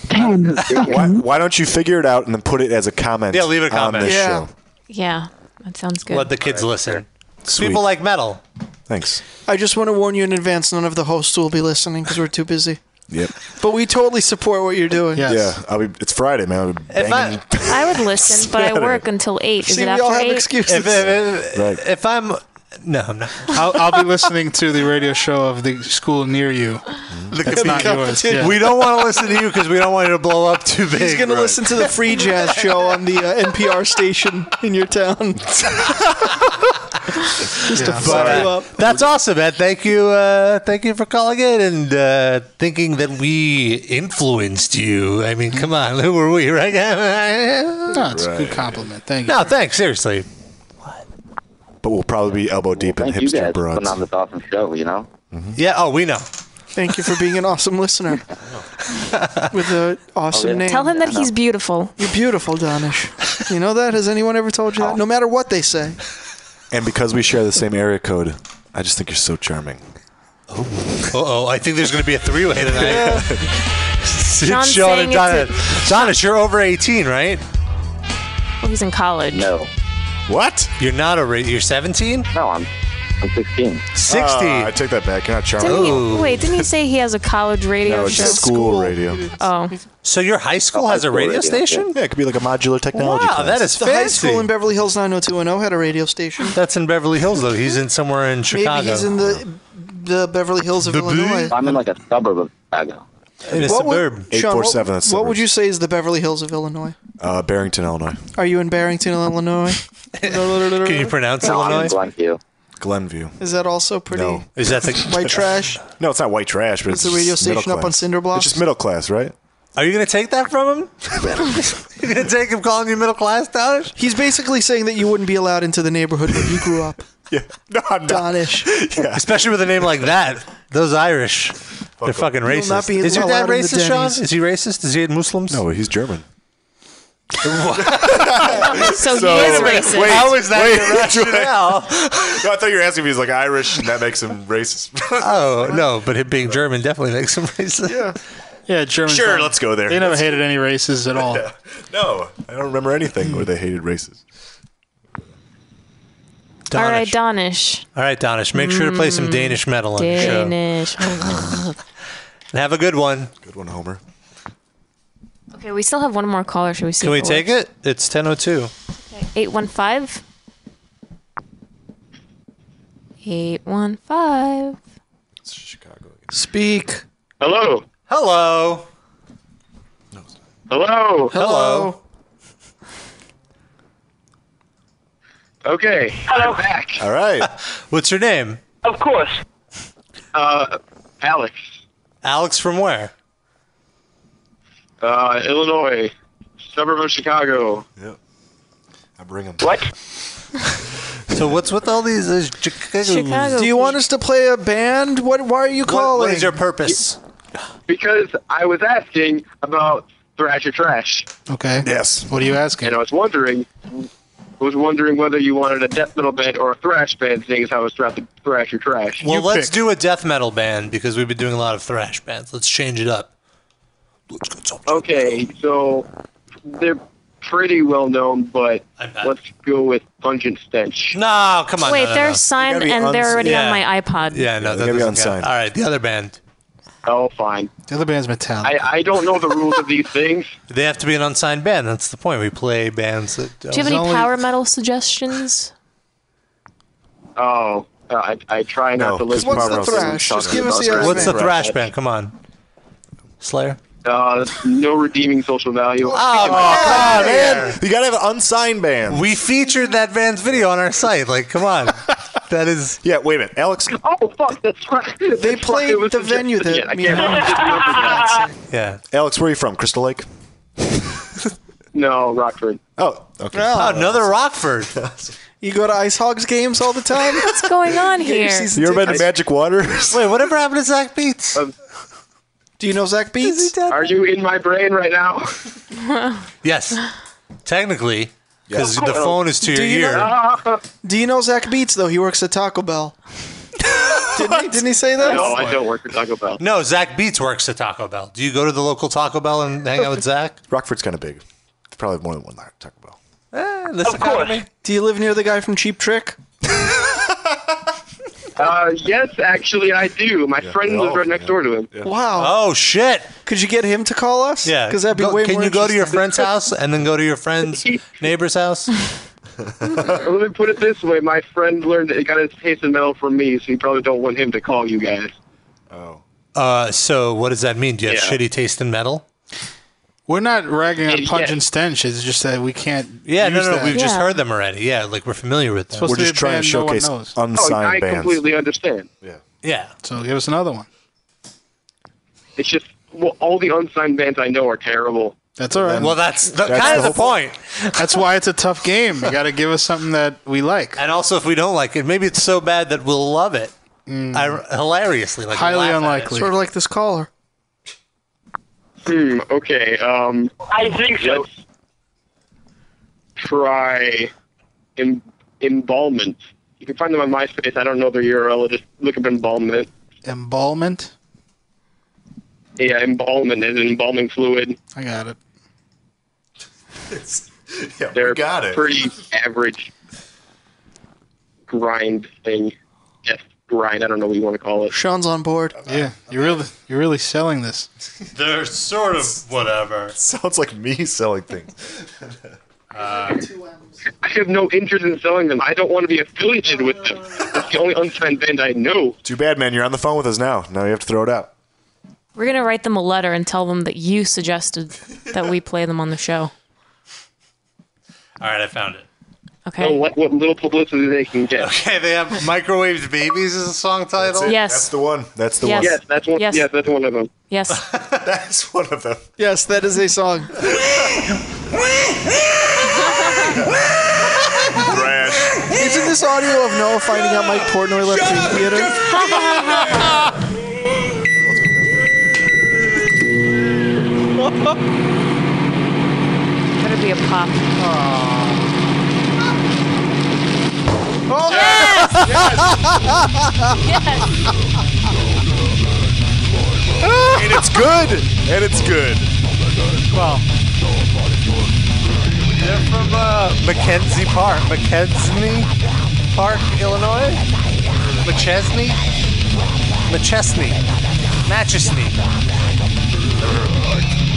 don't know.
why, why don't you figure it out and then put it as a comment?
Yeah, leave it a comment.
on this
Yeah.
show.
Yeah, that sounds good.
Let the kids listen. People like metal.
Thanks.
I just want to warn you in advance none of the hosts will be listening because we're too busy.
Yep.
But we totally support what you're doing.
Yeah, I'll be, it's Friday, man. I'll be banging.
I would listen, but I work until eight. Is
See,
it
we
after
all have
eight?
If, if, if, if I'm no, I'm not.
I'll, I'll be listening to the radio show of the school near you.
Look
That's not yours. yeah.
We don't want to listen to you because we don't want you to blow up too big.
He's going to listen to the free jazz show on the uh, NPR station in your town. Just to
Yeah,
fuck
but,
you
uh,
up.
That's awesome, man. Thank you, uh, thank you for calling in and uh, thinking that we influenced you. I mean, come on, who were we, right? no,
it's a good compliment. Thank you.
No, thanks. Seriously,
But we'll probably be elbow deep in
Thank you
hipster
guys for
broads.
putting on this awesome show. You know.
Yeah. Oh, we know.
Thank you for being an awesome listener with an awesome
yeah.
name.
Tell him that he's beautiful.
You're beautiful, Donish. You know that? Has anyone ever told
Oh.
you that? No matter what they say.
And because we share the same area code, I just think you're so charming.
Uh-oh, I think there's going to be a three-way tonight.
Sean's saying it's
Donna.
a-
Donna, you're over 18, right?
Well, he's in college.
No.
What? You're not over. You're 17?
No, I'm. I'm 16.
16.
Ah, I take that back. You're not charming.
Didn't he, wait, didn't he say he has a college radio
no, it's
show?
just school, radio.
Oh,
So your high school has a radio station?
Yeah, it could be like a modular technology.
Wow, that is
The high
fancy.
school in Beverly Hills 90210 had a radio station.
That's in Beverly Hills, though. He's in somewhere in Chicago.
Maybe he's in the the Beverly Hills of Illinois.
I'm in like a suburb of Chicago.
In a
What would-
suburb.
Sean, what-
847,
What,
that's
would you say is the Beverly Hills of Illinois?
Uh, Barrington, Illinois.
Are you in Barrington, Illinois? Can
you pronounce
No, I'm in
Illinois?
Glenview.
Glenview.
Is that also pretty?
No.
Is that the
White trash?
No, it's not white trash, but
Is
it's
the radio
just middle
station up
class.
on cinder blocks?
It's just middle class, right?
Are you going to take that from him? You're going to take him calling you middle class, Donish?
He's basically saying that you wouldn't be allowed into the neighborhood where you grew up.
yeah. No, I'm
not. Donish.
Especially with a name like that. Those Irish. they're fucking
You'll not
racist.
be
Is your
allowed
dad
in the
racist, Sean?
Denny's.
Is he racist? Is he hate Muslims? No,
he's German.
So he
is racist. How is that your rationale?
no, I thought you were asking if he's like Irish and that makes him racist.
oh, no, but him being German definitely makes him racist. Yeah.
Yeah, German.
Sure, let's go there.
They never
Let's-
hated any races at all.
no, I don't remember anything where they hated races.
all right, Donish.
All right, Donish, make sure to play some
Mm,
Danish metal on your show.
Danish. Oh,
And have a good one.
Good one, Homer.
no. okay, we still have one more caller. Should we see?
Can we
if
take it? It's 10.02.
815. 815.
Speak.
Hello.
Hello.
Hello.
Hello.
Okay. Hello. Back.
All right. What's your name?
Of course. Uh, Alex.
Alex from where?
Uh, Illinois, suburb of Chicago.
Yep. I bring him.
What?
So what's with all these uh, Chicago?
Do you want us to play a band? What? Why are you calling?
what is your purpose?
Because I was asking about Thrasher Trash,
Okay.
Yes.
What are you asking?
and I was wondering, I was wondering whether you wanted a death metal band or a thrash band, seeing as how it's throughout the Thrasher Trash.
Well, let's do a death metal band because we've been doing a lot of thrash bands. Let's change it up.
Okay, so they're pretty well known, but let's go with Pungent Stench.
No, come
Wait, they're signed and they're already on my iPod.
Yeah, no, that doesn't count. All right, the other band.
Oh, fine.
The other band's Metallica.
I, I don't know the rules of these things.
They have to be an unsigned band. That's the point. We play bands that.
Do you have any power metal suggestions?
Oh, uh, I, I try not to listen.
what's
to
the
myself
thrash?
talking
Just give
about
us the other
What's the
band.
thrash band? Come on, Slayer.
Uh, no redeeming social value.
Oh,
come on,
man.
You gotta have an unsigned band.
We featured that band's video on our site. Like, come on. that is.
Yeah. Wait a minute, Alex.
Oh fuck, that's right.
They played the venue that
I
me and
can't
Mom-
Yeah.
Alex, where are you from? Crystal Lake.
No, Rockford.
Oh, okay.
Oh, another
Rockford.
You go to Ice Hogs games all the time.
What's going on
Get your
here?
season
you ever been to
tickets.
Magic Waters?
Wait, whatever happened to Zach Beats?
Do you know Zach Beats?
Um, Are you in my brain right now?
Yes. Technically, because the phone is to your
Do you
ear.
Know, do you know Zach Beats though? He works at Taco Bell. didn't, he, didn't he say that?
no, I don't work for Taco Bell.
No, Zach Beats works at Taco Bell. Do you go to the local Taco Bell and hang out with Zach?
Rockford's kind of big. Probably more than one Taco Bell.
of course.
Eh, Do you live near the guy from Cheap Trick?
Uh, yes, actually, I do. My friend lives right next door to him.
Wow.
Oh shit!
Could you get him to call us?
Yeah.
Because that'd be
Go-
way
Can
more
you go to your
interesting.
friend's house and then go to your friend's neighbor's house?
Let me put it this way: my friend learned that he got his taste in metal from me, so you probably don't want him to call you guys.
Uh, so what does that mean? Do you have
Yeah.
shitty taste in metal?
We're not ragging on
Yeah,
Punch
yeah.
and Stench. It's just that we can't.
Yeah, no,
use
no, no.
that.
We've just heard them already. Yeah, like we're familiar with them.
Supposed We're to be just a trying to band no one showcase knows. unsigned
oh, I
bands.
completely understand.
Yeah.
So give us another one.
It's just well, all the unsigned bands I know are terrible.
That's all right.
Well, that's the- That's kinda the the whole point.
That's why it's a tough game. You got to give us something that we like.
And also, if we don't like it, maybe it's so bad that we'll love it. I, hilariously, like
Mm. Highly
laugh at it.
unlikely.
Sort of like this caller.
Hmm. Okay. Um. I think so. Try em- embalmment. You can find them on MySpace. I don't know their URL. Just look up embalmment.
Embalment.
Yeah, embalmment is embalming fluid.
I got it.
yeah,
They're
we got it.
pretty average grind thing. Death grind. I don't know what you want to call it.
Sean's on board.
Yeah, you're really you're really selling this.
They're sort of whatever.
Sounds like me selling things.
Uh, I have no interest in selling them. I don't want to be affiliated with them. That's the only unsigned band I know.
Too bad, man. You're on the phone with us now. Now you have to throw it out.
We're gonna write them a letter and tell them that you suggested that we play them on the show.
All right, I found it.
Okay.
So what, what little publicity they can get.
Okay, they have microwaved babies as a song title.
That's it. Yes. That's the one. That's the Yes. one.
Yes, that's one. Yes, that's one of them.
Yes.
that's one of them.
Yes, that is a song. Isn't this audio of Noah finding out Mike Portnoy left Dream Theater?
Better be a pop.
Oh.
Yes!
and it's good. And it's good.
Well, they're from uh, Mackenzie Park, Mackenzie Park, Illinois. McChesney, McChesney, Matchesney,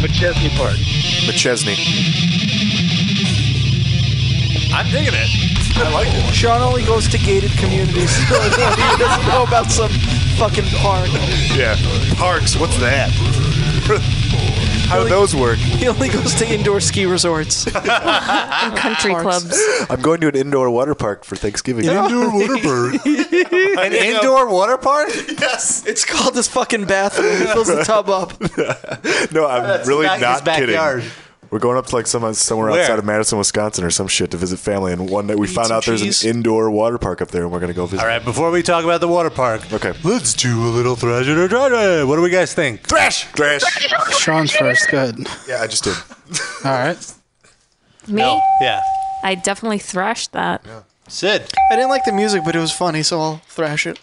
McChesney Park.
McChesney.
I'm digging it. I like it.
Sean only goes to gated communities. he doesn't know about some fucking park.
Yeah. Parks, what's that? How do those work?
He only goes to indoor ski resorts and
country clubs.
I'm going to an indoor water park for Thanksgiving.
An indoor
water park?
An
indoor water park?
Yes. It's called this fucking bathroom. He fills the tub up.
no, I'm
That's
really
back-
not
his backyard.
kidding. We're going up to like some, somewhere
Where?
outside of Madison, Wisconsin, or some shit to visit family. And one night we found
some
out there's
cheese.
an indoor water park up there, and we're gonna go visit.
All right, before we talk about the water park,
okay,
let's do a little thrash it or trash it. What do we guys think?
Thrash, thrash.
Sean's first. Go ahead.
Yeah, I just did.
All right.
Me?
Yeah.
I definitely thrashed that.
Sid.
I didn't like the music, but it was funny, so I'll thrash it.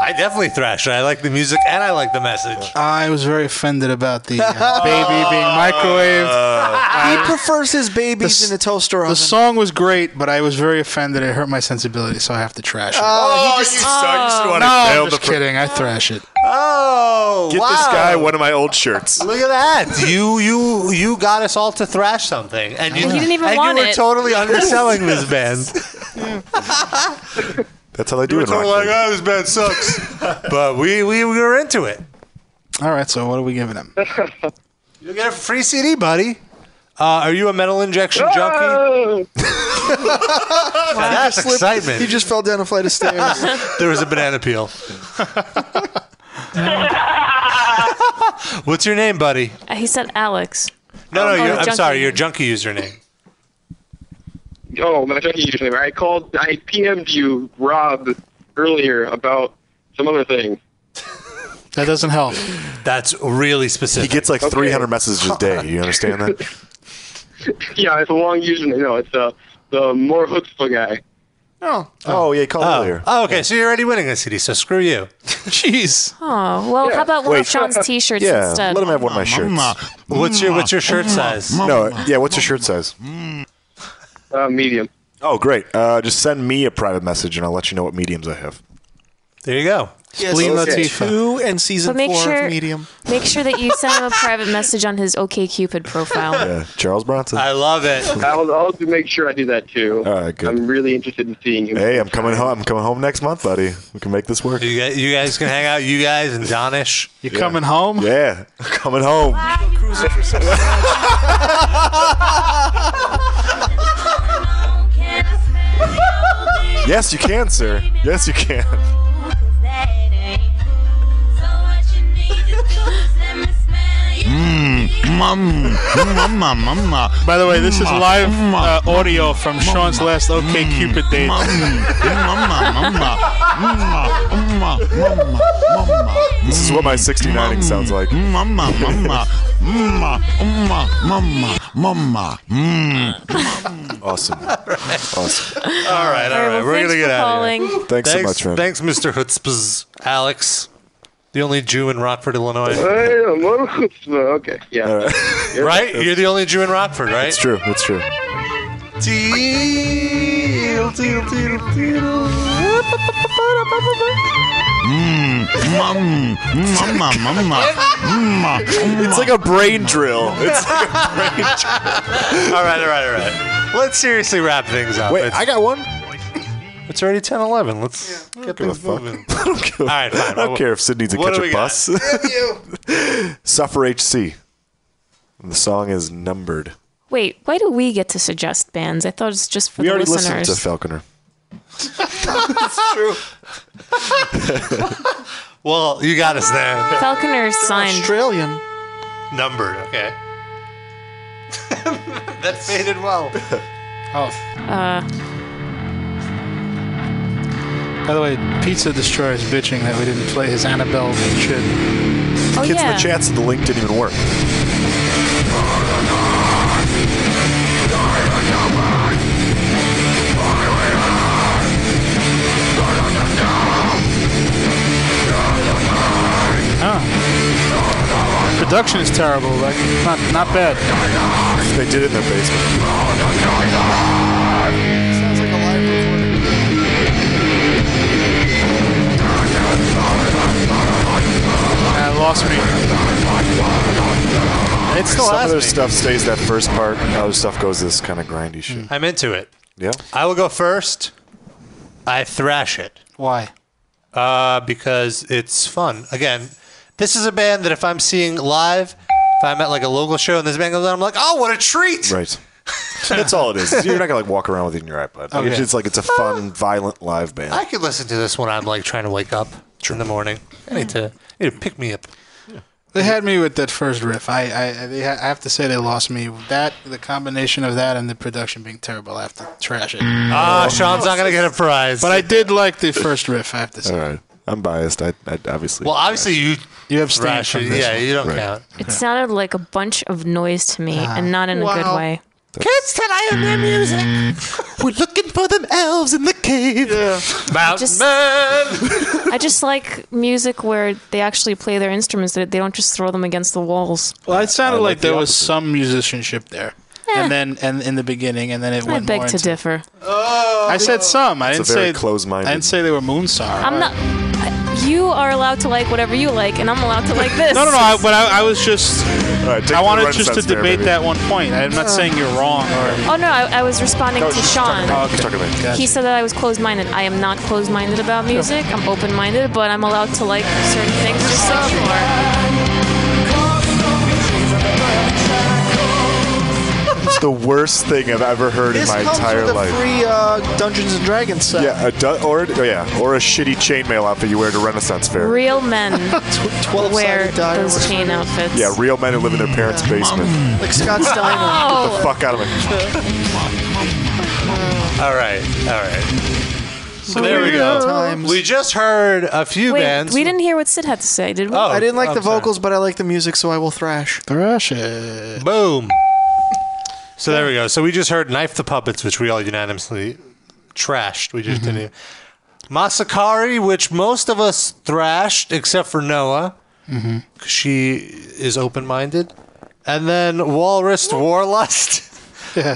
I definitely thrash it. I like the music and I like the message.
I was very offended about the
Oh.
uh, baby being microwaved.
he prefers his babies in a toaster oven.
The song was great, but I was very offended. It hurt my sensibility, so I have to trash it.
Oh, you suck. You just
no,
want to fail
I'm
the
just kidding. I thrash it.
Oh,
Get
wow.
this guy one of my old shirts.
Look at that! You you you got us all to thrash something, and you
And he didn't even
and
want
you were
it.
totally underselling this band.
That's how they
do
it in Rockford.
"Oh, this band sucks," but we, we we were into it.
All right, so what are we giving him?
You get a free CD, buddy. Uh, are you a metal injection junkie? Now that's
He just slipped-
excitement.
He just fell down a flight of stairs.
there was a banana peel. What's your name, buddy?
Uh, He said Alex.
No,
Oh,
no, you're,
the
I'm
junkie.
sorry, your junkie username.
Oh, my junkie username. I called, I PM'd you, Rob, earlier about some other thing.
That doesn't help.
That's really specific.
He gets like 300 messages a day. You understand that?
Yeah, it's a long username. No, it's uh, the more chutzpah guy.
Oh.
Oh, yeah, he called
oh.
earlier.
Oh, okay, so you're already winning a CD, so screw you. Jeez.
Oh, well, how about one of Sean's t-shirts
yeah,
instead?
let him have one of my shirts.
What's your what's your shirt size?
No, yeah, what's your shirt size?
Uh, medium.
Oh, great. Uh, just send me a private message, and I'll let you know what mediums I have.
There you go.
Spleen Latifah.
two and season
But make
four
sure,
of Medium.
make sure that you send him a private message on his OKCupid profile.
Yeah, Charles Bronson.
I love it.
I'll, I'll make sure I do that too.
All right, good.
I'm really interested in seeing you.
Hey, I'm coming home. I'm coming home next month, buddy. We can make this work.
You guys, you guys can hang out, you guys and Donish.
You coming home?
Yeah, coming home.
Cruising for some
Yes, you can, sir. Yes, you can.
Mmm, mmm, mmm, mmm, mmm.
By the way, this is
mm,
live uh, audio from Sean's last OK Cupid date.
mm,
This is what my
Mm,
69ing sounds like.
Mama, mama, mama, mama, mama, mama, mmm.
Awesome. Awesome.
All right, all
All right,
right.
well,
We're
thanks
gonna get
for
out of here.
calling. Thanks so much, man.
Thanks, Mr. Hutzpah's Alex, the only Jew in Rockford, Illinois.
Hey, the more chutzpah. Okay, yeah.
Right? You're the only Jew in Rockford, right?
It's true. It's true.
Deal, deal, deal,
Mmm, mmm, mama, mama, mama.
It's like a brain drill. It's like a brain
all right, all right, all right. Let's seriously wrap things up.
Wait,
It's-
I got one.
It's already 10 11. Let's get
give a
things
fuck.
moving.
I don't give a-
All right, fine.
I don't care if Sid needs to
What
catch
do
a
we got?
bus. Suffer HC. And the song is numbered.
Wait, why do we get to suggest bands? I thought it's just for
we
the
already
listeners.
listened to Falconer.
That's true.
Well, you got us there.
Falconer's signed.
Australian.
Numbered, okay. that faded well.
Oh.
Uh,
By the way, Pizza Destroyer's bitching that we didn't play his Annabelle shit.
Oh,
Kids in
yeah.
the chat said the link didn't even work.
Oh. Production is terrible, like not not bad.
They did it in their basement.
Sounds like a live recording.
Uh, it lost me.
Hmm.
It's Some of their stuff stays that first part, and other stuff goes this kind of grindy shit.
I'm into it.
Yeah.
I will go first. I thrash it.
Why?
Uh, because it's fun. Again, this is a band that if I'm seeing live, if I'm at like a local show and this band goes on, I'm like, oh, what a treat!
Right. That's all it is. You're not gonna like walk around with it in your iPod. Like, it's
Okay.
just like it's a fun,
Ah.
violent live band.
I could listen to this when I'm like trying to wake up in the morning. I need to, I need to pick me up.
They had me with that first riff. I I, I- they ha- I have to say they lost me. That the combination of that and the production being terrible. I have to trash it.
Mm.
Ah, Sean's not gonna get a prize.
But I did like the first riff. I have to say.
All right. I'm biased. I, I obviously.
Well, obviously you
you abstained
thrash
from
it.
this
Yeah,
one.
you don't
Right.
count.
It sounded like a bunch of noise to me,
Ah.
and not in a good
Wow.
way.
Kids tonight on their music. We're looking for them elves in the cave. Mountain
I just like music where they actually play their instruments; that they don't just throw them against the walls.
Well, it sounded
I
like,
like the
there was some musicianship there, and then and in the beginning, and then it
I
went
beg
more
to
into-
differ.
Oh,
I said some. I
It's a
didn't
very
say
close-minded-
I didn't say they were Moonstar.
I'm not. You are allowed to like whatever you like, and I'm allowed to like this.
No, no, no. I, but I, I was just.
take
I
the
wanted
Renaissance
just to
fair,
debate
maybe.
that one point. I'm not
Oh.
saying you're wrong or.
Oh no, I, I was responding to Sean.
Gotcha.
He said that I was closed-minded. I am not closed-minded about music. I'm open-minded, but I'm allowed to like certain things just like you
It's the worst thing I've ever heard
This
in my
comes
entire
with
life.
a free uh, Dungeons and Dragons set.
yeah, a du- or oh, yeah, or a shitty chainmail outfit you wear at a Renaissance
are.
fair.
Real men wear those chain outfits.
yeah, real men who live in their parents' basement.
Like Scott Steiner.
Get the fuck out of me.
All right, all right. So there we
Weird
go.
times.
We just heard a few
Wait,
bands.
we didn't hear what Sid had to say, did we?
I didn't like the vocals, but I like the music, so I will thrash.
Thrash it.
Boom. So there we go. So we just heard "Knife the Puppets," which we all unanimously trashed. We just
Mm-hmm.
didn't. Masakari, which most of us thrashed, except for Noah,
Mhm.
'cause she is open-minded, and then Walrus Warlust,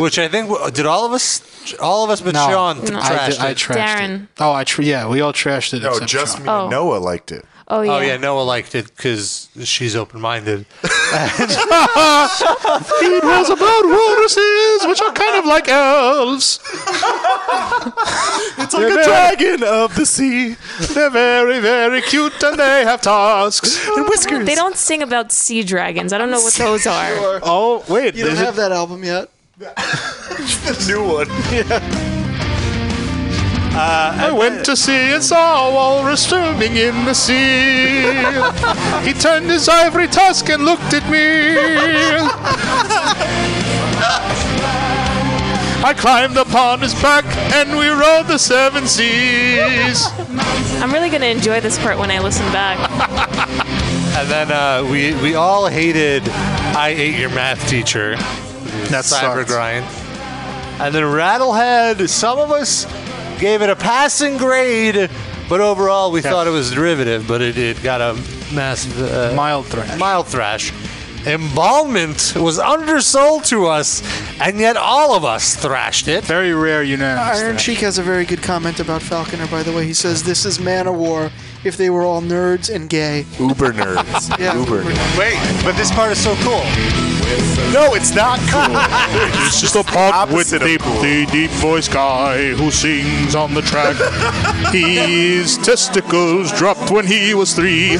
which I think did all of us, all of us but Sean
I, did-
trashed
I
it.
trashed it. Oh, I tr- yeah, we all trashed it.
No,
except
just
Sean.
me and Oh. Noah
liked it.
Oh yeah.
Oh yeah, Noah liked it because she's open-minded.
It was about walruses, which are kind of like elves. it's
like a dragon of the sea.
They're very, very cute and they have tusks.
and whiskers. They don't sing about sea dragons. I don't know what those are.
Oh wait,
You don't have that album yet.
the new one. Uh,
I went to sea and saw a walrus swimming in the sea. he turned his ivory tusk and looked at me. I climbed upon his back and we rode the seven seas.
I'm really gonna enjoy this part when I listen back.
And then uh, we we all hated I ate your math teacher.
That
cyber
sucked.
grind. And then Rattlehead. Some of us gave it a passing grade, but overall we thought it was derivative. But it, it got a massive uh,
mild thrash.
Mild thrash. Embalment was undersold to us, and yet all of us thrashed it.
Very rare, unanimous.
Iron Cheek has a very good comment about Falconer, by the way. He says, This is Man of War if they were all nerds and gay.
Uber nerds.
Yeah.
Uber nerds.
Wait, but this part is so cool.
No, it's not cool.
It's just a pop with the, the deep voice guy who sings on the track. His testicles dropped when he was three.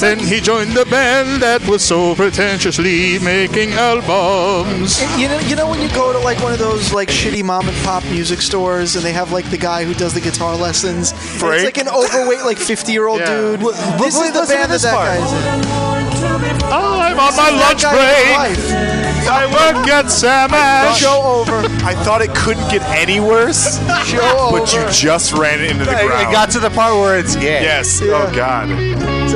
Then he joined the band that was so pretentiously making albums.
And you know, you know when you go to like one of those like shitty mom and pop music stores, and they have like the guy who does the guitar lessons. and It's like an overweight, like fifty-year-old dude. this is the band that that guy is in.
Oh,
I'm on my lunch break. I work at Sam Ash.
Show over.
I thought it couldn't get any worse.
Show
But you just ran it into the
It- it
ground.
got to the part where it's yeah.
Yes. Oh God.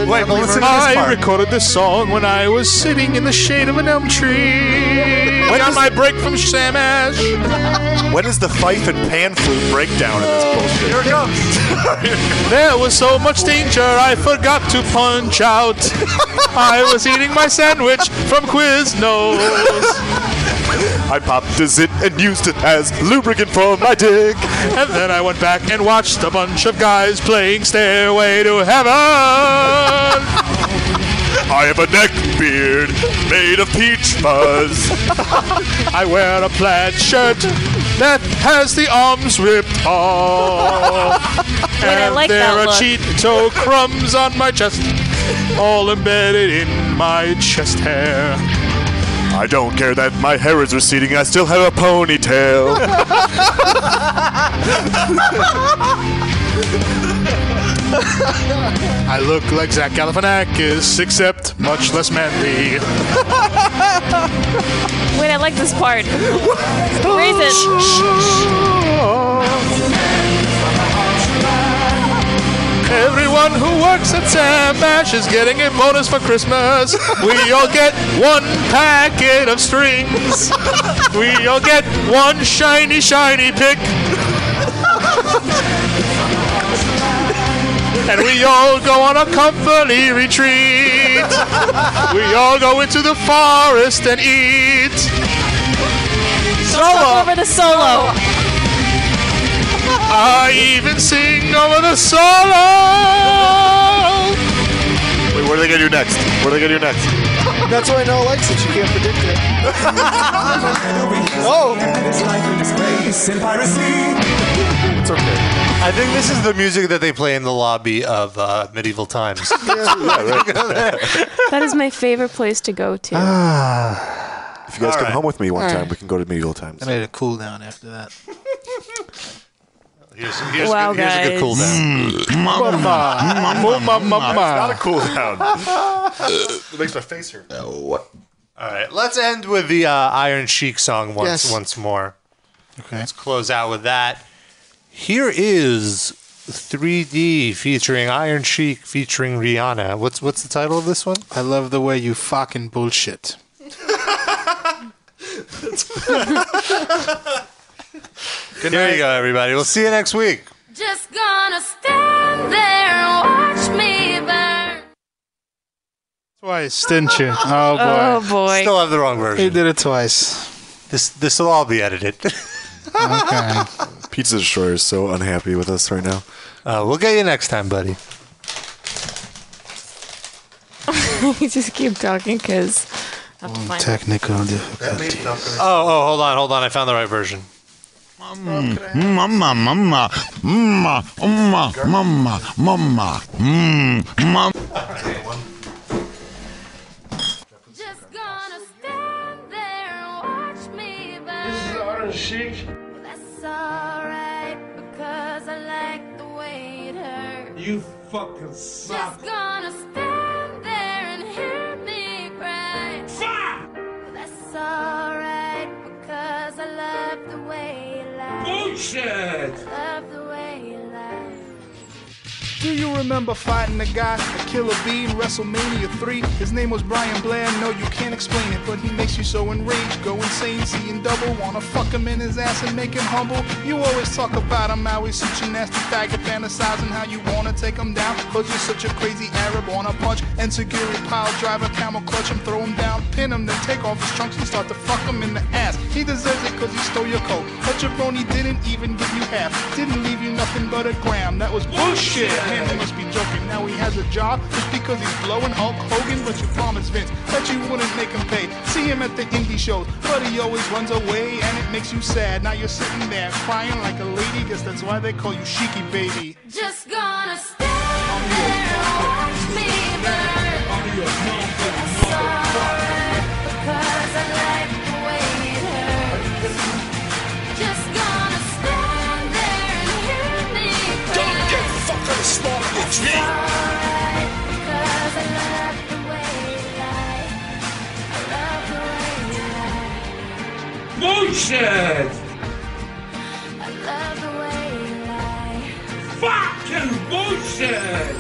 Wait, but listen to this
I
part.
recorded this song when I was sitting in the shade of an elm tree. on my break from Sam Ash.
When is the fife and pan flute breakdown in this bullshit? Here it comes.
There was so much danger, I forgot to punch out. I was eating my sandwich from Quiznos,
I popped a zit and used it as lubricant for my dick.
and then I went back and watched a bunch of guys playing Stairway to Heaven.
I have a neck beard made of peach fuzz.
I wear a plaid shirt that has the arms ripped off.
Wait, I
and
like
there
that
are
look.
Cheeto crumbs on my chest, all embedded in my chest hair.
I don't care that my hair is receding. I still have a ponytail.
I look like Zach Galifianakis, except much less manly.
Wait, I like this part. Raise
Everyone who works at Sam Ash is getting a bonus for Christmas. We all get one packet of strings. We all get one shiny, shiny pick. And we all go on a company retreat. We all go into the forest and eat. Solo over
the solo.
I even sing over the solo.
Wait, what are they gonna do next? What are they gonna do next?
That's why no likes it. She can't predict it.
oh. It's okay.
I think this is the music that they play in the lobby of uh, medieval times.
it. That is my favorite place to go to.
Ah. If you guys
All
come
right.
home with me one
All
time,
right.
we can go to medieval times.
I made a cool down after that.
Here's,
here's a Wow, good- here's a good cool guys. down.
Mm.
Mm.
It's not a cool down. it makes my face hurt.
What? All right, let's end with the uh, Iron Sheik song once
Yes.
once more. Okay. Let's close out with that. Here is 3D featuring Iron Sheik featuring Rihanna. What's what's the title of this one?
I love the way you fucking bullshit.
Good there you go, everybody. We'll see you next week.
Just gonna stand there and watch me burn.
Twice, didn't you? Oh boy.
Oh, boy.
Still have the wrong version.
You did it twice.
This this will all be edited.
okay.
Pizza Destroyer is so unhappy with us right now.
Uh, we'll get you next time, buddy.
you just keep talking because I have to find it.
Technical
difficulties. Oh, oh, hold on, hold on. I found the right version.
Mm-hmm. Mama, mama, mama, mama, mama, mama, Mm-hmm. mama.
Just gonna stand there and watch me burn. This is
Orange Chic.
That's alright because I like the way it hurts.
You fucking suck.
Just gonna stand there and hear me cry. That's alright because I love the way you lie.
Bullshit.
Love the way you lie.
Do you remember fighting the guy, the killer bee in WrestleMania 3? His name was Brian Blair. No, you can't explain it, but he makes you so enraged. Go insane, seeing double. Wanna fuck him in his ass and make him humble. You always talk about him, how he's such a nasty faggot, fantasizing how you wanna take him down. Cause you're such a crazy Arab, wanna punch. And security pile driver, camel clutch him, throw him down, pin him, then take off his trunks and start to fuck him in the ass. He deserves it cause he stole your coat. But your brony didn't even give you half. Didn't leave you nothing but a gram. That was bullshit. Him, he must be joking. Now he has a job just because he's blowing Hulk Hogan. But you promised Vince that you wouldn't make him pay. See him at the indie shows, but he always runs away and it makes you sad. Now you're sitting there crying like a lady. Guess that's why they call you Sheiky Baby.
Just gonna stand there and watch me burn. That's alright because I like the way it hurts. Just gonna stand there and hear me cry. Don't get fucking started with me. Because I love the way you lie. I love the way you lie.
Bullshit.
I love the way you lie.
Fucking bullshit.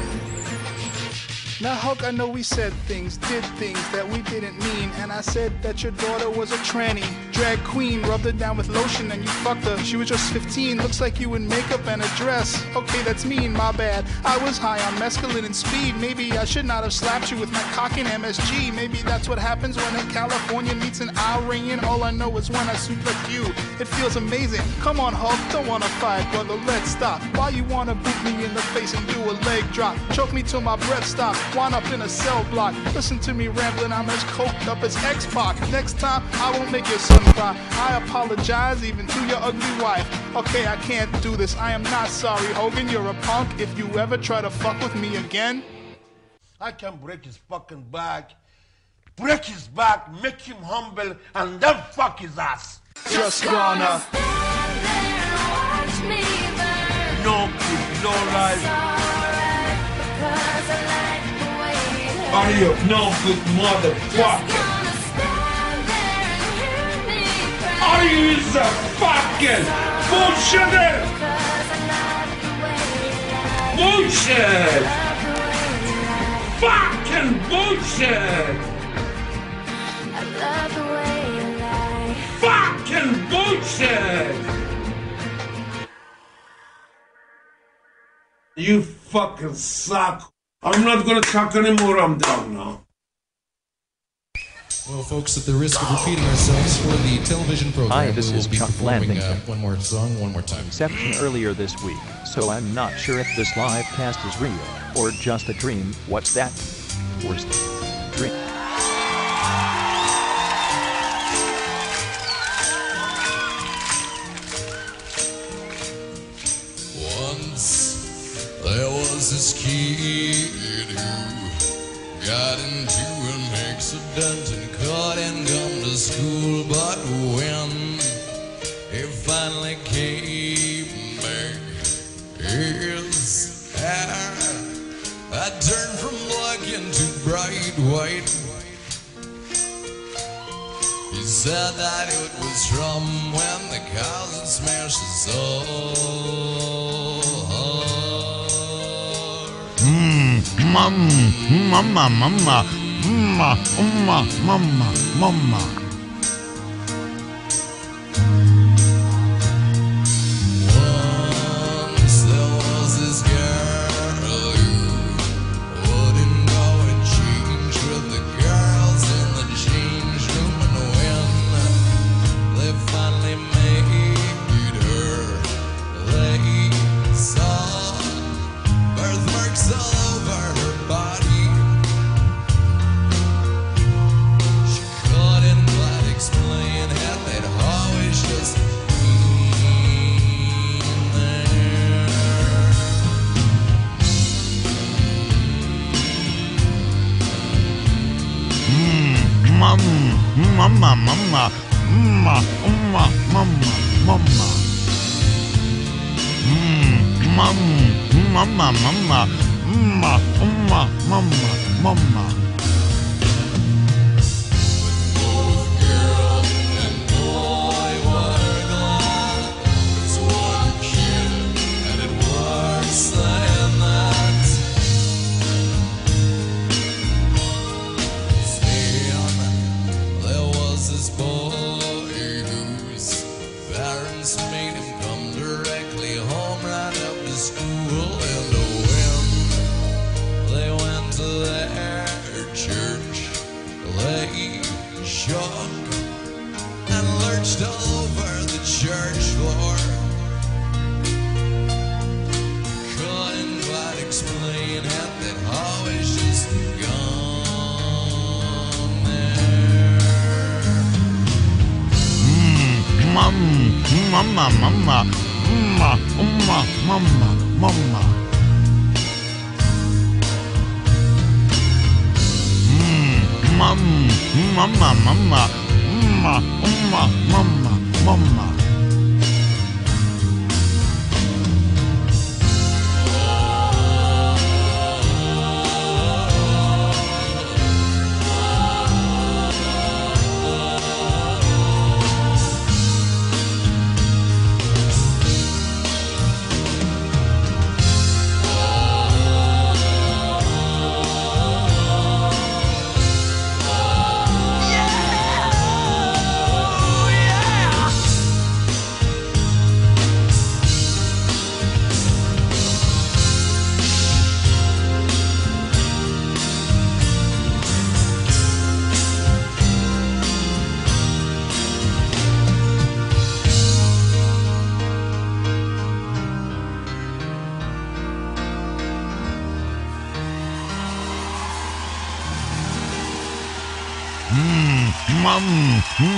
Now, Hulk, I know we said things, did things that we didn't mean, and I said that your daughter was a tranny, drag queen, rubbed her down with lotion, and you fucked her. She was just 15, looks like you in makeup and a dress. Okay, that's mean, my bad. I was high on mescaline and speed. Maybe I should not have slapped you with my cock and MSG. Maybe that's what happens when a California meets an Iranian. All I know is when I suplex you, it feels amazing. Come on, Hulk, don't wanna fight, brother. Let's stop. Why you wanna boot me in the face and do a leg drop? Choke me till my breath stops. Wind up in a cell block. Listen to me rambling. I'm as coked up as X-Pac. Next time, I won't make your son
cry. I apologize even to your ugly wife. Okay, I can't do this. I am not sorry, Hogan. You're a punk. If you ever try to fuck with me again,
I can break his fucking back, break his back, make him humble, and then fuck his ass.
Just gonna watch me burn.
No good, no right.
Alright, because I like the way it hurts.
Are you no good motherfucker?
Are you a fucking bullshitter? Bullshit! Fucking bullshit! Fucking bullshit!
You fucking suck. I'm not gonna talk anymore. I'm done now.
Well, folks, at the risk of repeating ourselves for the television program,
Hi, this
we will
is
be
Chuck
performing
Landington.
uh, one more song, one more time.
Inception earlier this week, so I'm not sure if this live cast is real or just a dream. What's that? Worst dream.
Once there was this kid who got into an accident and couldn't come to school. But when he finally came back, his hair had turned from black into bright white. He said that it was from when the cows had smashed his soul.
Mm, mum, mama, mama, mama, mama, mama, mama.
Once there was this girl who wouldn't go and change with the girls in the change room, and when they finally made her, they saw birthmarks all over her body. She couldn't quite explain it; they'd always just been there.
Mm, mum, mama, mama, mama, mama, mama, mama. Mm, mum, mama, mama, mama, mama, mama, mama.
Church, they shook and lurched all over the church floor. Couldn't quite explain it, that always just gone there.
Mm, mum, mama, mama, mama, mama, mama, mama. Mm, mum, mama, mama, mama, mama, mama, mama.
Yeah!
Mmm, mum,